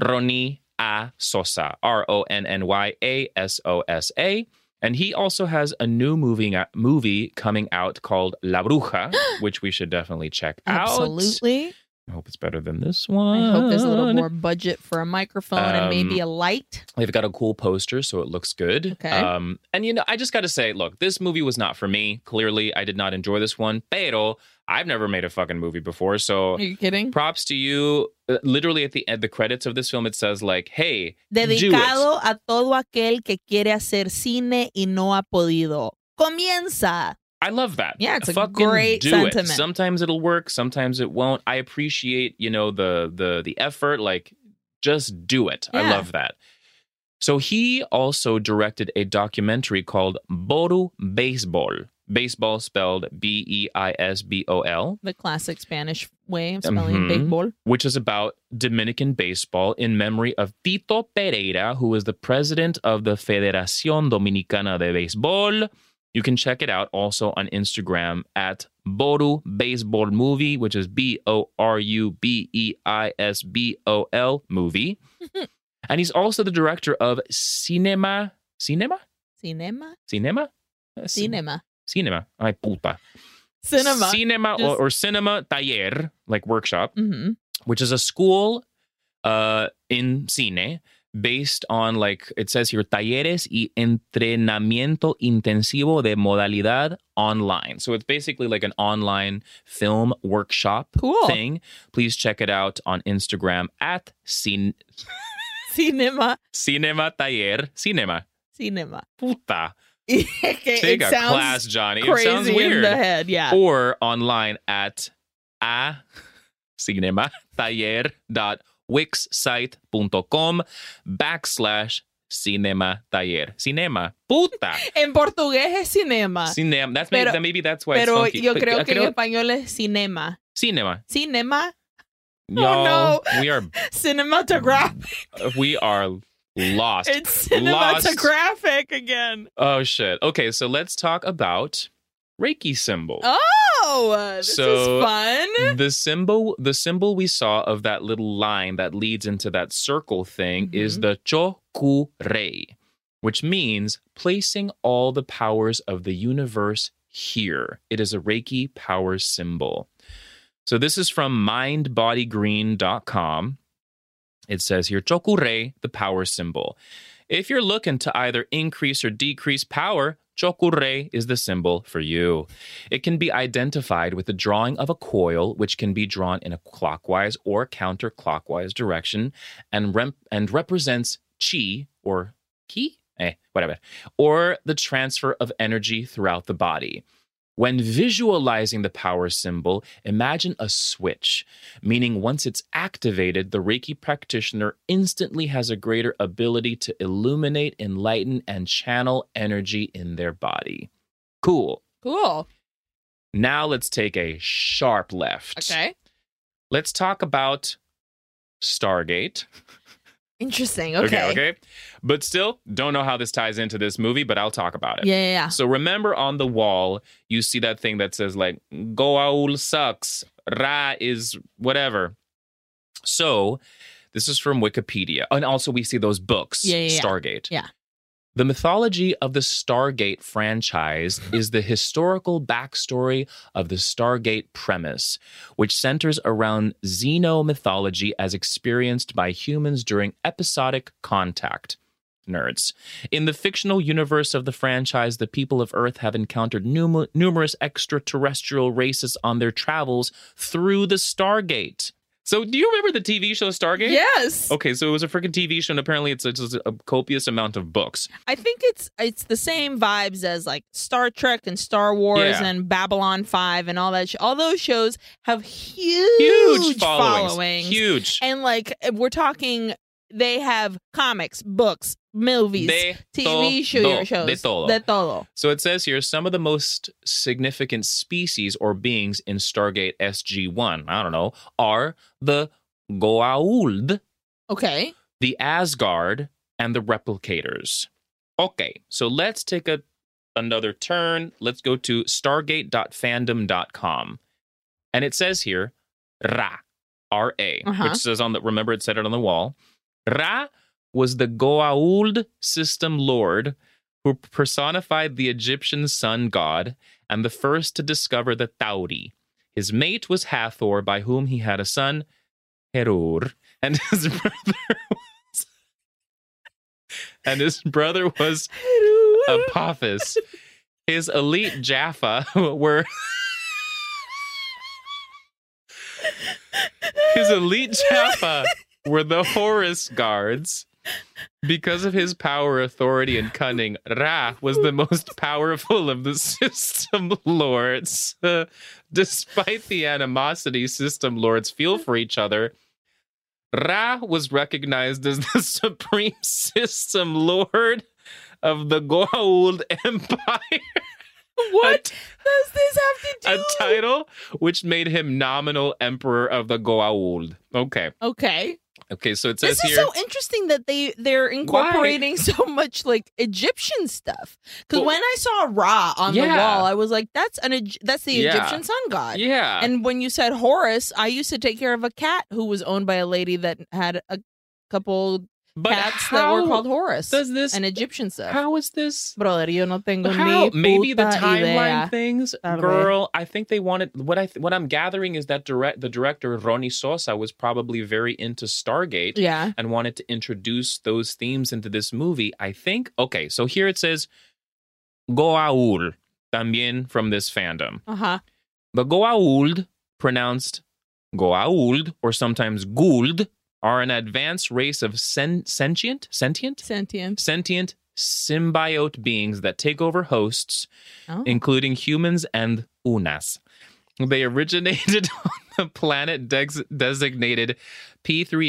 [SPEAKER 2] Ronnie A Sosa, R O N N Y A S O S A. And he also has a new movie movie coming out called La Bruja, which we should definitely check out.
[SPEAKER 1] Absolutely.
[SPEAKER 2] I hope it's better than this one.
[SPEAKER 1] I hope there's a little more budget for a microphone and maybe
[SPEAKER 2] Uh-huh. Um,
[SPEAKER 1] a light.
[SPEAKER 2] They've got a cool poster, so it looks good.
[SPEAKER 1] Okay.
[SPEAKER 2] Um, and you know, I just got to say, look, this movie was not for me. Clearly, I did not enjoy this one. Pero I've never made a fucking movie before, so
[SPEAKER 1] Are you kidding?
[SPEAKER 2] props to you. Uh, Literally at the at the credits of this film, it says like, "Hey, do it."
[SPEAKER 1] Dedicado a todo aquel que quiere hacer cine y no ha podido. Comienza.
[SPEAKER 2] I love that.
[SPEAKER 1] Yeah, it's a
[SPEAKER 2] Fucking
[SPEAKER 1] great
[SPEAKER 2] do It.
[SPEAKER 1] sentiment.
[SPEAKER 2] Sometimes it'll work, sometimes it won't. I appreciate, you know, the the the effort. Like, just do it. I
[SPEAKER 1] Yeah.
[SPEAKER 2] love that. So he also directed a documentary called Boru Baseball, baseball spelled B E I S B O L,
[SPEAKER 1] The classic Spanish way of spelling
[SPEAKER 2] Mhm.
[SPEAKER 1] baseball.
[SPEAKER 2] which is about Dominican baseball in memory of Tito Pereira, who was the president of the Federación Dominicana de Baseball. You can check it out also on Instagram at Boru Baseball Movie, which is B O R U B E I S B O L movie. and he's also the director of Cinema. Cinema?
[SPEAKER 1] Cinema?
[SPEAKER 2] Cinema? Uh, cin-
[SPEAKER 1] Cinema.
[SPEAKER 2] Cinema. Ay, puta.
[SPEAKER 1] Cinema.
[SPEAKER 2] Cinema or,
[SPEAKER 1] Just-
[SPEAKER 2] or cinema taller, like workshop
[SPEAKER 1] hmm
[SPEAKER 2] which is a school uh, in cine based on like it says here talleres y entrenamiento intensivo de modalidad online so it's basically like an online film workshop
[SPEAKER 1] Cool.
[SPEAKER 2] thing please check it out on instagram at cin-
[SPEAKER 1] Cinema.
[SPEAKER 2] cinema taller cinema
[SPEAKER 1] Cinema.
[SPEAKER 2] puta
[SPEAKER 1] it,
[SPEAKER 2] take
[SPEAKER 1] it
[SPEAKER 2] a
[SPEAKER 1] sounds
[SPEAKER 2] class johnny it
[SPEAKER 1] crazy
[SPEAKER 2] sounds
[SPEAKER 1] in
[SPEAKER 2] weird Oh.
[SPEAKER 1] the head. Yeah.
[SPEAKER 2] or online at a cinema taller dot wixsite.com backslash cinema taller cinema puta
[SPEAKER 1] En portugués es cinema.
[SPEAKER 2] cinema that's maybe,
[SPEAKER 1] Ah. Pero-
[SPEAKER 2] that maybe that's why it's
[SPEAKER 1] Pero
[SPEAKER 2] pues, funky.
[SPEAKER 1] yo
[SPEAKER 2] But
[SPEAKER 1] creo
[SPEAKER 2] I
[SPEAKER 1] que en español es cinema.
[SPEAKER 2] cinema
[SPEAKER 1] Cinema.
[SPEAKER 2] you
[SPEAKER 1] Oh, no.
[SPEAKER 2] we are
[SPEAKER 1] Cinematographic.
[SPEAKER 2] we are lost
[SPEAKER 1] It's
[SPEAKER 2] Lost.
[SPEAKER 1] cinematographic again.
[SPEAKER 2] oh shit okay so let's talk about reiki symbol
[SPEAKER 1] Oh, uh, this
[SPEAKER 2] So-
[SPEAKER 1] is fun.
[SPEAKER 2] the symbol the symbol we saw of that little line that leads into that circle thing is
[SPEAKER 1] Mhm.
[SPEAKER 2] the chokurei which means placing all the powers of the universe here it is a reiki power symbol so this is from mindbodygreen.com it says here chokurei the power symbol if you're looking to either increase or decrease power, Chokurei is the symbol for you. It can be identified with the drawing of a coil, which can be drawn in a clockwise or counterclockwise direction and, rem- and represents chi or ki, eh, whatever, or the transfer of energy throughout the body. When visualizing the power symbol, imagine a switch, meaning once it's activated, the Reiki practitioner instantly has a greater ability to illuminate, enlighten, and channel energy in their body. Cool.
[SPEAKER 1] Cool.
[SPEAKER 2] Now let's take a sharp left.
[SPEAKER 1] Okay.
[SPEAKER 2] Let's talk about Stargate.
[SPEAKER 1] Interesting. Okay.
[SPEAKER 2] okay. But still, don't know how this ties into this movie, but I'll talk about it.
[SPEAKER 1] Yeah, yeah, yeah.
[SPEAKER 2] So remember on the wall, you see that thing that says like Goa'uld sucks, Ra is whatever. So this is from Wikipedia. And also we see those books,
[SPEAKER 1] Yeah, yeah, yeah.
[SPEAKER 2] Stargate.
[SPEAKER 1] Yeah.
[SPEAKER 2] The mythology of the Stargate franchise is the historical backstory of the Stargate premise, which centers around Xeno mythology as experienced by humans during episodic contact. Nerds. In the fictional universe of the franchise, the people of Earth have encountered numer- numerous extraterrestrial races on their travels through the Stargate. So, do you remember the TV show Stargate?
[SPEAKER 1] Yes.
[SPEAKER 2] Okay, so it was a freaking TV show, and apparently it's a, just a copious amount of books.
[SPEAKER 1] I think it's it's the same vibes as like Star Trek and Star Wars
[SPEAKER 2] Yeah.
[SPEAKER 1] and Babylon 5 and all that. Sh- all those shows have huge,
[SPEAKER 2] Huge, followings.
[SPEAKER 1] followings.
[SPEAKER 2] Huge.
[SPEAKER 1] And like we're talking they have comics, books, movies,
[SPEAKER 2] De
[SPEAKER 1] TV
[SPEAKER 2] todo,
[SPEAKER 1] show, shows.
[SPEAKER 2] de todo.
[SPEAKER 1] De todo.
[SPEAKER 2] So it says here some of the most significant species or beings in Stargate SG1, I don't know, are the Goa'uld,
[SPEAKER 1] Okay.
[SPEAKER 2] the Asgard, and the Replicators. Okay, so let's take a another turn. Let's go to stargate.fandom.com. And it says here Ra, R A,
[SPEAKER 1] Uh-huh.
[SPEAKER 2] which says on the remember it said it on the wall. Ra was the Goa'uld system lord who personified the Egyptian sun god and the first to discover the Tauri. His mate was Hathor, by whom he had a son, Herur, and his brother was and his brother was Apophis. His elite Jaffa were. His elite Jaffa were the Horus guards. Because of his power, authority, and cunning, Ra was the most powerful of the system lords. despite the animosity system lords feel for each other, Ra was recognized as the supreme system lord of the Goa'uld Empire.
[SPEAKER 1] What does this have to
[SPEAKER 2] a
[SPEAKER 1] do?
[SPEAKER 2] title which made him nominal emperor of the Goa'uld. Okay.
[SPEAKER 1] okay.
[SPEAKER 2] Okay, so it says
[SPEAKER 1] This is
[SPEAKER 2] here
[SPEAKER 1] so interesting that they they're incorporating so much like Egyptian stuff. Because
[SPEAKER 2] Well-
[SPEAKER 1] when I saw Ra on the
[SPEAKER 2] Yeah.
[SPEAKER 1] wall, I was like, "That's an Egy- that's the
[SPEAKER 2] Yeah.
[SPEAKER 1] Egyptian sun god."
[SPEAKER 2] Yeah.
[SPEAKER 1] And when you said Horus, I used to take care of a cat who was owned by a lady that had a couple
[SPEAKER 2] but
[SPEAKER 1] cats that were
[SPEAKER 2] how
[SPEAKER 1] called Horus
[SPEAKER 2] Does this
[SPEAKER 1] and Egyptian stuff.
[SPEAKER 2] How is this?
[SPEAKER 1] Brother, yo no tengo ni
[SPEAKER 2] How? Maybe the
[SPEAKER 1] puta
[SPEAKER 2] timeline
[SPEAKER 1] idea.
[SPEAKER 2] things,
[SPEAKER 1] Tal vez.
[SPEAKER 2] girl. I think they wanted what I th- what I'm gathering is that direct the director Ronnie Sosa was probably very into Stargate
[SPEAKER 1] Yeah.
[SPEAKER 2] and wanted to introduce those themes into this movie. I think. Okay, so here it says Goa'uld, también from this fandom.
[SPEAKER 1] Uh huh.
[SPEAKER 2] The Goa'uld, pronounced Goa'uld or sometimes Gould, are an advanced race of sen- sentient sentient
[SPEAKER 1] Sentient.
[SPEAKER 2] sentient symbiote beings that take over hosts,
[SPEAKER 1] Oh.
[SPEAKER 2] including humans and Unas. They originated on the planet dex- designated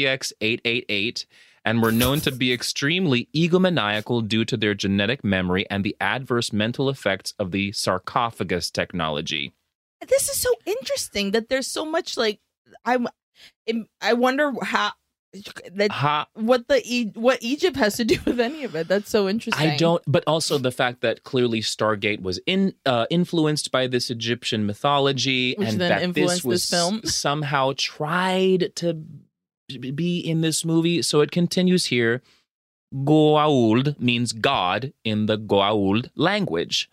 [SPEAKER 2] P3X888 and were known to be extremely egomaniacal due to their genetic memory and the adverse mental effects of the sarcophagus technology.
[SPEAKER 1] this is so interesting that there's so much like I I wonder how that
[SPEAKER 2] Ha
[SPEAKER 1] what the E- what Egypt has to do with any of it. That's so interesting.
[SPEAKER 2] I don't, but also the fact that clearly Stargate was in uh, influenced by this Egyptian mythology,
[SPEAKER 1] Which
[SPEAKER 2] and
[SPEAKER 1] then
[SPEAKER 2] that
[SPEAKER 1] influenced
[SPEAKER 2] this
[SPEAKER 1] this
[SPEAKER 2] was
[SPEAKER 1] film.
[SPEAKER 2] somehow tried to b- be in this movie. So it continues here. Goa'uld means God in the Goa'uld language.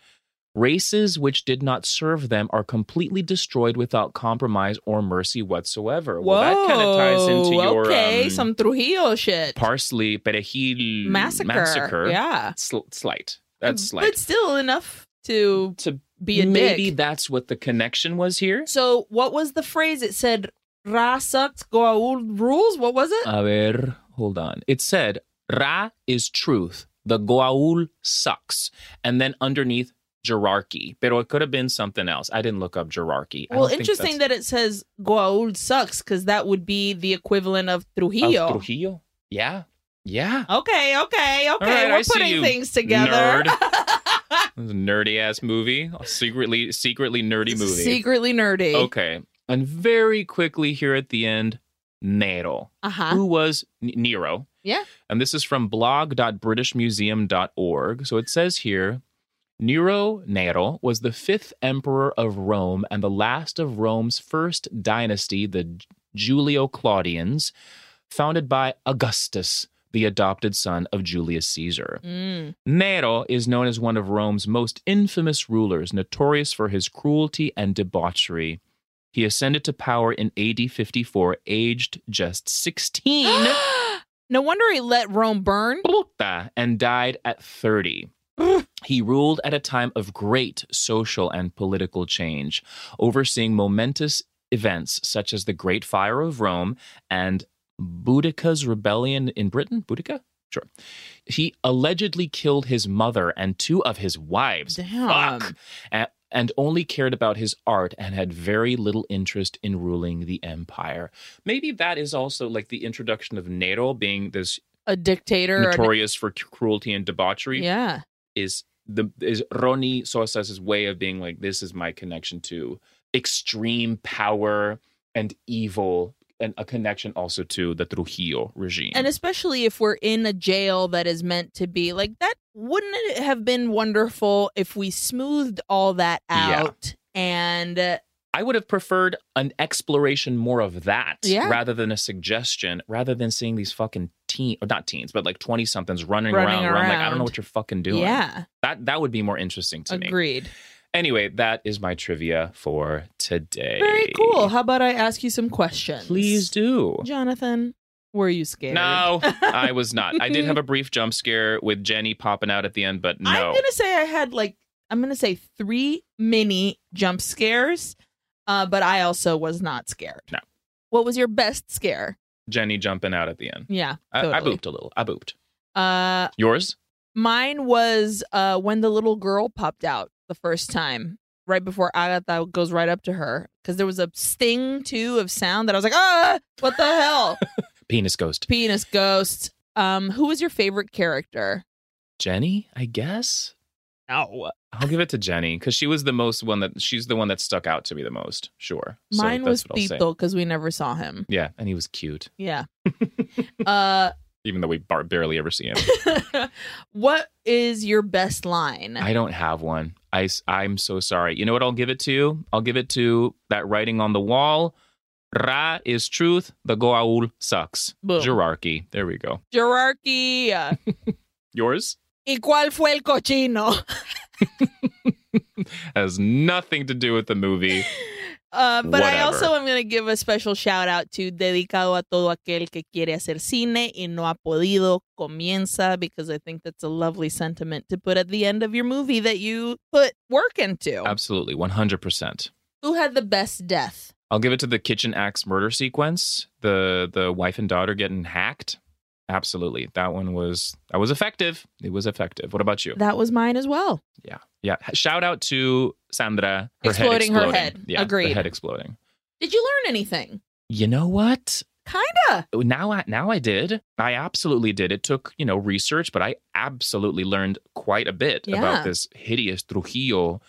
[SPEAKER 2] Races which did not serve them are completely destroyed without compromise or mercy whatsoever. Well, that kind of ties into
[SPEAKER 1] Whoa,
[SPEAKER 2] your
[SPEAKER 1] okay,
[SPEAKER 2] um,
[SPEAKER 1] some Trujillo shit
[SPEAKER 2] parsley perejil
[SPEAKER 1] massacre.
[SPEAKER 2] massacre.
[SPEAKER 1] Yeah,
[SPEAKER 2] Sl-
[SPEAKER 1] Mm,
[SPEAKER 2] slight. That's slight.
[SPEAKER 1] but still enough to
[SPEAKER 2] to
[SPEAKER 1] be a
[SPEAKER 2] maybe
[SPEAKER 1] dick.
[SPEAKER 2] that's what the connection was here.
[SPEAKER 1] So what was the phrase? It said Ra sucks, Goa'uld rules. What was it?
[SPEAKER 2] A ver, hold on. It said Ra is truth. The Goa'uld sucks, and then underneath Gerarchy. Pero it could have been something else. I didn't look up Gerarchy. I
[SPEAKER 1] well,
[SPEAKER 2] don't think
[SPEAKER 1] interesting
[SPEAKER 2] that's-
[SPEAKER 1] that it says Goa'uld sucks because that would be the equivalent of
[SPEAKER 2] Of Trujillo. Yeah, yeah.
[SPEAKER 1] Okay, okay, okay.
[SPEAKER 2] right,
[SPEAKER 1] We're
[SPEAKER 2] I see
[SPEAKER 1] putting
[SPEAKER 2] you,
[SPEAKER 1] things together.
[SPEAKER 2] Nerdy ass movie. A secretly, secretly nerdy movie.
[SPEAKER 1] Secretly nerdy.
[SPEAKER 2] Okay, and very quickly here at the end, Nero.
[SPEAKER 1] Uh huh.
[SPEAKER 2] who was N- Nero.
[SPEAKER 1] Yeah.
[SPEAKER 2] And this is from blog.britishmuseum.org. So it says here Nero Nero was the fifth emperor of Rome and the last of Rome's first dynasty, the J- Julio Claudians, founded by Augustus, the adopted son of Julius Caesar.
[SPEAKER 1] Mm.
[SPEAKER 2] Nero is known as one of Rome's most infamous rulers, notorious for his cruelty and debauchery. He ascended to power in AD 54, aged just 16,
[SPEAKER 1] Mm. no wonder he let Rome burn.
[SPEAKER 2] puta, and died at 30. He ruled at a time of great social and political change, overseeing momentous events such as the Great Fire of Rome and Boudicca's rebellion in Britain. Boudicca? Sure. He allegedly killed his mother and two of his wives.
[SPEAKER 1] Damn.
[SPEAKER 2] Fuck. A- and only cared about his art and had very little interest in ruling the empire. Maybe that is also like the introduction of Nero being this
[SPEAKER 1] A dictator. or-
[SPEAKER 2] notorious for c- cruelty and debauchery
[SPEAKER 1] yeah.
[SPEAKER 2] is the is Ronnie Sosa's way of being like this is my connection to extreme power and evil and a connection also to the Trujillo regime.
[SPEAKER 1] And especially if we're in a jail that is meant to be like that, wouldn't it have been wonderful if we smoothed all that
[SPEAKER 2] Yeah.
[SPEAKER 1] out? And uh,
[SPEAKER 2] I would have preferred an exploration more of that
[SPEAKER 1] Yeah.
[SPEAKER 2] rather than a suggestion, rather than seeing these fucking teen or not teens, but like 20 somethings running,
[SPEAKER 1] Running
[SPEAKER 2] around, where I'm like, I don't
[SPEAKER 1] around.
[SPEAKER 2] know what you're fucking doing.
[SPEAKER 1] yeah,
[SPEAKER 2] That that would be more interesting to me.
[SPEAKER 1] agreed.
[SPEAKER 2] Anyway, that is my trivia for today.
[SPEAKER 1] Very cool. How about I ask you some questions?
[SPEAKER 2] Please do.
[SPEAKER 1] Jonathan, were you scared?
[SPEAKER 2] No, I was not. I did have a brief jump scare with Jenny popping out at the end, but
[SPEAKER 1] I'm
[SPEAKER 2] no.
[SPEAKER 1] gonna say I had like I'm gonna say three mini jump scares, uh, but I also was not scared.
[SPEAKER 2] No.
[SPEAKER 1] What was your best scare?
[SPEAKER 2] Jenny jumping out at the end.
[SPEAKER 1] Yeah.
[SPEAKER 2] I, I
[SPEAKER 1] Totally.
[SPEAKER 2] booped a little. I booped.
[SPEAKER 1] Uh,
[SPEAKER 2] Yours?
[SPEAKER 1] mine was uh when the little girl popped out the first time, right before Agatha goes right up to her, because there was a sting too of sound that I was like, ah, what the hell?
[SPEAKER 2] Penis ghost.
[SPEAKER 1] Penis ghost. Um, who was your favorite character?
[SPEAKER 2] Jenny, I guess.
[SPEAKER 1] No.
[SPEAKER 2] I'll give it to Jenny because she was the most one that she's the one that stuck out to me the most. Sure. So
[SPEAKER 1] Mine
[SPEAKER 2] that's
[SPEAKER 1] was
[SPEAKER 2] what I'll say.
[SPEAKER 1] Tito because we never saw him.
[SPEAKER 2] Yeah, and he was cute,
[SPEAKER 1] Yeah. uh,
[SPEAKER 2] even though we bar- barely ever see him.
[SPEAKER 1] what is your best line?
[SPEAKER 2] I don't have one. I, am so sorry. You know what I'll give it to? I'll give it to that writing on the wall. Ra is truth. The Goa'uld sucks.
[SPEAKER 1] Boom.
[SPEAKER 2] Gerarchy. There we go.
[SPEAKER 1] Gerarchy.
[SPEAKER 2] Yours
[SPEAKER 1] ¿Y cuál fue el cochino?
[SPEAKER 2] has nothing to do with the movie.
[SPEAKER 1] Uh, but I
[SPEAKER 2] Whatever.
[SPEAKER 1] also am going to give a special shout out to Dedicado a Todo Aquel que Quiere Hacer Cine y No Ha Podido Comienza, because I think that's a lovely sentiment to put at the end of your movie that you put work into.
[SPEAKER 2] Absolutely. 100%.
[SPEAKER 1] Who had the best death?
[SPEAKER 2] I'll give it to the kitchen axe murder sequence. The the wife and daughter getting hacked. Absolutely. That one was that was effective. It was effective. What about you?
[SPEAKER 1] That was mine as well.
[SPEAKER 2] yeah. Yeah. Shout out to Sandra. Her
[SPEAKER 1] Exploding her
[SPEAKER 2] head exploding.
[SPEAKER 1] head.
[SPEAKER 2] Yeah.
[SPEAKER 1] Agreed.
[SPEAKER 2] Her head exploding.
[SPEAKER 1] Did you learn anything?
[SPEAKER 2] You know what? Oh,
[SPEAKER 1] Kinda.
[SPEAKER 2] now I now I did. I absolutely did. It took, you know, research, but I absolutely learned quite a bit
[SPEAKER 1] Yeah.
[SPEAKER 2] about this hideous Trujillo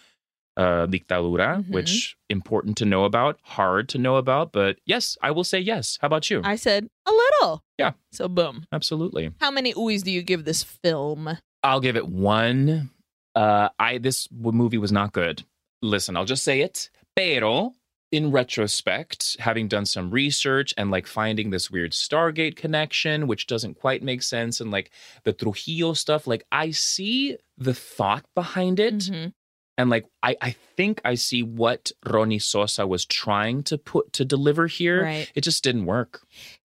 [SPEAKER 2] uh, dictadura,
[SPEAKER 1] Mhm.
[SPEAKER 2] which important to know about, hard to know about, but yes, I will say yes. How about you?
[SPEAKER 1] I said a little.
[SPEAKER 2] Yeah.
[SPEAKER 1] So boom.
[SPEAKER 2] absolutely.
[SPEAKER 1] How many oohs do you give this film?
[SPEAKER 2] I'll give it one. Uh, I this w- movie was not good. Listen, I'll just say it. Pero in retrospect, having done some research and like finding this weird Stargate connection, which doesn't quite make sense, and like the Trujillo stuff, like I see the thought behind it,
[SPEAKER 1] Mhm.
[SPEAKER 2] and like I I think I see what Ronnie Sosa was trying to put to deliver here.
[SPEAKER 1] Right.
[SPEAKER 2] It just didn't work.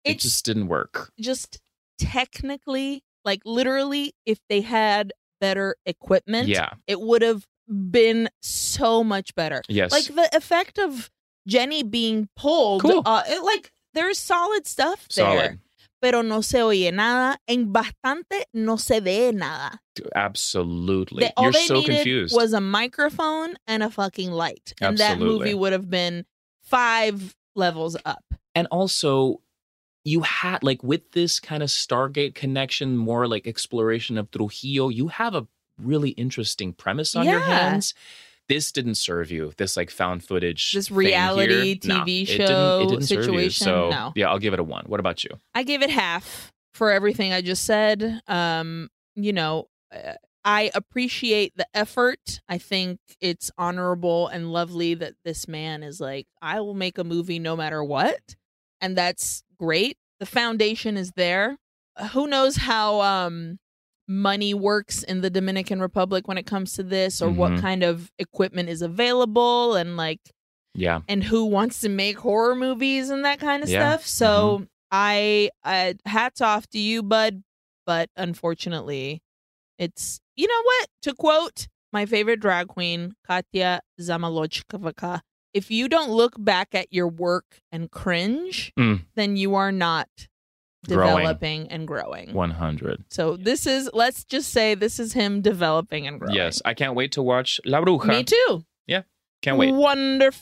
[SPEAKER 2] it
[SPEAKER 1] It's
[SPEAKER 2] just didn't work.
[SPEAKER 1] just technically, like literally, if they had better equipment,
[SPEAKER 2] Yeah.
[SPEAKER 1] it would have been so much better.
[SPEAKER 2] Yes.
[SPEAKER 1] Like the effect of Jenny being pulled,
[SPEAKER 2] Cool.
[SPEAKER 1] uh, it, like there's solid stuff there.
[SPEAKER 2] solid.
[SPEAKER 1] Pero no se oye nada. En bastante no se ve nada.
[SPEAKER 2] Absolutely.
[SPEAKER 1] They- all
[SPEAKER 2] You're
[SPEAKER 1] they
[SPEAKER 2] so
[SPEAKER 1] needed
[SPEAKER 2] confused.
[SPEAKER 1] was a microphone and a fucking light, and that
[SPEAKER 2] Absolutely.
[SPEAKER 1] movie would have been five levels up.
[SPEAKER 2] and also you had like with this kind of stargate connection more like exploration of trujillo you have a really interesting premise on your
[SPEAKER 1] Yeah.
[SPEAKER 2] hands this didn't serve you this like found footage
[SPEAKER 1] This
[SPEAKER 2] thing
[SPEAKER 1] reality
[SPEAKER 2] here, nah,
[SPEAKER 1] TV
[SPEAKER 2] it
[SPEAKER 1] show
[SPEAKER 2] didn't, it didn't
[SPEAKER 1] situation,
[SPEAKER 2] serve you. so
[SPEAKER 1] no.
[SPEAKER 2] yeah i'll give it a one what about you
[SPEAKER 1] I gave it half for everything I just said. Um, you know, uh, I appreciate the effort. I think it's honorable and lovely that this man is like, I will make a movie no matter what, and that's great. The foundation is there. Who knows how um money works in the Dominican Republic when it comes to this or what
[SPEAKER 2] Mhm.
[SPEAKER 1] kind of equipment is available and like
[SPEAKER 2] yeah
[SPEAKER 1] and who wants to make horror movies and that kind of
[SPEAKER 2] Yeah. Mm-hmm.
[SPEAKER 1] stuff. So I, I hats off to you, bud. But unfortunately, it's you know what? To quote my favorite drag queen, Katya Zamalochkova, if you don't look back at your work and cringe,
[SPEAKER 2] Mm.
[SPEAKER 1] then you are not
[SPEAKER 2] Growing.
[SPEAKER 1] developing and growing.
[SPEAKER 2] 100
[SPEAKER 1] So this is let's just say this is him developing and growing.
[SPEAKER 2] yes i can't wait to watch la bruja
[SPEAKER 1] Me too.
[SPEAKER 2] can't wait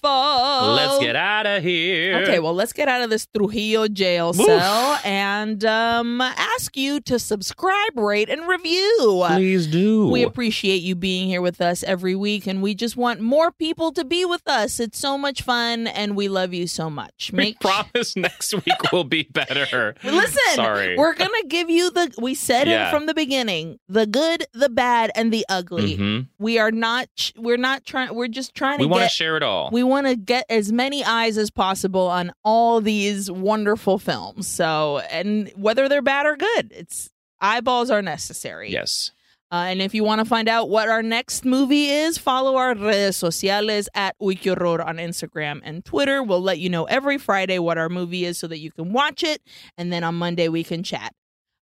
[SPEAKER 1] Wonderful.
[SPEAKER 2] let's get out of here
[SPEAKER 1] Okay, well, let's get out of this Trujillo jail
[SPEAKER 2] Oof.
[SPEAKER 1] cell and um, ask you to subscribe, rate, and review.
[SPEAKER 2] please do
[SPEAKER 1] uh, We appreciate you being here with us every week, and we just want more people to be with us. It's so much fun, and we love you so much.
[SPEAKER 2] we
[SPEAKER 1] Make
[SPEAKER 2] promise next week will be better
[SPEAKER 1] Listen,
[SPEAKER 2] sorry
[SPEAKER 1] we're gonna give you the. We said it
[SPEAKER 2] Yeah.
[SPEAKER 1] from the beginning: the good, the bad, and the ugly.
[SPEAKER 2] Mhm.
[SPEAKER 1] We are not. We're not trying. We're just trying
[SPEAKER 2] we
[SPEAKER 1] to
[SPEAKER 2] want to
[SPEAKER 1] get.
[SPEAKER 2] share it all.
[SPEAKER 1] We want to get as many eyes as possible on all these wonderful films. So, and whether they're bad or good, it's eyeballs are necessary.
[SPEAKER 2] yes.
[SPEAKER 1] Uh, and if you want to find out what our next movie is, follow our redes sociales at Uy Qué Horror on Instagram and Twitter. We'll let you know every Friday what our movie is so that you can watch it. And then on Monday, we can chat.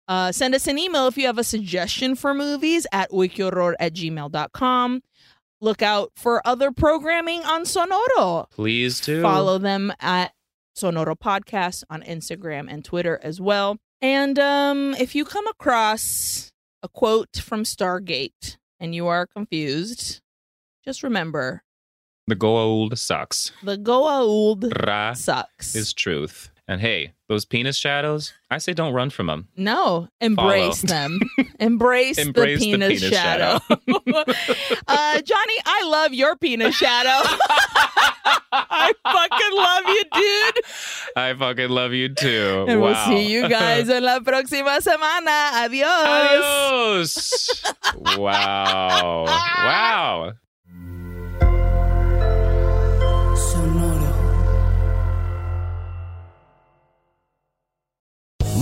[SPEAKER 1] Uh, send us an email if you have a suggestion for movies at wikihorror at gmail.com. Look out for other programming on Sonoro.
[SPEAKER 2] Please do.
[SPEAKER 1] Follow them at Sonoro Podcast on Instagram and Twitter as well. And um, if you come across a quote from Stargate and you are confused, just remember
[SPEAKER 2] The gold sucks.
[SPEAKER 1] the Goa'uld
[SPEAKER 2] Ra
[SPEAKER 1] sucks.
[SPEAKER 2] is truth. And hey, those penis shadows, I say don't run from them.
[SPEAKER 1] No, embrace them. Embrace,
[SPEAKER 2] Embrace
[SPEAKER 1] the
[SPEAKER 2] the
[SPEAKER 1] penis,
[SPEAKER 2] penis
[SPEAKER 1] shadow. uh, Johnny, I love your penis shadow. I fucking love you, dude.
[SPEAKER 2] I fucking love you too.
[SPEAKER 1] And
[SPEAKER 2] wow.
[SPEAKER 1] we'll see you guys en la próxima semana. Adios.
[SPEAKER 2] Adios. wow. Wow.
[SPEAKER 3] Sonoro.